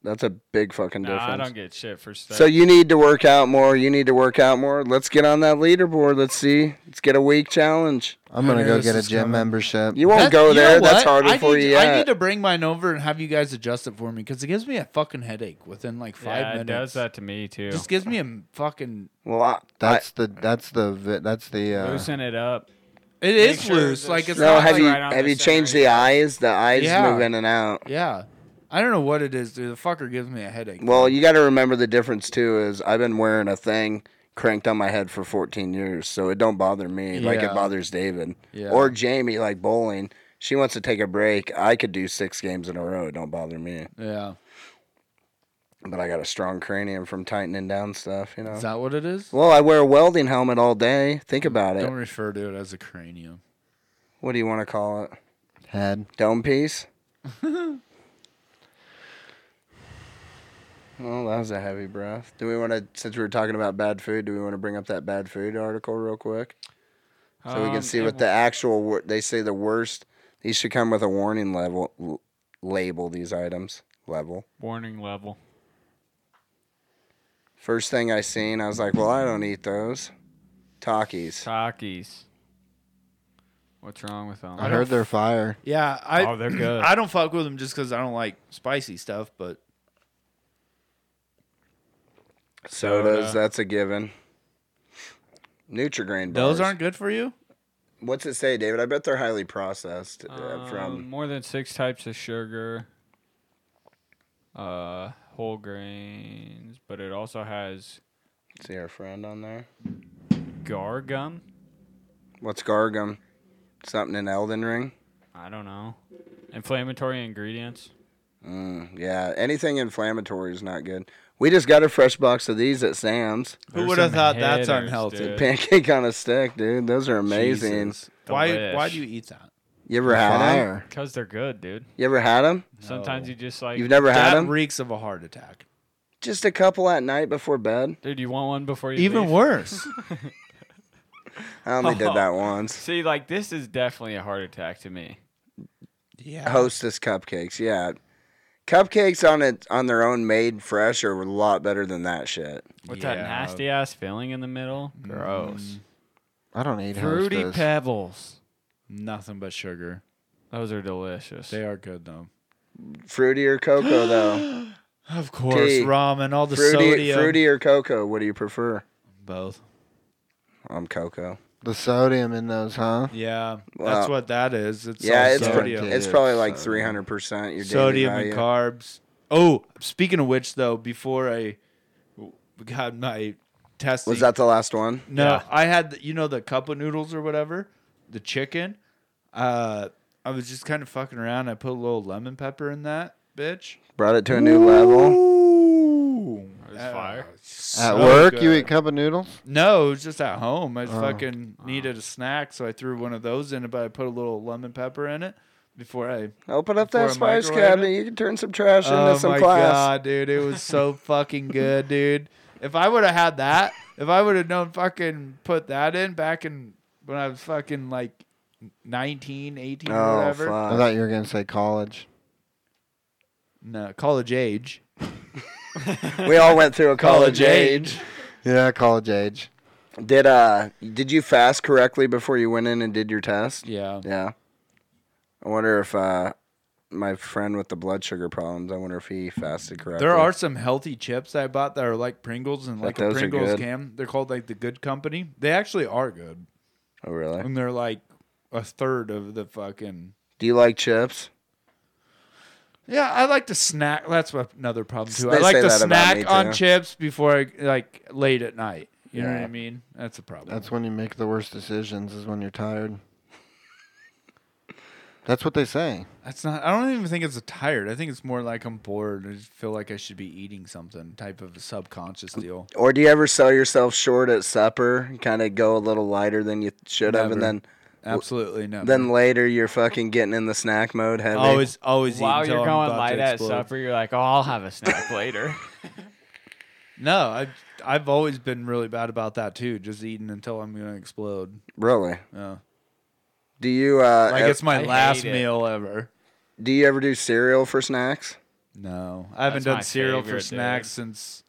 [SPEAKER 3] That's a big fucking
[SPEAKER 4] Nah,
[SPEAKER 3] difference.
[SPEAKER 4] I don't get shit for stuff.
[SPEAKER 3] So you need to work out more. You need to work out more. Let's get on that leaderboard. Let's see. Let's get a week challenge.
[SPEAKER 2] I'm gonna
[SPEAKER 1] I know
[SPEAKER 2] go
[SPEAKER 1] this
[SPEAKER 2] get a
[SPEAKER 1] is
[SPEAKER 2] gym
[SPEAKER 1] coming.
[SPEAKER 2] membership.
[SPEAKER 3] You won't
[SPEAKER 1] That-
[SPEAKER 3] go
[SPEAKER 1] you know
[SPEAKER 3] there. That's
[SPEAKER 1] what?
[SPEAKER 3] harder
[SPEAKER 1] I
[SPEAKER 3] for
[SPEAKER 1] need,
[SPEAKER 3] you.
[SPEAKER 1] I need
[SPEAKER 3] Yet.
[SPEAKER 1] to bring mine over and have you guys adjust it for me because it gives me a fucking headache within like five
[SPEAKER 4] yeah, it
[SPEAKER 1] minutes.
[SPEAKER 4] does that to me too.
[SPEAKER 1] Just gives me a fucking.
[SPEAKER 3] Well, I,
[SPEAKER 2] That's the that's the vi- that's the uh,
[SPEAKER 4] Loosen it up.
[SPEAKER 1] It
[SPEAKER 4] Make
[SPEAKER 1] is
[SPEAKER 4] sure
[SPEAKER 1] loose.
[SPEAKER 4] that
[SPEAKER 1] Like
[SPEAKER 4] shit-
[SPEAKER 1] it's
[SPEAKER 3] no,
[SPEAKER 1] not
[SPEAKER 3] have
[SPEAKER 1] like-
[SPEAKER 3] you
[SPEAKER 4] right on
[SPEAKER 3] have
[SPEAKER 4] the
[SPEAKER 3] you changed the eyes? The eyes
[SPEAKER 1] Yeah.
[SPEAKER 3] move in and out.
[SPEAKER 1] Yeah, I don't know what it is. Dude. The fucker gives me a headache.
[SPEAKER 3] Well, you got to remember the difference too. Is I've been wearing a thing cranked on my head for 14 years, so it don't bother me like
[SPEAKER 1] Yeah.
[SPEAKER 3] it bothers David
[SPEAKER 1] Yeah.
[SPEAKER 3] or Jamie. Like bowling, she wants to take a break. I could do six games in a row. It don't bother me.
[SPEAKER 1] yeah,
[SPEAKER 3] But I got a strong cranium from tightening down stuff. You know.
[SPEAKER 1] is that what it is?
[SPEAKER 3] Well, I wear a welding helmet all day. Think about it.
[SPEAKER 1] Don't refer to it as a cranium.
[SPEAKER 3] What do you want to call it?
[SPEAKER 2] head.
[SPEAKER 4] (laughs)
[SPEAKER 3] Dome piece? well, that was a heavy breath. Do we want to, since we were talking about bad food, do we want to bring up that bad food article real quick? So we
[SPEAKER 4] Um,
[SPEAKER 3] can see
[SPEAKER 4] it
[SPEAKER 3] what the actual, wor- they say the worst, these should come with a warning level, l- label these items. Level.
[SPEAKER 4] warning level.
[SPEAKER 3] First thing I seen, I was like, well, I don't eat those. Takis.
[SPEAKER 4] Takis. What's wrong with them?
[SPEAKER 2] I, heard they're fire.
[SPEAKER 1] Yeah, I.
[SPEAKER 4] Oh, they're good.
[SPEAKER 1] I don't fuck with them just because I don't like spicy stuff. But
[SPEAKER 3] Sodas,
[SPEAKER 4] Soda.
[SPEAKER 3] that's a given. Nutrigrain bars.
[SPEAKER 1] those aren't good for you.
[SPEAKER 3] What's it say, David? I bet they're highly processed uh,
[SPEAKER 4] Um,
[SPEAKER 3] from.
[SPEAKER 4] more than six types of sugar, uh, whole grains, but it also has
[SPEAKER 3] See our friend on there.
[SPEAKER 4] gar gum.
[SPEAKER 3] What's Gargum? Something in Elden Ring.
[SPEAKER 4] I don't know. Inflammatory ingredients.
[SPEAKER 3] Mm, yeah, anything inflammatory is not good. We just got a fresh box of these at Sam's.
[SPEAKER 1] Who
[SPEAKER 4] There's
[SPEAKER 1] would have
[SPEAKER 4] some
[SPEAKER 1] thought that's
[SPEAKER 4] hitters,
[SPEAKER 1] unhealthy?
[SPEAKER 4] dude.
[SPEAKER 3] Pancake on a stick, dude. Those are amazing.
[SPEAKER 1] Jesus. Why? Why
[SPEAKER 4] Delish.
[SPEAKER 1] do you eat that?
[SPEAKER 3] You ever had them?
[SPEAKER 2] Fire.
[SPEAKER 4] Cause they're good, dude.
[SPEAKER 3] You ever had them?
[SPEAKER 4] Sometimes you just like,
[SPEAKER 3] You've never had
[SPEAKER 1] That
[SPEAKER 3] them?
[SPEAKER 1] reeks of a heart attack.
[SPEAKER 3] just a couple at night before bed.
[SPEAKER 4] dude, you want one before you
[SPEAKER 1] Even
[SPEAKER 4] leave?
[SPEAKER 1] worse.
[SPEAKER 3] I only did
[SPEAKER 4] Oh.
[SPEAKER 3] that once.
[SPEAKER 4] See, like this is definitely a heart attack to me.
[SPEAKER 1] (laughs) yeah.
[SPEAKER 3] Hostess cupcakes, yeah. Cupcakes on it on their own made fresh are a lot better than that shit.
[SPEAKER 4] What's
[SPEAKER 1] Yeah. Mm,
[SPEAKER 4] that nasty ass filling in the middle? Gross.
[SPEAKER 2] I don't eat
[SPEAKER 4] Fruity
[SPEAKER 2] Hostess.
[SPEAKER 4] pebbles.
[SPEAKER 1] Nothing but sugar.
[SPEAKER 4] Those are delicious.
[SPEAKER 1] They are good though.
[SPEAKER 3] Fruity or cocoa though.
[SPEAKER 1] Of course,
[SPEAKER 3] Tea.
[SPEAKER 1] ramen, all the
[SPEAKER 3] fruity
[SPEAKER 1] sodium.
[SPEAKER 3] fruity or cocoa, what do you prefer?
[SPEAKER 1] Both.
[SPEAKER 3] I'm cocoa.
[SPEAKER 2] The sodium in those, huh?
[SPEAKER 1] Yeah,
[SPEAKER 3] Wow.
[SPEAKER 1] that's what that is. It's
[SPEAKER 3] yeah,
[SPEAKER 1] all
[SPEAKER 3] it's pr-
[SPEAKER 1] sodium,
[SPEAKER 2] pretty-
[SPEAKER 3] it's probably like
[SPEAKER 2] Sodium.
[SPEAKER 3] three hundred percent your daily
[SPEAKER 1] sodium and
[SPEAKER 3] value.
[SPEAKER 1] carbs. Oh, speaking of which, though, before I got my testing,
[SPEAKER 3] Was that the last one?
[SPEAKER 1] no?
[SPEAKER 4] Yeah.
[SPEAKER 1] I had the, you know the cup of noodles or whatever, the chicken. Uh, I was just kind of fucking around. I put a little lemon pepper in that bitch.
[SPEAKER 3] Brought it to a new level.
[SPEAKER 1] Ooh,
[SPEAKER 4] It was fire.
[SPEAKER 1] At
[SPEAKER 2] At work, you eat cup of noodles.
[SPEAKER 1] No, it was just at home. I
[SPEAKER 2] Oh.
[SPEAKER 1] fucking needed a snack, so I threw one of those in it, but I put a little lemon pepper in it before I.
[SPEAKER 3] Open up
[SPEAKER 1] Before
[SPEAKER 3] that
[SPEAKER 1] I
[SPEAKER 3] spice
[SPEAKER 1] microwave it?
[SPEAKER 3] cabinet. You can turn some trash into
[SPEAKER 1] oh
[SPEAKER 3] some
[SPEAKER 1] my
[SPEAKER 3] class. (laughs)
[SPEAKER 1] god, dude! It was so fucking good, dude. If I would have had that, if I would have known fucking put that in back in when I was fucking like 19, 18, or
[SPEAKER 3] Oh,
[SPEAKER 1] whatever.
[SPEAKER 3] Uh,
[SPEAKER 2] I thought you were gonna say college.
[SPEAKER 1] No, college age.
[SPEAKER 3] we all went through a college, age.
[SPEAKER 2] Yeah, college age.
[SPEAKER 3] Did uh did you fast correctly before you went in and did your test?
[SPEAKER 1] Yeah.
[SPEAKER 3] Yeah. I wonder if uh my friend with the blood sugar problems, I wonder if he fasted correctly.
[SPEAKER 1] There are some healthy chips I bought that are like Pringles and
[SPEAKER 3] But
[SPEAKER 1] like a
[SPEAKER 3] those are
[SPEAKER 1] Pringles
[SPEAKER 3] good.
[SPEAKER 1] can. They're called like the Good Company. They actually are good,
[SPEAKER 3] Oh really?
[SPEAKER 1] and they're like a third of the fucking.
[SPEAKER 3] Do you like chips?
[SPEAKER 1] Yeah, I like to snack. That's what another problem too. I
[SPEAKER 3] They
[SPEAKER 1] like
[SPEAKER 3] say
[SPEAKER 1] to
[SPEAKER 3] that about me,
[SPEAKER 1] snack on
[SPEAKER 3] too.
[SPEAKER 1] chips before I, like late at night. You know what
[SPEAKER 2] Yeah.
[SPEAKER 1] I mean? That's a problem.
[SPEAKER 2] That's when you make the worst decisions. Is when you're tired. That's what they say.
[SPEAKER 1] That's not. I don't even think it's a tired. I think it's more like I'm bored. I just feel like I should be eating something. Type of a subconscious deal.
[SPEAKER 3] Or do you ever sell yourself short at supper and kind of go a little lighter than you should have, and
[SPEAKER 1] Never.
[SPEAKER 3] then
[SPEAKER 1] Absolutely never. Oh,
[SPEAKER 3] Then later you're fucking getting in the snack mode. Heavy.
[SPEAKER 1] Always- always
[SPEAKER 4] While
[SPEAKER 1] eating
[SPEAKER 4] you're
[SPEAKER 1] till I'm
[SPEAKER 4] going
[SPEAKER 1] about
[SPEAKER 4] light
[SPEAKER 1] to
[SPEAKER 4] at
[SPEAKER 1] explode.
[SPEAKER 4] supper, you're like, oh, I'll have a snack later.
[SPEAKER 1] No, I've I've always been really bad about that too. Just eating until I'm gonna explode.
[SPEAKER 3] Really?
[SPEAKER 1] Yeah.
[SPEAKER 3] Do you uh,
[SPEAKER 1] Like,
[SPEAKER 3] ev-
[SPEAKER 1] it's my I hate last it. meal ever?
[SPEAKER 3] Do you ever do cereal for snacks?
[SPEAKER 1] No, I haven't
[SPEAKER 4] That's my
[SPEAKER 1] done cereal for
[SPEAKER 4] favorite,
[SPEAKER 1] snacks since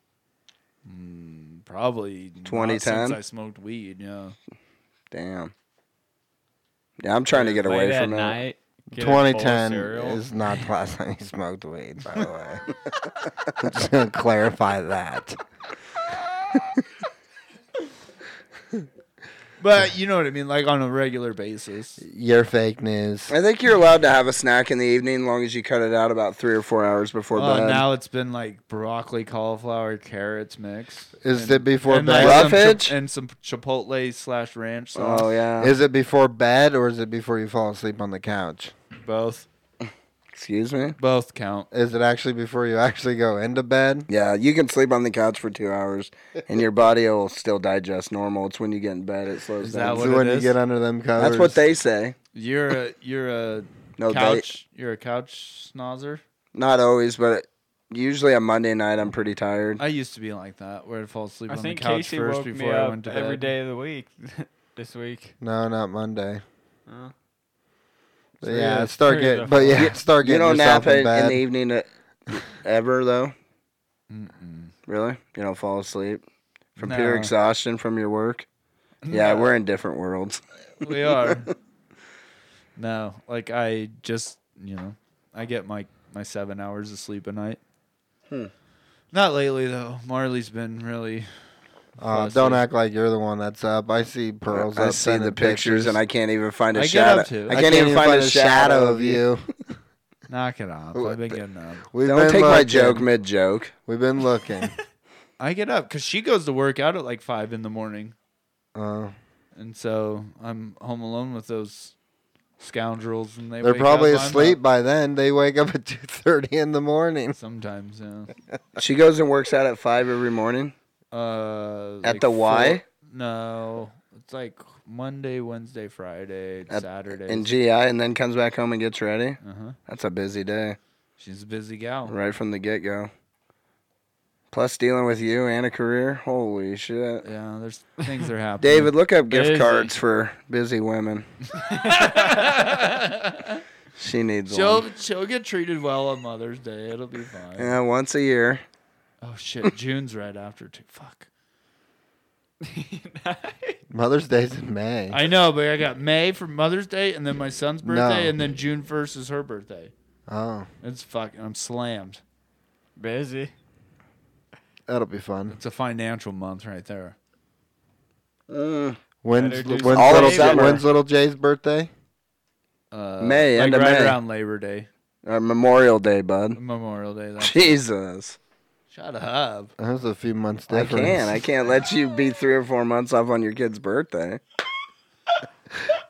[SPEAKER 1] mm, probably not
[SPEAKER 3] 2010?
[SPEAKER 1] Since I smoked weed. Yeah.
[SPEAKER 3] Damn. Yeah, I'm (laughs) trying to get away from it.
[SPEAKER 2] 2010 is not the last time he smoked weed, by the
[SPEAKER 1] (laughs)
[SPEAKER 2] way. (laughs) Just gonna clarify that.
[SPEAKER 1] But you know what I mean, like on a regular basis.
[SPEAKER 2] Your fake news.
[SPEAKER 3] I think you're allowed to have a snack in the evening, long as you cut it out about three or four hours before
[SPEAKER 1] Well,
[SPEAKER 3] bed.
[SPEAKER 1] Oh, Uh, now it's been like broccoli, cauliflower, carrots mix.
[SPEAKER 2] Is it before
[SPEAKER 1] like,
[SPEAKER 2] bed?
[SPEAKER 1] some chi-
[SPEAKER 2] Roughage?
[SPEAKER 1] and some chipotle slash ranch sauce.
[SPEAKER 3] oh yeah.
[SPEAKER 2] Is it before bed or is it before you fall asleep on the couch?
[SPEAKER 1] Both.
[SPEAKER 3] Excuse me.
[SPEAKER 1] Both count.
[SPEAKER 2] Is it actually before you actually go into bed?
[SPEAKER 3] Yeah, you can sleep on the couch for two hours, and your body will still digest normal. It's when you get in bed it slows
[SPEAKER 1] Is that
[SPEAKER 3] down.
[SPEAKER 1] what it When you is?
[SPEAKER 2] get under them
[SPEAKER 3] That's what
[SPEAKER 2] covers.
[SPEAKER 3] they say.
[SPEAKER 1] You're a you're a
[SPEAKER 3] No, they-
[SPEAKER 1] couch. You're a couch snozzer.
[SPEAKER 3] Not always, but usually on Monday night I'm pretty tired.
[SPEAKER 1] I used to be like that, where I'd fall asleep
[SPEAKER 4] I
[SPEAKER 1] on the
[SPEAKER 4] think
[SPEAKER 1] couch
[SPEAKER 4] Casey
[SPEAKER 1] first
[SPEAKER 4] woke
[SPEAKER 1] before I
[SPEAKER 4] me up
[SPEAKER 1] went to bed.
[SPEAKER 4] every day of the week (laughs) this week.
[SPEAKER 2] No, not Monday.
[SPEAKER 1] Oh.
[SPEAKER 4] Uh,
[SPEAKER 2] But
[SPEAKER 4] so
[SPEAKER 2] yeah,
[SPEAKER 4] it's
[SPEAKER 2] start
[SPEAKER 4] pretty
[SPEAKER 2] get,
[SPEAKER 4] difficult.
[SPEAKER 2] but yeah, start
[SPEAKER 3] You
[SPEAKER 2] getting
[SPEAKER 3] don't
[SPEAKER 2] yourself
[SPEAKER 3] nap
[SPEAKER 2] in
[SPEAKER 3] in, in
[SPEAKER 2] bed.
[SPEAKER 3] the evening uh, ever though. Really? You don't fall asleep from pure
[SPEAKER 1] No.
[SPEAKER 3] exhaustion from your work? Yeah,
[SPEAKER 1] No.
[SPEAKER 3] we're in different worlds.
[SPEAKER 1] we are. (laughs) No, like I just you know, I get my my seven hours of sleep a night.
[SPEAKER 3] Hmm.
[SPEAKER 1] Not lately though. Marley's been really.
[SPEAKER 2] Uh,
[SPEAKER 1] fussy.
[SPEAKER 2] don't act like you're the one that's up. I see pearls.
[SPEAKER 3] I
[SPEAKER 2] up
[SPEAKER 3] see the
[SPEAKER 2] sending
[SPEAKER 3] pictures and I can't even find a
[SPEAKER 1] I get
[SPEAKER 3] shadow.
[SPEAKER 1] up too.
[SPEAKER 3] I can't even find a shadow of you.
[SPEAKER 1] Knock it off. I've been getting up.
[SPEAKER 2] We've
[SPEAKER 3] Don't
[SPEAKER 2] been
[SPEAKER 3] take my
[SPEAKER 2] looking.
[SPEAKER 3] joke mid joke.
[SPEAKER 2] We've
[SPEAKER 1] (laughs)
[SPEAKER 2] been
[SPEAKER 3] (laughs)
[SPEAKER 2] looking.
[SPEAKER 1] I get up because she goes to work out at like five in the morning,
[SPEAKER 2] Uh,
[SPEAKER 1] and so I'm home alone with those scoundrels, and they
[SPEAKER 2] they're
[SPEAKER 1] wake
[SPEAKER 2] probably
[SPEAKER 1] up, I'm
[SPEAKER 2] asleep
[SPEAKER 1] up.
[SPEAKER 2] by then. (laughs) They wake up at two thirty in the
[SPEAKER 1] (laughs)
[SPEAKER 2] morning.
[SPEAKER 1] sometimes. Yeah.
[SPEAKER 3] She goes and works out at five every morning.
[SPEAKER 1] Uh,
[SPEAKER 3] At the Y?
[SPEAKER 1] four- no, it's like Monday, Wednesday, Friday,
[SPEAKER 3] At-
[SPEAKER 1] Saturday.
[SPEAKER 3] in GI and then comes back home and gets ready.
[SPEAKER 1] Uh-huh.
[SPEAKER 3] That's a busy day
[SPEAKER 1] She's a busy gal.
[SPEAKER 3] right from the get go. Plus dealing with you and a career. Holy shit.
[SPEAKER 1] Yeah, there's things
[SPEAKER 3] (laughs)
[SPEAKER 1] that are happening.
[SPEAKER 3] David, look up gift
[SPEAKER 4] Busy.
[SPEAKER 3] cards for busy
[SPEAKER 1] (laughs)
[SPEAKER 3] women. she needs
[SPEAKER 1] she'll
[SPEAKER 3] one.
[SPEAKER 1] she'll get treated well on Mother's Day. It'll be fine.
[SPEAKER 3] Yeah, once a year.
[SPEAKER 1] Oh
[SPEAKER 3] (laughs)
[SPEAKER 1] shit, June's right after too. Fuck.
[SPEAKER 2] Mother's Day's in May.
[SPEAKER 1] I know, but I got May for Mother's Day, and then my son's birthday, and then June first is her birthday.
[SPEAKER 2] oh,
[SPEAKER 1] It's fucking. I'm slammed.
[SPEAKER 4] busy.
[SPEAKER 2] that'll be fun.
[SPEAKER 1] It's a financial month right there.
[SPEAKER 3] Mm.
[SPEAKER 2] When's,
[SPEAKER 4] Better do
[SPEAKER 2] when's,
[SPEAKER 3] All
[SPEAKER 2] little,
[SPEAKER 3] summer.
[SPEAKER 2] when's little Jay's birthday?
[SPEAKER 1] Uh,
[SPEAKER 3] May,
[SPEAKER 1] like
[SPEAKER 3] end of
[SPEAKER 1] right
[SPEAKER 3] May.
[SPEAKER 1] around Labor Day,
[SPEAKER 3] Or Uh, Memorial Day, bud.
[SPEAKER 1] Memorial Day. That's
[SPEAKER 3] Jesus.
[SPEAKER 1] Shut up.
[SPEAKER 2] That was a few months
[SPEAKER 3] I
[SPEAKER 2] difference.
[SPEAKER 3] can't. I can't let you be three or four months off on your kid's birthday.
[SPEAKER 2] (laughs)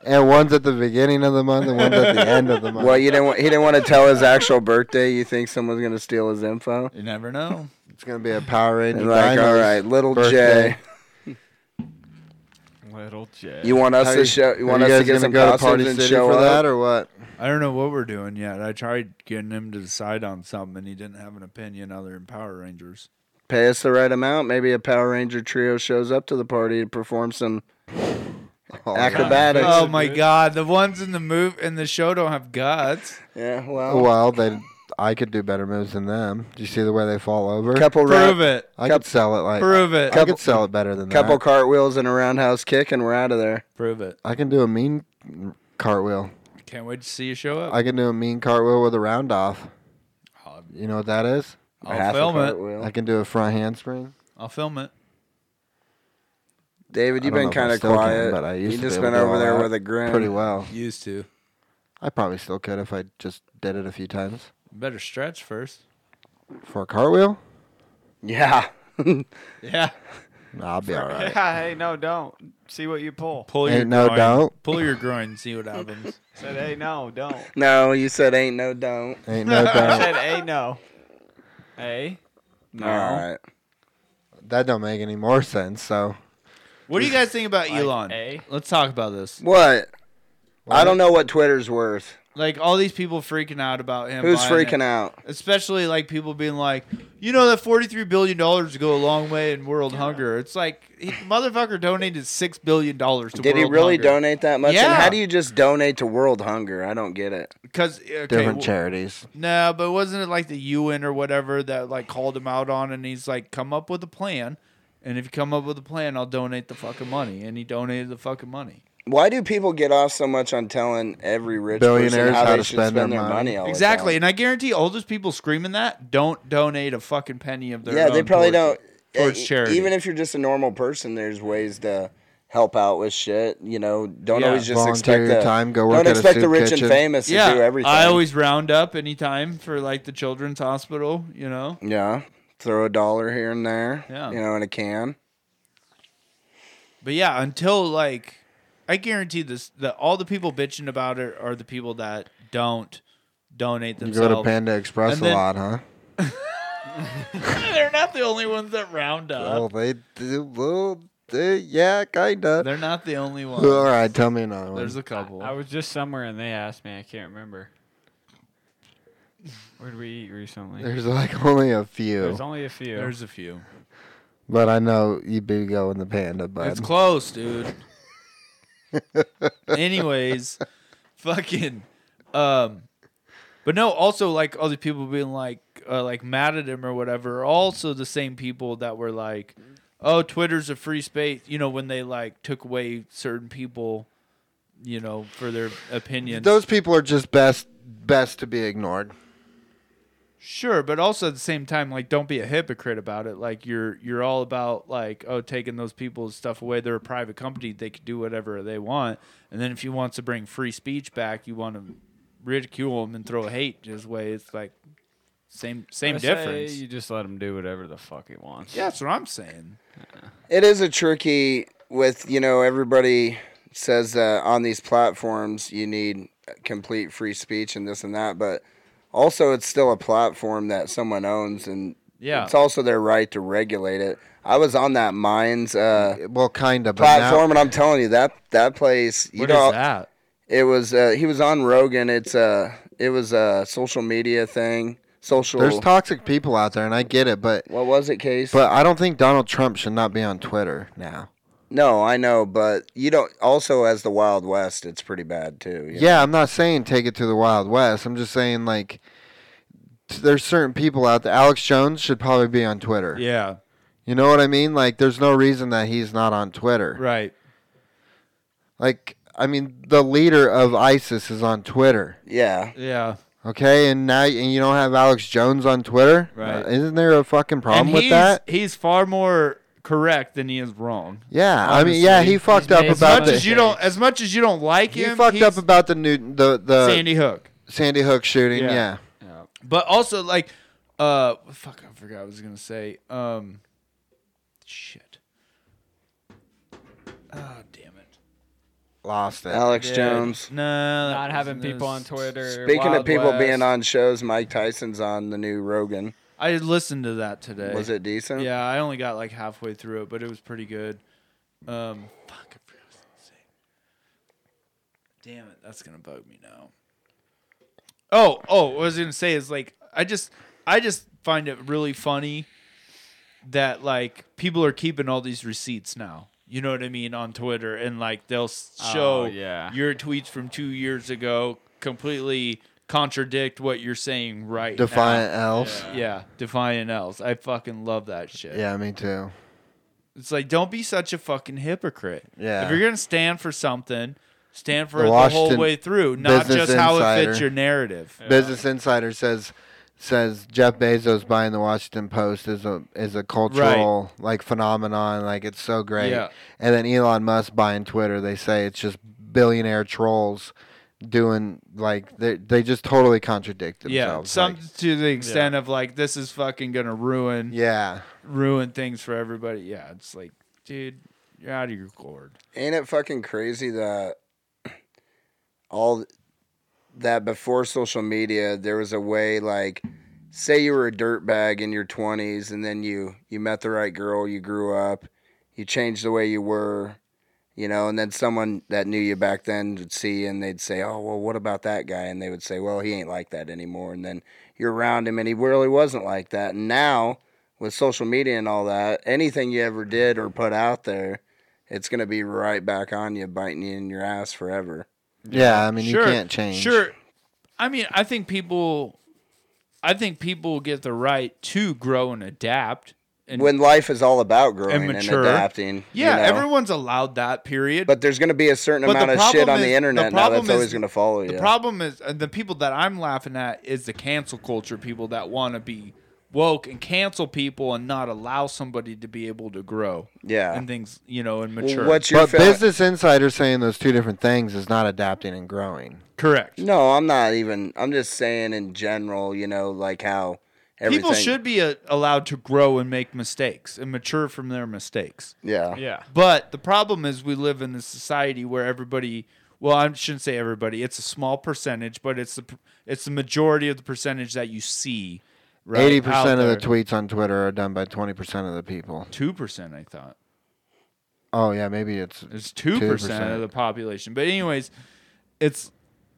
[SPEAKER 2] And one's at the beginning of the month, and one's at the end of the month.
[SPEAKER 3] Well, you didn't. Want, he didn't want to tell his actual birthday. You think someone's gonna steal his info?
[SPEAKER 1] You never know.
[SPEAKER 2] It's gonna be a Power Ranger.
[SPEAKER 3] And like, all
[SPEAKER 2] Dino's
[SPEAKER 3] right, little
[SPEAKER 2] birthday.
[SPEAKER 3] Jay,
[SPEAKER 4] Little J.
[SPEAKER 3] you want us
[SPEAKER 2] How
[SPEAKER 3] to
[SPEAKER 2] you-
[SPEAKER 3] show?
[SPEAKER 2] are
[SPEAKER 3] You want
[SPEAKER 2] you
[SPEAKER 3] us to
[SPEAKER 2] guys
[SPEAKER 3] get
[SPEAKER 2] gonna
[SPEAKER 3] some
[SPEAKER 2] go to
[SPEAKER 3] costumes
[SPEAKER 2] Party
[SPEAKER 3] and
[SPEAKER 2] City
[SPEAKER 3] show
[SPEAKER 2] for
[SPEAKER 3] up?
[SPEAKER 2] that or what?
[SPEAKER 1] I don't know what we're doing yet. I tried getting him to decide on something, and he didn't have an opinion other than Power Rangers.
[SPEAKER 3] pay us the right amount. Maybe a Power Ranger trio shows up to the party and performs some acrobatics.
[SPEAKER 1] Oh my god, the ones in the move in the show don't have guts.
[SPEAKER 3] Yeah, well,
[SPEAKER 2] Well, they, I could do better moves than them. Do you see the way they fall over?
[SPEAKER 3] Couple ra- Prove
[SPEAKER 1] it.
[SPEAKER 2] I
[SPEAKER 3] Couple-
[SPEAKER 2] could sell it like
[SPEAKER 1] Prove it.
[SPEAKER 2] I could sell it better than
[SPEAKER 3] couple
[SPEAKER 2] that.
[SPEAKER 3] cartwheels and a roundhouse kick, and we're out of there.
[SPEAKER 1] Prove it.
[SPEAKER 2] I can do a mean cartwheel.
[SPEAKER 1] Can't wait to see you show up.
[SPEAKER 2] I can do a mean cartwheel with a round off. You know what that is?
[SPEAKER 1] I'll Half a film it. cartwheel.
[SPEAKER 2] I can do a front handspring.
[SPEAKER 1] I'll film it.
[SPEAKER 3] David,
[SPEAKER 2] I don't
[SPEAKER 3] you've been
[SPEAKER 2] know if I
[SPEAKER 3] kind of
[SPEAKER 2] still can,
[SPEAKER 3] quiet.
[SPEAKER 2] but I used
[SPEAKER 3] You've
[SPEAKER 2] to be
[SPEAKER 3] just
[SPEAKER 2] able
[SPEAKER 3] been
[SPEAKER 2] to do
[SPEAKER 3] over
[SPEAKER 2] all
[SPEAKER 3] there
[SPEAKER 2] that
[SPEAKER 3] with a grin.
[SPEAKER 2] pretty well.
[SPEAKER 1] Used to.
[SPEAKER 2] I probably still could if I just did it a few times.
[SPEAKER 1] Better stretch first.
[SPEAKER 2] For a cartwheel?
[SPEAKER 3] (laughs) Yeah.
[SPEAKER 1] (laughs) Yeah.
[SPEAKER 2] Nah, I'll be
[SPEAKER 1] (laughs)
[SPEAKER 2] all right.
[SPEAKER 4] Yeah, (laughs) hey, no, don't. See what you pull.
[SPEAKER 1] Pull
[SPEAKER 2] Ain't
[SPEAKER 1] your
[SPEAKER 2] no
[SPEAKER 1] groin.
[SPEAKER 2] doubt.
[SPEAKER 1] Pull your groin. and See what happens. (laughs)
[SPEAKER 4] Said, hey, no, don't.
[SPEAKER 3] (laughs) No, you said ain't no don't.
[SPEAKER 1] (laughs)
[SPEAKER 2] Ain't no doubt.
[SPEAKER 4] Said, hey, no. Hey.
[SPEAKER 3] All right.
[SPEAKER 2] That don't make any more sense. So
[SPEAKER 1] What do you guys think about
[SPEAKER 4] Like
[SPEAKER 1] Elon?
[SPEAKER 4] A?
[SPEAKER 1] Let's talk about this.
[SPEAKER 3] What? I
[SPEAKER 1] What?
[SPEAKER 3] don't know what Twitter's worth.
[SPEAKER 1] Like all these people freaking out about him.
[SPEAKER 3] Who's
[SPEAKER 1] buying
[SPEAKER 3] freaking
[SPEAKER 1] it.
[SPEAKER 3] out?
[SPEAKER 1] Especially like people being like, you know, that forty-three billion dollars go a long way in world hunger. It's like he, motherfucker donated six billion dollars to.
[SPEAKER 3] Did he
[SPEAKER 1] world
[SPEAKER 3] really
[SPEAKER 1] hunger.
[SPEAKER 3] donate that much? And
[SPEAKER 1] Yeah.
[SPEAKER 3] how do you just donate to world hunger? I don't get it.
[SPEAKER 1] Because uh, okay,
[SPEAKER 2] different
[SPEAKER 1] well-
[SPEAKER 2] charities.
[SPEAKER 1] No, but wasn't it like the UN or whatever that like called him out on and he's like, come up with a plan. And if you come up with a plan, I'll donate the fucking money. And he donated the fucking money.
[SPEAKER 3] Why do people get off so much on telling every rich person
[SPEAKER 2] Billionaires
[SPEAKER 3] how,
[SPEAKER 2] how
[SPEAKER 3] they
[SPEAKER 2] to
[SPEAKER 3] should
[SPEAKER 2] spend
[SPEAKER 3] spend,
[SPEAKER 2] their
[SPEAKER 3] their
[SPEAKER 2] money.
[SPEAKER 3] money? Oh, all the
[SPEAKER 1] exactly.
[SPEAKER 3] time?
[SPEAKER 1] And I guarantee all those people screaming that don't donate a fucking penny of their
[SPEAKER 3] Yeah, they
[SPEAKER 1] own
[SPEAKER 3] probably
[SPEAKER 1] towards-
[SPEAKER 3] don't.
[SPEAKER 1] towards
[SPEAKER 3] e-
[SPEAKER 1] charity.
[SPEAKER 3] Even if you're just a normal person, there's ways to help out with shit. You know, don't
[SPEAKER 1] Yeah.
[SPEAKER 3] always just
[SPEAKER 2] Volunteer
[SPEAKER 3] expect
[SPEAKER 2] your
[SPEAKER 3] the
[SPEAKER 2] time, go work
[SPEAKER 3] Don't
[SPEAKER 2] at a
[SPEAKER 3] expect the
[SPEAKER 2] soup
[SPEAKER 3] rich
[SPEAKER 2] kitchen.
[SPEAKER 3] and famous to do everything.
[SPEAKER 1] I always round up anytime for like the children's hospital, you know?
[SPEAKER 3] yeah throw a dollar here and there.
[SPEAKER 1] Yeah.
[SPEAKER 3] you know, in a can.
[SPEAKER 1] But yeah, until like I guarantee this that all the people bitching about it are the people that don't donate
[SPEAKER 2] You
[SPEAKER 1] themselves.
[SPEAKER 2] go to Panda Express
[SPEAKER 1] And
[SPEAKER 2] a
[SPEAKER 1] then- uh,
[SPEAKER 2] lot, huh?
[SPEAKER 1] (laughs) They're not the only ones that round
[SPEAKER 2] Oh,
[SPEAKER 1] up.
[SPEAKER 2] they do. Well, they, yeah, kinda.
[SPEAKER 1] They're not the
[SPEAKER 2] (laughs)
[SPEAKER 1] only ones.
[SPEAKER 2] All right, tell me another one.
[SPEAKER 1] There's a couple.
[SPEAKER 4] I was just somewhere and they asked me. I can't remember. Where did we eat
[SPEAKER 2] (laughs)
[SPEAKER 4] recently?
[SPEAKER 2] There's like only a few,
[SPEAKER 4] There's only a few.
[SPEAKER 1] There's a few.
[SPEAKER 2] but I know you do go in the Panda, bud.
[SPEAKER 1] It's close,
[SPEAKER 2] (laughs)
[SPEAKER 1] dude. Anyways, fucking um but no, also like all these people being like uh, like mad at him or whatever are also the same people that were like oh Twitter's a free space, you know, when they like took away certain people, you know, for their opinions.
[SPEAKER 2] Those people are just best best to be ignored.
[SPEAKER 1] Sure, but also at the same time, like, don't be a hypocrite about it. Like, you're you're all about like, oh, taking those people's stuff away. They're a private company; they can do whatever they want. And then if you want to bring free speech back, you want to ridicule them and throw hate his way. It's like same same
[SPEAKER 4] I say
[SPEAKER 1] difference.
[SPEAKER 4] You just let him do whatever the fuck he wants.
[SPEAKER 1] yeah, that's what I'm saying.
[SPEAKER 3] It is a tricky with you know everybody says that on these platforms you need complete free speech and this and that, but also it's still a platform that someone owns and
[SPEAKER 1] Yeah.
[SPEAKER 3] it's also their right to regulate it. I was on that Minds uh,
[SPEAKER 2] Well, kinda, but now
[SPEAKER 3] platform, and I'm telling you that that place, you
[SPEAKER 1] What is
[SPEAKER 3] know,
[SPEAKER 1] that?
[SPEAKER 3] it was uh, he was on Rogan. It's uh it was a social media thing, social.
[SPEAKER 2] there's toxic people out there, and I get it, but
[SPEAKER 3] what was it, Case?
[SPEAKER 2] but I don't think Donald Trump should not be on Twitter now.
[SPEAKER 3] No, I know, but you don't. Also, as the Wild West, it's pretty bad too. you
[SPEAKER 2] Yeah, I'm not saying take it to the Wild West. I'm just saying like t- there's certain people out there. Alex Jones should probably be on Twitter.
[SPEAKER 1] Yeah,
[SPEAKER 2] You know what I mean? Like there's no reason that he's not on Twitter.
[SPEAKER 1] right.
[SPEAKER 2] Like I mean, the leader of ISIS is on Twitter.
[SPEAKER 3] Yeah.
[SPEAKER 1] Yeah,
[SPEAKER 2] Okay, and now and you don't have Alex Jones on Twitter.
[SPEAKER 1] Right.
[SPEAKER 2] Uh, isn't there a fucking problem
[SPEAKER 1] and
[SPEAKER 2] with
[SPEAKER 1] he's,
[SPEAKER 2] that?
[SPEAKER 1] He's far more correct than he is wrong.
[SPEAKER 2] Yeah, I mean, yeah,
[SPEAKER 4] Honestly,
[SPEAKER 2] he fucked
[SPEAKER 4] he's
[SPEAKER 2] up
[SPEAKER 4] made
[SPEAKER 1] As
[SPEAKER 2] about
[SPEAKER 1] much as
[SPEAKER 2] the
[SPEAKER 1] you don't, as much as you don't like
[SPEAKER 2] he
[SPEAKER 1] him,
[SPEAKER 2] fucked up
[SPEAKER 1] he's
[SPEAKER 2] about the new the the Sandy,
[SPEAKER 1] Sandy Hook.
[SPEAKER 2] Hook shooting.
[SPEAKER 1] Yeah.
[SPEAKER 2] Yeah.
[SPEAKER 1] But also like uh fuck I forgot what I was gonna say. Um shit. Oh damn it.
[SPEAKER 2] lost it.
[SPEAKER 3] Alex
[SPEAKER 1] Yeah.
[SPEAKER 3] Jones.
[SPEAKER 1] No that
[SPEAKER 4] Not having
[SPEAKER 1] wasn't
[SPEAKER 4] people
[SPEAKER 1] it.
[SPEAKER 4] on Twitter.
[SPEAKER 3] Speaking
[SPEAKER 4] Wild
[SPEAKER 3] of people
[SPEAKER 4] West.
[SPEAKER 3] being on shows, Mike Tyson's on the new Rogan.
[SPEAKER 1] I listened to that today.
[SPEAKER 3] Was it decent?
[SPEAKER 1] Yeah, I only got like halfway through it, but it was pretty good. Um fuck I forgot what I was gonna say. Damn it, that's gonna bug me now. Oh, oh, what I was gonna say is like I just I just find it really funny that like people are keeping all these receipts now. You know what I mean on Twitter, and like they'll s- show
[SPEAKER 4] Oh, yeah.
[SPEAKER 1] your tweets from two years ago completely contradict what you're saying right. now.
[SPEAKER 2] Defiant elves.
[SPEAKER 1] Yeah. defiant elves. I fucking love that shit.
[SPEAKER 2] Yeah, me too.
[SPEAKER 1] It's like don't be such a fucking hypocrite.
[SPEAKER 2] Yeah.
[SPEAKER 1] If you're gonna stand for something, stand for
[SPEAKER 2] The
[SPEAKER 1] it the whole
[SPEAKER 2] Washington
[SPEAKER 1] way through, not
[SPEAKER 2] Business
[SPEAKER 1] just how it
[SPEAKER 2] Insider-
[SPEAKER 1] fits your narrative.
[SPEAKER 2] Business Insider says says Jeff Bezos buying the Washington Post is a is a cultural like phenomenon, like it's so great.
[SPEAKER 1] Yeah.
[SPEAKER 2] And then Elon Musk buying Twitter, they say it's just billionaire trolls doing like they they just totally contradict
[SPEAKER 1] Yeah,
[SPEAKER 2] themselves.
[SPEAKER 1] some to the extent of like this is fucking gonna ruin
[SPEAKER 2] yeah
[SPEAKER 1] ruin things for everybody. Yeah, it's like, dude, you're out of your gourd.
[SPEAKER 3] Ain't it fucking crazy that all that before social media there was a way like say you were a dirtbag in your 20s and then you you met the right girl, you grew up, you changed the way you were, you know, and then someone that knew you back then would see you and they'd say, "Oh, well what about that guy?" and they would say, "Well, he ain't like that anymore." And then you're around him and he really wasn't like that. And now with social media and all that, anything you ever did or put out there, it's gonna be right back on you, biting you in your ass forever.
[SPEAKER 2] Yeah, I mean you can't change.
[SPEAKER 1] Sure. I mean, I think people, I think people get the right to grow and adapt. And,
[SPEAKER 3] when life is all about growing
[SPEAKER 1] and
[SPEAKER 3] and,
[SPEAKER 1] mature.
[SPEAKER 3] adapting.
[SPEAKER 1] Yeah,
[SPEAKER 3] you know?
[SPEAKER 1] everyone's allowed that period.
[SPEAKER 3] But there's going to be a certain
[SPEAKER 1] But the
[SPEAKER 3] amount of shit
[SPEAKER 1] problem
[SPEAKER 3] on the
[SPEAKER 1] is-
[SPEAKER 3] internet now
[SPEAKER 1] problem
[SPEAKER 3] that's always
[SPEAKER 1] is-
[SPEAKER 3] going to follow you.
[SPEAKER 1] The problem is uh, the people that I'm laughing at is the cancel culture people that want to be woke and cancel people and not allow somebody to be able to grow.
[SPEAKER 3] Yeah.
[SPEAKER 1] and things you know and
[SPEAKER 3] Well,
[SPEAKER 1] mature.
[SPEAKER 3] what's your
[SPEAKER 2] but Business Insider saying those two different things is not adapting and growing.
[SPEAKER 1] Correct.
[SPEAKER 3] No, I'm not even. I'm just saying in general, you know, like how everything.
[SPEAKER 1] People should be uh allowed to grow and make mistakes and mature from their mistakes.
[SPEAKER 3] Yeah.
[SPEAKER 4] Yeah.
[SPEAKER 1] But the problem is we live in a society where everybody, well, I shouldn't say everybody. It's a small percentage, but it's the pr- it's the majority of the percentage that you see. Right.
[SPEAKER 2] Eighty percent of the tweets on Twitter are done by twenty percent of the people.
[SPEAKER 1] Two percent, I thought.
[SPEAKER 2] Oh yeah, maybe it's
[SPEAKER 1] It's two percent of the population. But anyways, it's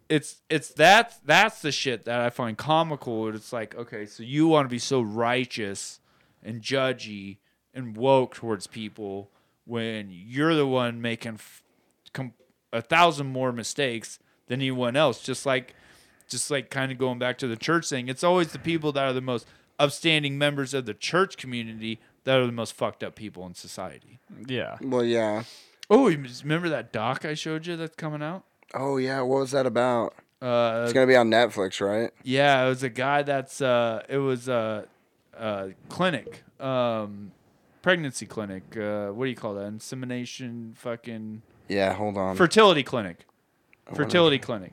[SPEAKER 1] it's it's that that's the shit that I find comical. It's like okay, so you want to be so righteous and judgy and woke towards people when you're the one making f- com- a thousand more mistakes than anyone else. Just like just like kind of going back to the church thing. It's always the people that are the most upstanding members of the church community that are the most fucked up people in society.
[SPEAKER 4] Yeah.
[SPEAKER 3] Well, yeah.
[SPEAKER 1] Oh, you mis- remember that doc I showed you that's coming out?
[SPEAKER 3] Oh yeah, what was that about?
[SPEAKER 1] Uh,
[SPEAKER 3] it's going to be on Netflix, right?
[SPEAKER 1] Yeah, it was a guy that's uh, it was a, a clinic, um, pregnancy clinic. Uh, what do you call that? Insemination, fucking
[SPEAKER 3] Yeah. Hold on.
[SPEAKER 1] fertility clinic,
[SPEAKER 3] I wanna-
[SPEAKER 1] fertility clinic.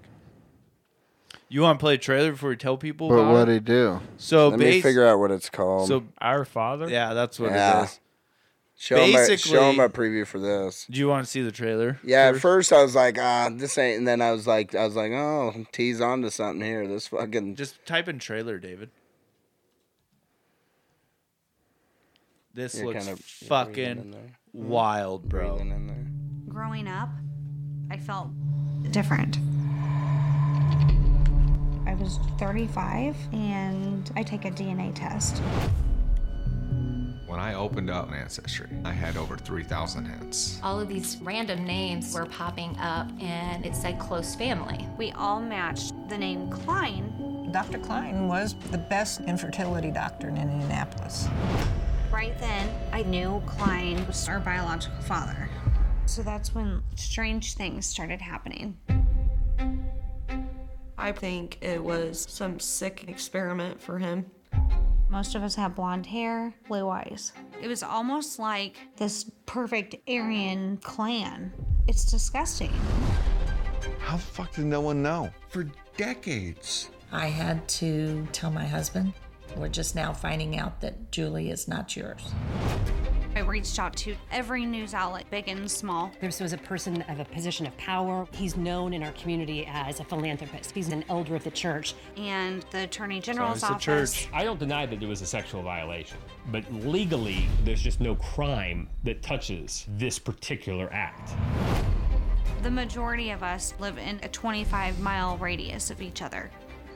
[SPEAKER 1] You want to play a trailer before we tell people?
[SPEAKER 2] But
[SPEAKER 1] about
[SPEAKER 2] what
[SPEAKER 1] it?
[SPEAKER 2] do you do?
[SPEAKER 1] So
[SPEAKER 3] let me
[SPEAKER 1] bas-
[SPEAKER 3] figure out what it's called.
[SPEAKER 1] So
[SPEAKER 4] Our Father.
[SPEAKER 1] yeah, that's what
[SPEAKER 3] Yeah.
[SPEAKER 1] it is.
[SPEAKER 3] show 'em a- show 'em
[SPEAKER 1] basically-
[SPEAKER 3] a preview for this.
[SPEAKER 1] Do you want to see the trailer?
[SPEAKER 3] Yeah,
[SPEAKER 1] first?
[SPEAKER 3] at first I was like, ah, this ain't. And then I was like, I was like, oh, tease onto something here. This fucking. (laughs)
[SPEAKER 1] Just type in trailer, David. This
[SPEAKER 3] You're
[SPEAKER 1] looks
[SPEAKER 3] kind of- you're breathing in
[SPEAKER 1] fucking
[SPEAKER 3] there.
[SPEAKER 1] wild, bro.
[SPEAKER 3] Breathing in there.
[SPEAKER 12] Growing up, I felt different. I was 35 and I take a DNA test.
[SPEAKER 13] When I opened up Ancestry, I had over 3,000 hints.
[SPEAKER 9] All of these random names were popping up, and it said close family.
[SPEAKER 12] We all matched the name Klein.
[SPEAKER 14] Dr. Klein was the best infertility doctor in Indianapolis.
[SPEAKER 12] Right then, I knew Klein was our biological father. So that's when strange things started happening.
[SPEAKER 6] I think it was some sick experiment for him.
[SPEAKER 12] Most of us have blonde hair, blue eyes. It was almost like this perfect Aryan clan. It's disgusting.
[SPEAKER 5] How the fuck did no one know? For decades.
[SPEAKER 15] I had to tell my husband. We're just now finding out that Julie is not yours.
[SPEAKER 12] I reached out to every news outlet, big and small.
[SPEAKER 16] This was a person of a position of power. He's known in our community as a philanthropist. He's an elder of the church.
[SPEAKER 12] and the attorney general's office.
[SPEAKER 17] I don't deny that it was a sexual violation, but legally, there's just no crime that touches this particular act.
[SPEAKER 12] The majority of us live in a 25 mile radius of each other.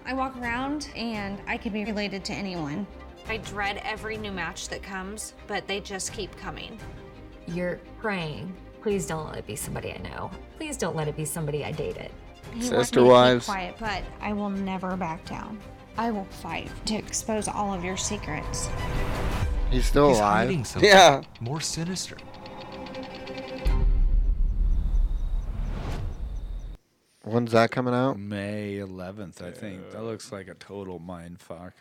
[SPEAKER 12] I walk around and I could be related to anyone. I dread every new match that comes, but they just keep coming.
[SPEAKER 9] You're praying. Please don't let it be somebody I know. Please don't let it be somebody I dated.
[SPEAKER 12] He wanted
[SPEAKER 2] Sister
[SPEAKER 12] me to keep
[SPEAKER 2] wives.
[SPEAKER 12] Quiet, but I will never back down. I will fight to expose all of your secrets.
[SPEAKER 2] He's still
[SPEAKER 13] He's
[SPEAKER 2] alive.
[SPEAKER 13] hiding something
[SPEAKER 2] Yeah.
[SPEAKER 13] more sinister.
[SPEAKER 2] When's that coming out?
[SPEAKER 1] May 11th, I think. That looks like a total mind fuck.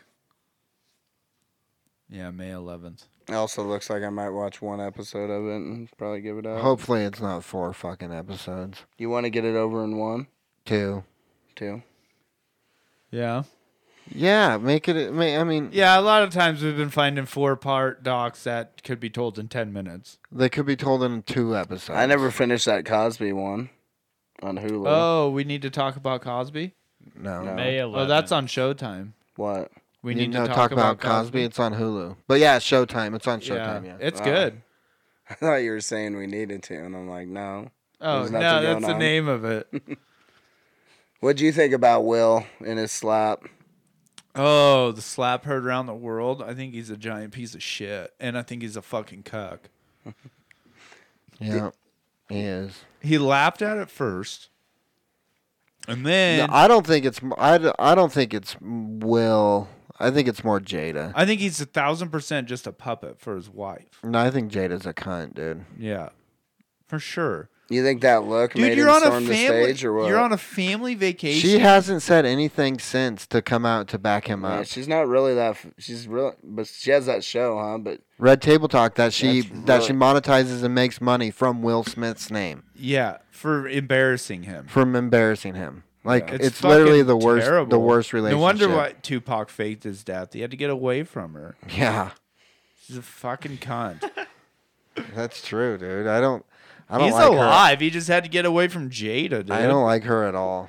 [SPEAKER 1] Yeah, May 11th.
[SPEAKER 3] It also looks like I might watch one episode of it and probably give it up.
[SPEAKER 2] Hopefully, it's not four fucking episodes.
[SPEAKER 3] You want to get it over in one,
[SPEAKER 2] Two.
[SPEAKER 3] two.
[SPEAKER 1] Yeah.
[SPEAKER 2] Yeah, make it. ma- I mean,
[SPEAKER 1] Yeah, a lot of times we've been finding four part docs that could be told in 10 minutes.
[SPEAKER 2] they could be told in two episodes.
[SPEAKER 3] I never finished that Cosby one on Hulu.
[SPEAKER 1] Oh, we need to talk about Cosby?
[SPEAKER 2] No.
[SPEAKER 3] No.
[SPEAKER 4] May
[SPEAKER 1] Oh, that's on Showtime.
[SPEAKER 3] What? (laughs)
[SPEAKER 1] We
[SPEAKER 2] You
[SPEAKER 1] need to
[SPEAKER 2] know,
[SPEAKER 1] talk, about, Cosby.
[SPEAKER 2] It's on Hulu. But yeah, Showtime. It's on Showtime. Yeah.
[SPEAKER 1] It's
[SPEAKER 3] Oh.
[SPEAKER 1] good.
[SPEAKER 3] I thought you were saying we needed to, and I'm like, no.
[SPEAKER 1] Oh,
[SPEAKER 3] There's
[SPEAKER 1] no,
[SPEAKER 3] nothing going
[SPEAKER 1] that's the
[SPEAKER 3] on.
[SPEAKER 1] name of it.
[SPEAKER 3] What'd you think about Will and his slap?
[SPEAKER 1] Oh, the slap heard around the world. I think he's a giant piece of shit. And I think he's a fucking cuck.
[SPEAKER 2] Yeah. He is.
[SPEAKER 1] He laughed at it first. And then
[SPEAKER 2] No, I don't think it's. I, d- I don't think it's Will. I think it's more Jada.
[SPEAKER 1] I think he's a thousand percent just a puppet for his wife.
[SPEAKER 2] No, I think Jada's a cunt, dude.
[SPEAKER 1] Yeah. For sure.
[SPEAKER 3] You think that look
[SPEAKER 1] Dude,
[SPEAKER 3] made
[SPEAKER 1] you're
[SPEAKER 3] him
[SPEAKER 1] on a
[SPEAKER 3] storm the
[SPEAKER 1] family
[SPEAKER 3] stage or what?
[SPEAKER 1] you're on a family vacation.
[SPEAKER 2] She hasn't said anything since to come out to back him
[SPEAKER 3] Yeah,
[SPEAKER 2] up.
[SPEAKER 3] she's not really that. f- She's real, but she has that show, huh? But
[SPEAKER 2] Red Table Talk that she
[SPEAKER 3] That's
[SPEAKER 2] that she
[SPEAKER 3] really-
[SPEAKER 2] monetizes and makes money from Will Smith's name
[SPEAKER 1] Yeah, for embarrassing him.
[SPEAKER 2] from embarrassing him. Like
[SPEAKER 1] Yeah.
[SPEAKER 2] it's, literally
[SPEAKER 1] fucking
[SPEAKER 2] the worst the
[SPEAKER 1] terrible.
[SPEAKER 2] worst relationship.
[SPEAKER 1] No wonder why Tupac faked his death. He had to get away from her.
[SPEAKER 2] (laughs) Yeah,
[SPEAKER 1] She's a fucking cunt.
[SPEAKER 2] that's true, dude. I don't I don't
[SPEAKER 1] He's
[SPEAKER 2] like
[SPEAKER 1] alive. He just had to get away from Jada, dude.
[SPEAKER 2] her. I don't like her at all.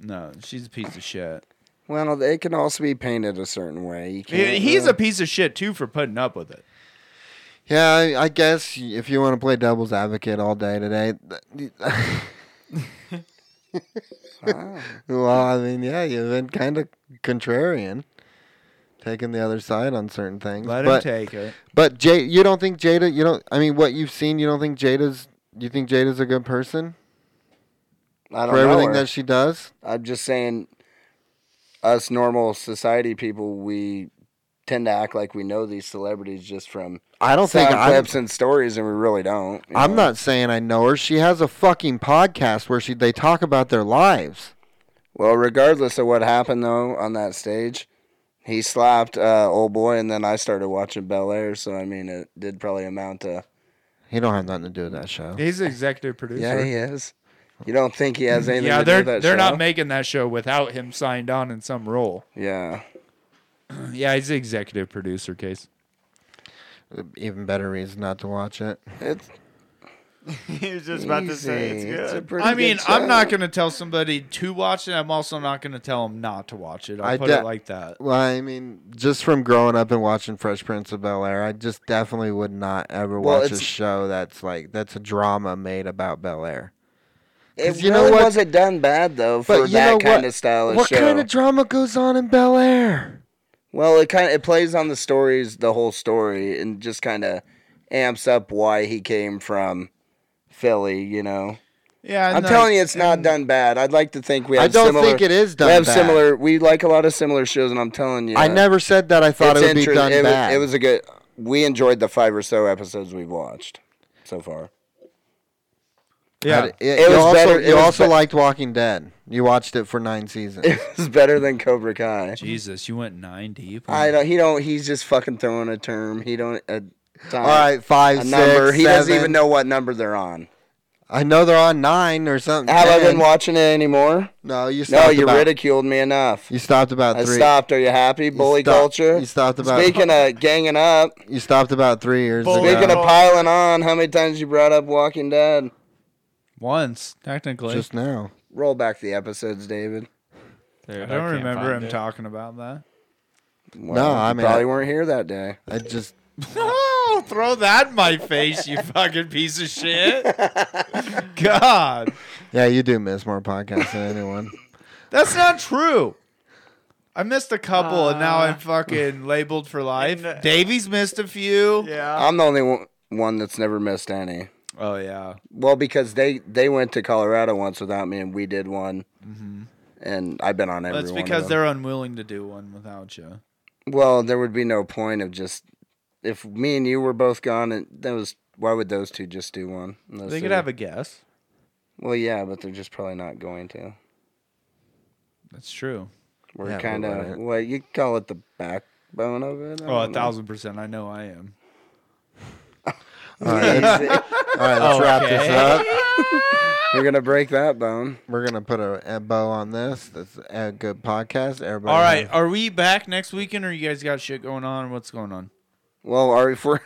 [SPEAKER 1] No, she's a piece of shit.
[SPEAKER 3] well, it can also be painted a certain way. You can't
[SPEAKER 1] He- He's
[SPEAKER 3] really-
[SPEAKER 1] a piece of shit too for putting up with it.
[SPEAKER 2] Yeah, I, I guess if you want to play devil's advocate all day today, th- (laughs) well, I mean, yeah, you've been kind of contrarian, taking the other side on certain things.
[SPEAKER 1] Let
[SPEAKER 2] but,
[SPEAKER 1] him take it.
[SPEAKER 2] But Jay, you don't think Jada? You don't. I mean, what you've seen, you don't think Jada's. You think Jada's a good person
[SPEAKER 3] I don't
[SPEAKER 2] for
[SPEAKER 3] know
[SPEAKER 2] everything
[SPEAKER 3] her.
[SPEAKER 2] that she does?
[SPEAKER 3] I'm just saying, us normal society people, we tend to act like we know these celebrities just from
[SPEAKER 2] I don't think
[SPEAKER 3] sound
[SPEAKER 2] I'm-
[SPEAKER 3] clips and stories, and we really don't. you
[SPEAKER 2] I'm
[SPEAKER 3] know?
[SPEAKER 2] not saying I know her. She has a fucking podcast where she they talk about their lives.
[SPEAKER 3] Well, regardless of what happened though on that stage, he slapped uh, old boy, and then I started watching Bel Air. So I mean, it did probably amount to.
[SPEAKER 2] He don't have nothing to do with that show.
[SPEAKER 1] He's the executive producer.
[SPEAKER 3] Yeah, he is. You don't think
[SPEAKER 2] (laughs)
[SPEAKER 3] he has anything
[SPEAKER 1] Yeah,
[SPEAKER 3] to do
[SPEAKER 1] they're
[SPEAKER 3] with that
[SPEAKER 1] they're
[SPEAKER 3] show?
[SPEAKER 1] not making that show without him signed on in some role.
[SPEAKER 3] Yeah.
[SPEAKER 1] Yeah, he's the executive producer. Case.
[SPEAKER 2] Even better reason not to watch it. (laughs)
[SPEAKER 3] It's
[SPEAKER 4] he was just about to say it's
[SPEAKER 3] Easy. It's a
[SPEAKER 4] good.
[SPEAKER 3] pretty
[SPEAKER 1] I
[SPEAKER 3] good
[SPEAKER 1] mean, I'm not
[SPEAKER 3] show.
[SPEAKER 1] going to tell somebody to watch it. I'm also not going to tell them not to watch it. I'll put
[SPEAKER 2] de-
[SPEAKER 1] it like that.
[SPEAKER 2] Well, I mean, just from growing up and watching Fresh Prince of Bel Air, I just definitely would not ever
[SPEAKER 3] Well,
[SPEAKER 2] watch a
[SPEAKER 3] it's-
[SPEAKER 2] show that's like that's a drama made about Bel Air. 'Cause
[SPEAKER 3] It
[SPEAKER 2] you know
[SPEAKER 3] really
[SPEAKER 2] what-
[SPEAKER 3] wasn't done bad though for
[SPEAKER 2] But you know
[SPEAKER 3] that kind
[SPEAKER 2] what?
[SPEAKER 3] of style of
[SPEAKER 2] what
[SPEAKER 3] show.
[SPEAKER 2] kind of drama goes on in Bel Air?
[SPEAKER 3] Well, it kind of it plays on the stories, the whole story, and just kind of amps up why he came from Philly. You know,
[SPEAKER 1] Yeah,
[SPEAKER 3] I'm telling you, it's not done bad. I'd like to think we.
[SPEAKER 2] I
[SPEAKER 3] Have
[SPEAKER 2] don't
[SPEAKER 3] similar-
[SPEAKER 2] think it is done
[SPEAKER 3] We have
[SPEAKER 2] bad.
[SPEAKER 3] similar. We like a lot of similar shows, and I'm telling you,
[SPEAKER 2] I never said that I thought
[SPEAKER 3] it's
[SPEAKER 2] it would be
[SPEAKER 3] inter-
[SPEAKER 2] done
[SPEAKER 3] it, was-
[SPEAKER 2] bad.
[SPEAKER 3] It was a good. We enjoyed the five or so episodes we've watched so far. (laughs)
[SPEAKER 1] Yeah,
[SPEAKER 2] But
[SPEAKER 3] It
[SPEAKER 2] you
[SPEAKER 3] was
[SPEAKER 2] also,
[SPEAKER 3] better- it
[SPEAKER 2] You
[SPEAKER 3] was
[SPEAKER 2] also
[SPEAKER 3] be-
[SPEAKER 2] liked Walking Dead. You watched it for nine
[SPEAKER 3] (laughs)
[SPEAKER 2] seasons.
[SPEAKER 3] It was better than Cobra Kai.
[SPEAKER 1] Jesus, you went nine deep. on
[SPEAKER 3] I
[SPEAKER 1] that.
[SPEAKER 3] don't. He don't. He's just fucking throwing a term. He don't. A time,
[SPEAKER 2] All right, five,
[SPEAKER 3] a number.
[SPEAKER 2] six,
[SPEAKER 3] He doesn't
[SPEAKER 2] seven.
[SPEAKER 3] even know what number they're on.
[SPEAKER 2] I know they're on nine or something.
[SPEAKER 3] Have I been
[SPEAKER 2] ten.
[SPEAKER 3] watching it anymore?
[SPEAKER 2] No, you stopped
[SPEAKER 3] No, you
[SPEAKER 2] about,
[SPEAKER 3] ridiculed me enough.
[SPEAKER 2] You stopped about
[SPEAKER 3] I
[SPEAKER 2] three.
[SPEAKER 3] stopped. Are you happy? Bully
[SPEAKER 2] stopped-
[SPEAKER 3] culture.
[SPEAKER 2] you stopped about-
[SPEAKER 3] Speaking of ganging up,
[SPEAKER 2] You stopped about three years ago.
[SPEAKER 3] speaking of piling on, how many times you brought up Walking Dead?
[SPEAKER 1] once technically.
[SPEAKER 2] just now.
[SPEAKER 3] Roll back the episodes, David.
[SPEAKER 1] I don't remember him talking about that.
[SPEAKER 3] Well,
[SPEAKER 2] No, I
[SPEAKER 3] you
[SPEAKER 2] mean,
[SPEAKER 3] probably
[SPEAKER 2] I-
[SPEAKER 3] weren't here that day.
[SPEAKER 2] I just
[SPEAKER 1] Oh, throw that in my face, you fucking piece of shit. God.
[SPEAKER 3] (laughs)
[SPEAKER 2] Yeah, you do miss more podcasts than anyone.
[SPEAKER 1] That's not true. I missed a couple, and now I'm fucking labeled for life. Davies missed a few.
[SPEAKER 4] Yeah.
[SPEAKER 3] I'm the only one, one that's never missed any.
[SPEAKER 1] Oh yeah.
[SPEAKER 3] Well, because they they went to Colorado once without me, and we did one,
[SPEAKER 2] Mm-hmm.
[SPEAKER 3] and I've been on every.
[SPEAKER 1] That's
[SPEAKER 3] one of
[SPEAKER 1] because
[SPEAKER 3] them.
[SPEAKER 1] they're unwilling to do one without you.
[SPEAKER 3] Well, there would be no point of just if me and you were both gone, and that was why would those two just do one? Unless
[SPEAKER 1] They could
[SPEAKER 3] they're-
[SPEAKER 1] have a guess.
[SPEAKER 3] Well, yeah, but they're just probably not going to.
[SPEAKER 1] That's true.
[SPEAKER 3] We're kind of what you call it the backbone of it. I
[SPEAKER 1] Oh, a
[SPEAKER 3] don't know. (laughs)
[SPEAKER 1] thousand percent. I know I am.
[SPEAKER 3] All right,
[SPEAKER 2] let's wrap this up.
[SPEAKER 3] (laughs) We're gonna break that bone.
[SPEAKER 2] We're gonna put a, a bow on this. That's a good podcast. Everybody.
[SPEAKER 1] All
[SPEAKER 3] uh,
[SPEAKER 1] right, are we back next weekend, or you guys got shit going on? or What's going on?
[SPEAKER 3] Well, are we for?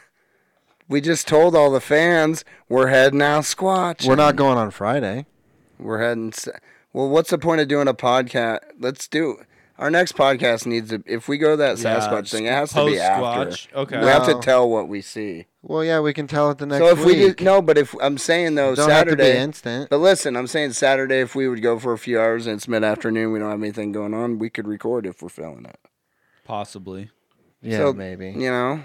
[SPEAKER 3] We just told all the fans we're heading out squatch.
[SPEAKER 2] We're not going on Friday.
[SPEAKER 3] We're heading. s- Well, what's the point of doing a podcast? Let's do our next podcast. Needs to if we go that
[SPEAKER 2] Yeah,
[SPEAKER 3] Sasquatch thing, it has to be after.
[SPEAKER 2] post-Squatch? Okay.
[SPEAKER 3] we have to
[SPEAKER 2] No.
[SPEAKER 3] tell what we see.
[SPEAKER 2] Well, yeah, we can tell it the next
[SPEAKER 3] so if we
[SPEAKER 2] week.
[SPEAKER 3] did no, but if I'm saying though
[SPEAKER 2] Don't have to be
[SPEAKER 3] Saturday,
[SPEAKER 2] instant.
[SPEAKER 3] But listen, I'm saying Saturday if we would go for a few hours and it's mid afternoon, we don't have anything going on, we could record if we're feeling it.
[SPEAKER 1] Possibly.
[SPEAKER 2] yeah,
[SPEAKER 3] So,
[SPEAKER 2] maybe.
[SPEAKER 3] You know,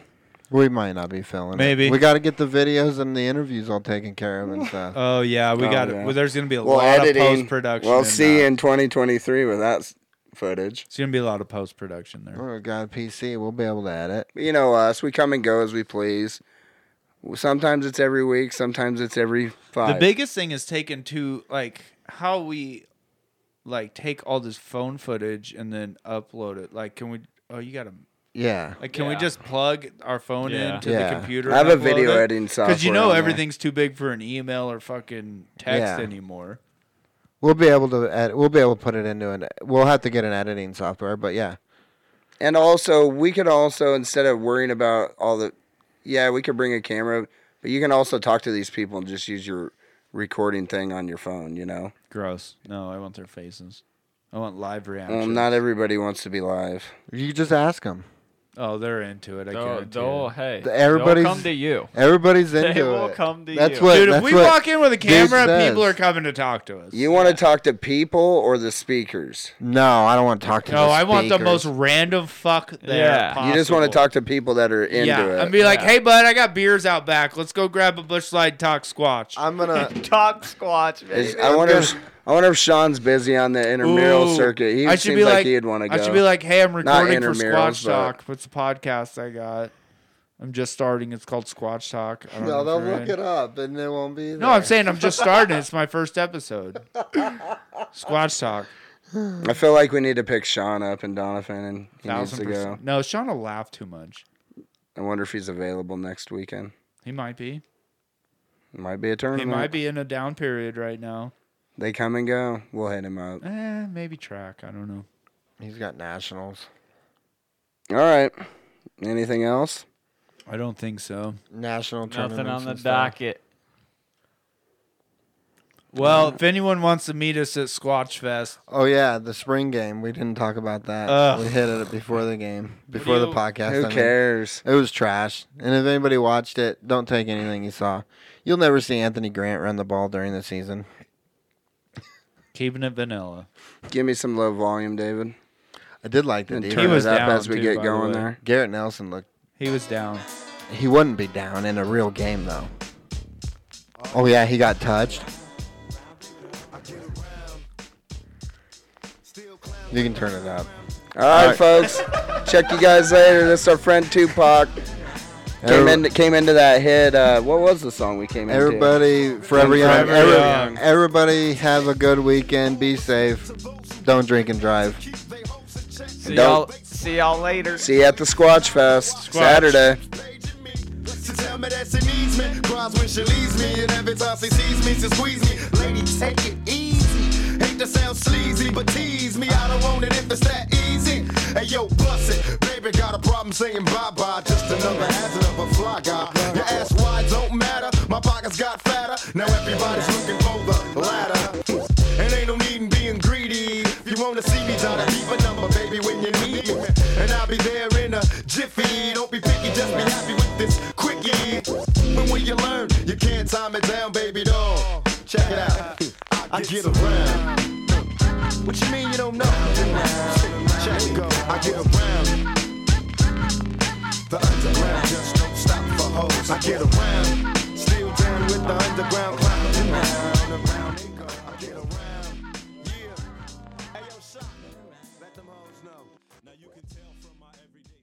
[SPEAKER 2] We might not be feeling it.
[SPEAKER 1] Maybe.
[SPEAKER 2] We got to get the videos and the interviews all taken care of
[SPEAKER 3] (laughs)
[SPEAKER 2] and stuff.
[SPEAKER 1] Oh yeah, we
[SPEAKER 3] Oh,
[SPEAKER 1] got.
[SPEAKER 3] yeah.
[SPEAKER 1] Well, there's gonna be a
[SPEAKER 3] Well,
[SPEAKER 1] lot
[SPEAKER 3] editing,
[SPEAKER 1] of uh, post production.
[SPEAKER 3] We'll see in 2023 with that s- footage.
[SPEAKER 1] It's gonna be a lot of post production there.
[SPEAKER 2] Oh, we got a PC. We'll be able to edit.
[SPEAKER 3] You know us. We come and go as we please. Sometimes it's every week. Sometimes it's every five.
[SPEAKER 1] The biggest thing is taking to like how we like take all this phone footage and then upload it. Like, can we? Oh, you got to.
[SPEAKER 2] Yeah.
[SPEAKER 1] Like, can we
[SPEAKER 2] Yeah.
[SPEAKER 1] just plug our phone
[SPEAKER 2] Yeah.
[SPEAKER 1] into
[SPEAKER 2] Yeah.
[SPEAKER 1] the computer?
[SPEAKER 3] I have a video editing
[SPEAKER 1] because you
[SPEAKER 3] software
[SPEAKER 1] know
[SPEAKER 3] on there.
[SPEAKER 1] everything's too big for an email or fucking text
[SPEAKER 2] Yeah.
[SPEAKER 1] anymore.
[SPEAKER 2] We'll be able to edit. We'll be able to put it into an. We'll have to get an editing software, but yeah.
[SPEAKER 3] And also, we could also instead of worrying about all the, yeah, we could bring a camera, but you can also talk to these people and just use your recording thing on your phone. You know,
[SPEAKER 1] Gross. No, I want their faces. I want live reactions.
[SPEAKER 3] well, Um, not everybody wants to be live.
[SPEAKER 2] You just ask them.
[SPEAKER 1] oh, they're into it. I
[SPEAKER 4] They'll-
[SPEAKER 1] guarantee.
[SPEAKER 4] they'll-
[SPEAKER 1] it.
[SPEAKER 4] hey,
[SPEAKER 2] The- everybody's
[SPEAKER 4] come to you.
[SPEAKER 2] Everybody's
[SPEAKER 4] They
[SPEAKER 2] into
[SPEAKER 4] will
[SPEAKER 2] it.
[SPEAKER 4] come to
[SPEAKER 2] that's
[SPEAKER 4] you.
[SPEAKER 2] What,
[SPEAKER 1] Dude, if
[SPEAKER 2] that's
[SPEAKER 1] we
[SPEAKER 2] what
[SPEAKER 1] walk in with a
[SPEAKER 2] Dude
[SPEAKER 1] camera,
[SPEAKER 2] says.
[SPEAKER 1] people are coming to talk to us.
[SPEAKER 3] You want to talk to people or the speakers?
[SPEAKER 2] No, I don't want to talk to.
[SPEAKER 1] No,
[SPEAKER 2] the
[SPEAKER 1] I want the most
[SPEAKER 2] speakers.
[SPEAKER 1] random fuck there.
[SPEAKER 3] you just want to
[SPEAKER 1] possible.
[SPEAKER 3] talk to people that are into
[SPEAKER 1] yeah,
[SPEAKER 3] it.
[SPEAKER 1] and be like, "Hey, bud, I got beers out back. Let's go grab a bush light, talk squatch."
[SPEAKER 2] I'm gonna
[SPEAKER 4] Talk squatch,
[SPEAKER 3] Is-
[SPEAKER 4] baby.
[SPEAKER 3] I wonder. If, I wonder if Sean's busy on the intramural
[SPEAKER 1] Ooh.
[SPEAKER 3] circuit. He
[SPEAKER 1] I should
[SPEAKER 3] seems
[SPEAKER 1] be
[SPEAKER 3] like,
[SPEAKER 1] like-
[SPEAKER 3] he'd want to go.
[SPEAKER 1] I should be like, "Hey, I'm
[SPEAKER 3] Not
[SPEAKER 1] recording for
[SPEAKER 3] intramurals,
[SPEAKER 1] Squatch
[SPEAKER 3] but-
[SPEAKER 1] Talk. It's a podcast I got. I'm just starting. It's called Squatch Talk. I don't
[SPEAKER 2] (laughs) No,
[SPEAKER 1] know
[SPEAKER 2] they'll
[SPEAKER 1] if you're
[SPEAKER 2] look
[SPEAKER 1] in.
[SPEAKER 2] it up and they won't be. There.
[SPEAKER 1] No, I'm saying I'm just starting. It's my first
[SPEAKER 3] (laughs)
[SPEAKER 1] episode. Squatch Talk.
[SPEAKER 3] I feel like we need to pick Sean up and Donovan, and he needs
[SPEAKER 1] Thousand
[SPEAKER 3] to go.
[SPEAKER 1] percent. No, Sean will laugh too much.
[SPEAKER 3] I wonder if he's available next weekend.
[SPEAKER 1] He might be.
[SPEAKER 3] Might be a
[SPEAKER 1] He
[SPEAKER 3] tournament.
[SPEAKER 1] might be in a down period right now.
[SPEAKER 3] They come and go. We'll hit him up.
[SPEAKER 1] Eh, maybe track. I don't know.
[SPEAKER 2] He's got nationals.
[SPEAKER 3] All right. Anything else?
[SPEAKER 1] I don't think so.
[SPEAKER 2] National tournaments.
[SPEAKER 4] Nothing on the
[SPEAKER 2] and stuff.
[SPEAKER 4] docket.
[SPEAKER 1] Well, if anyone wants to meet us at Squatch Fest,
[SPEAKER 2] Oh yeah, the spring game. We didn't talk about that.
[SPEAKER 1] Ugh.
[SPEAKER 2] We hit it before the game, before the
[SPEAKER 1] you-
[SPEAKER 2] podcast.
[SPEAKER 3] Who
[SPEAKER 2] I mean.
[SPEAKER 3] cares?
[SPEAKER 2] It was trash. And if anybody watched it, don't take anything you saw. You'll never see Anthony Grant run the ball during the season.
[SPEAKER 1] keeping it vanilla.
[SPEAKER 3] Give me some low volume, David.
[SPEAKER 2] I did like the
[SPEAKER 3] And
[SPEAKER 2] defense.
[SPEAKER 3] turn
[SPEAKER 1] was
[SPEAKER 3] it up
[SPEAKER 1] down,
[SPEAKER 3] as we
[SPEAKER 1] too, by
[SPEAKER 3] get
[SPEAKER 1] the
[SPEAKER 3] going
[SPEAKER 1] way.
[SPEAKER 3] there.
[SPEAKER 2] Garrett Nelson looked.
[SPEAKER 1] He was down.
[SPEAKER 2] He wouldn't be down in a real game though. Oh yeah, he got touched. You can turn it up.
[SPEAKER 3] All right,
[SPEAKER 2] All right.
[SPEAKER 3] folks. Check you guys later. This is our friend Tupac. Came
[SPEAKER 2] Every-
[SPEAKER 3] into came into that hit. Uh, what was the song we came into?
[SPEAKER 2] Everybody, forever
[SPEAKER 3] Forever
[SPEAKER 2] young. every-
[SPEAKER 3] young.
[SPEAKER 2] Everybody, have a good weekend. Be safe. Don't drink and drive.
[SPEAKER 4] See
[SPEAKER 3] Don't-
[SPEAKER 4] y'all. See y'all later.
[SPEAKER 3] See you at the Squatch Fest Saturday.
[SPEAKER 18] She tell me that she needs me, cries when she leaves me, and every time she sees me, she squeeze me. Lady, take it easy. Hate to sound sleazy, but tease me. I don't want it if it's that easy. Hey yo, bust it, baby, got a problem saying bye bye. Just another hazard of a fly guy. Your ass wide don't matter. My pockets got fatter. Now everybody's looking for the ladder. And ain't no need in being greedy. If you wanna see me, dial a keep a number, baby, when you need me. And I'll be there in a jiffy. Don't be picky, just be happy with this quickie. When will you learn? You can't time it down, baby doll. Check it out. I get around. What you mean you don't know? Check go.
[SPEAKER 12] get around. The underground just don't stop for hoes. I get around. Still down with the underground, climbing around, around.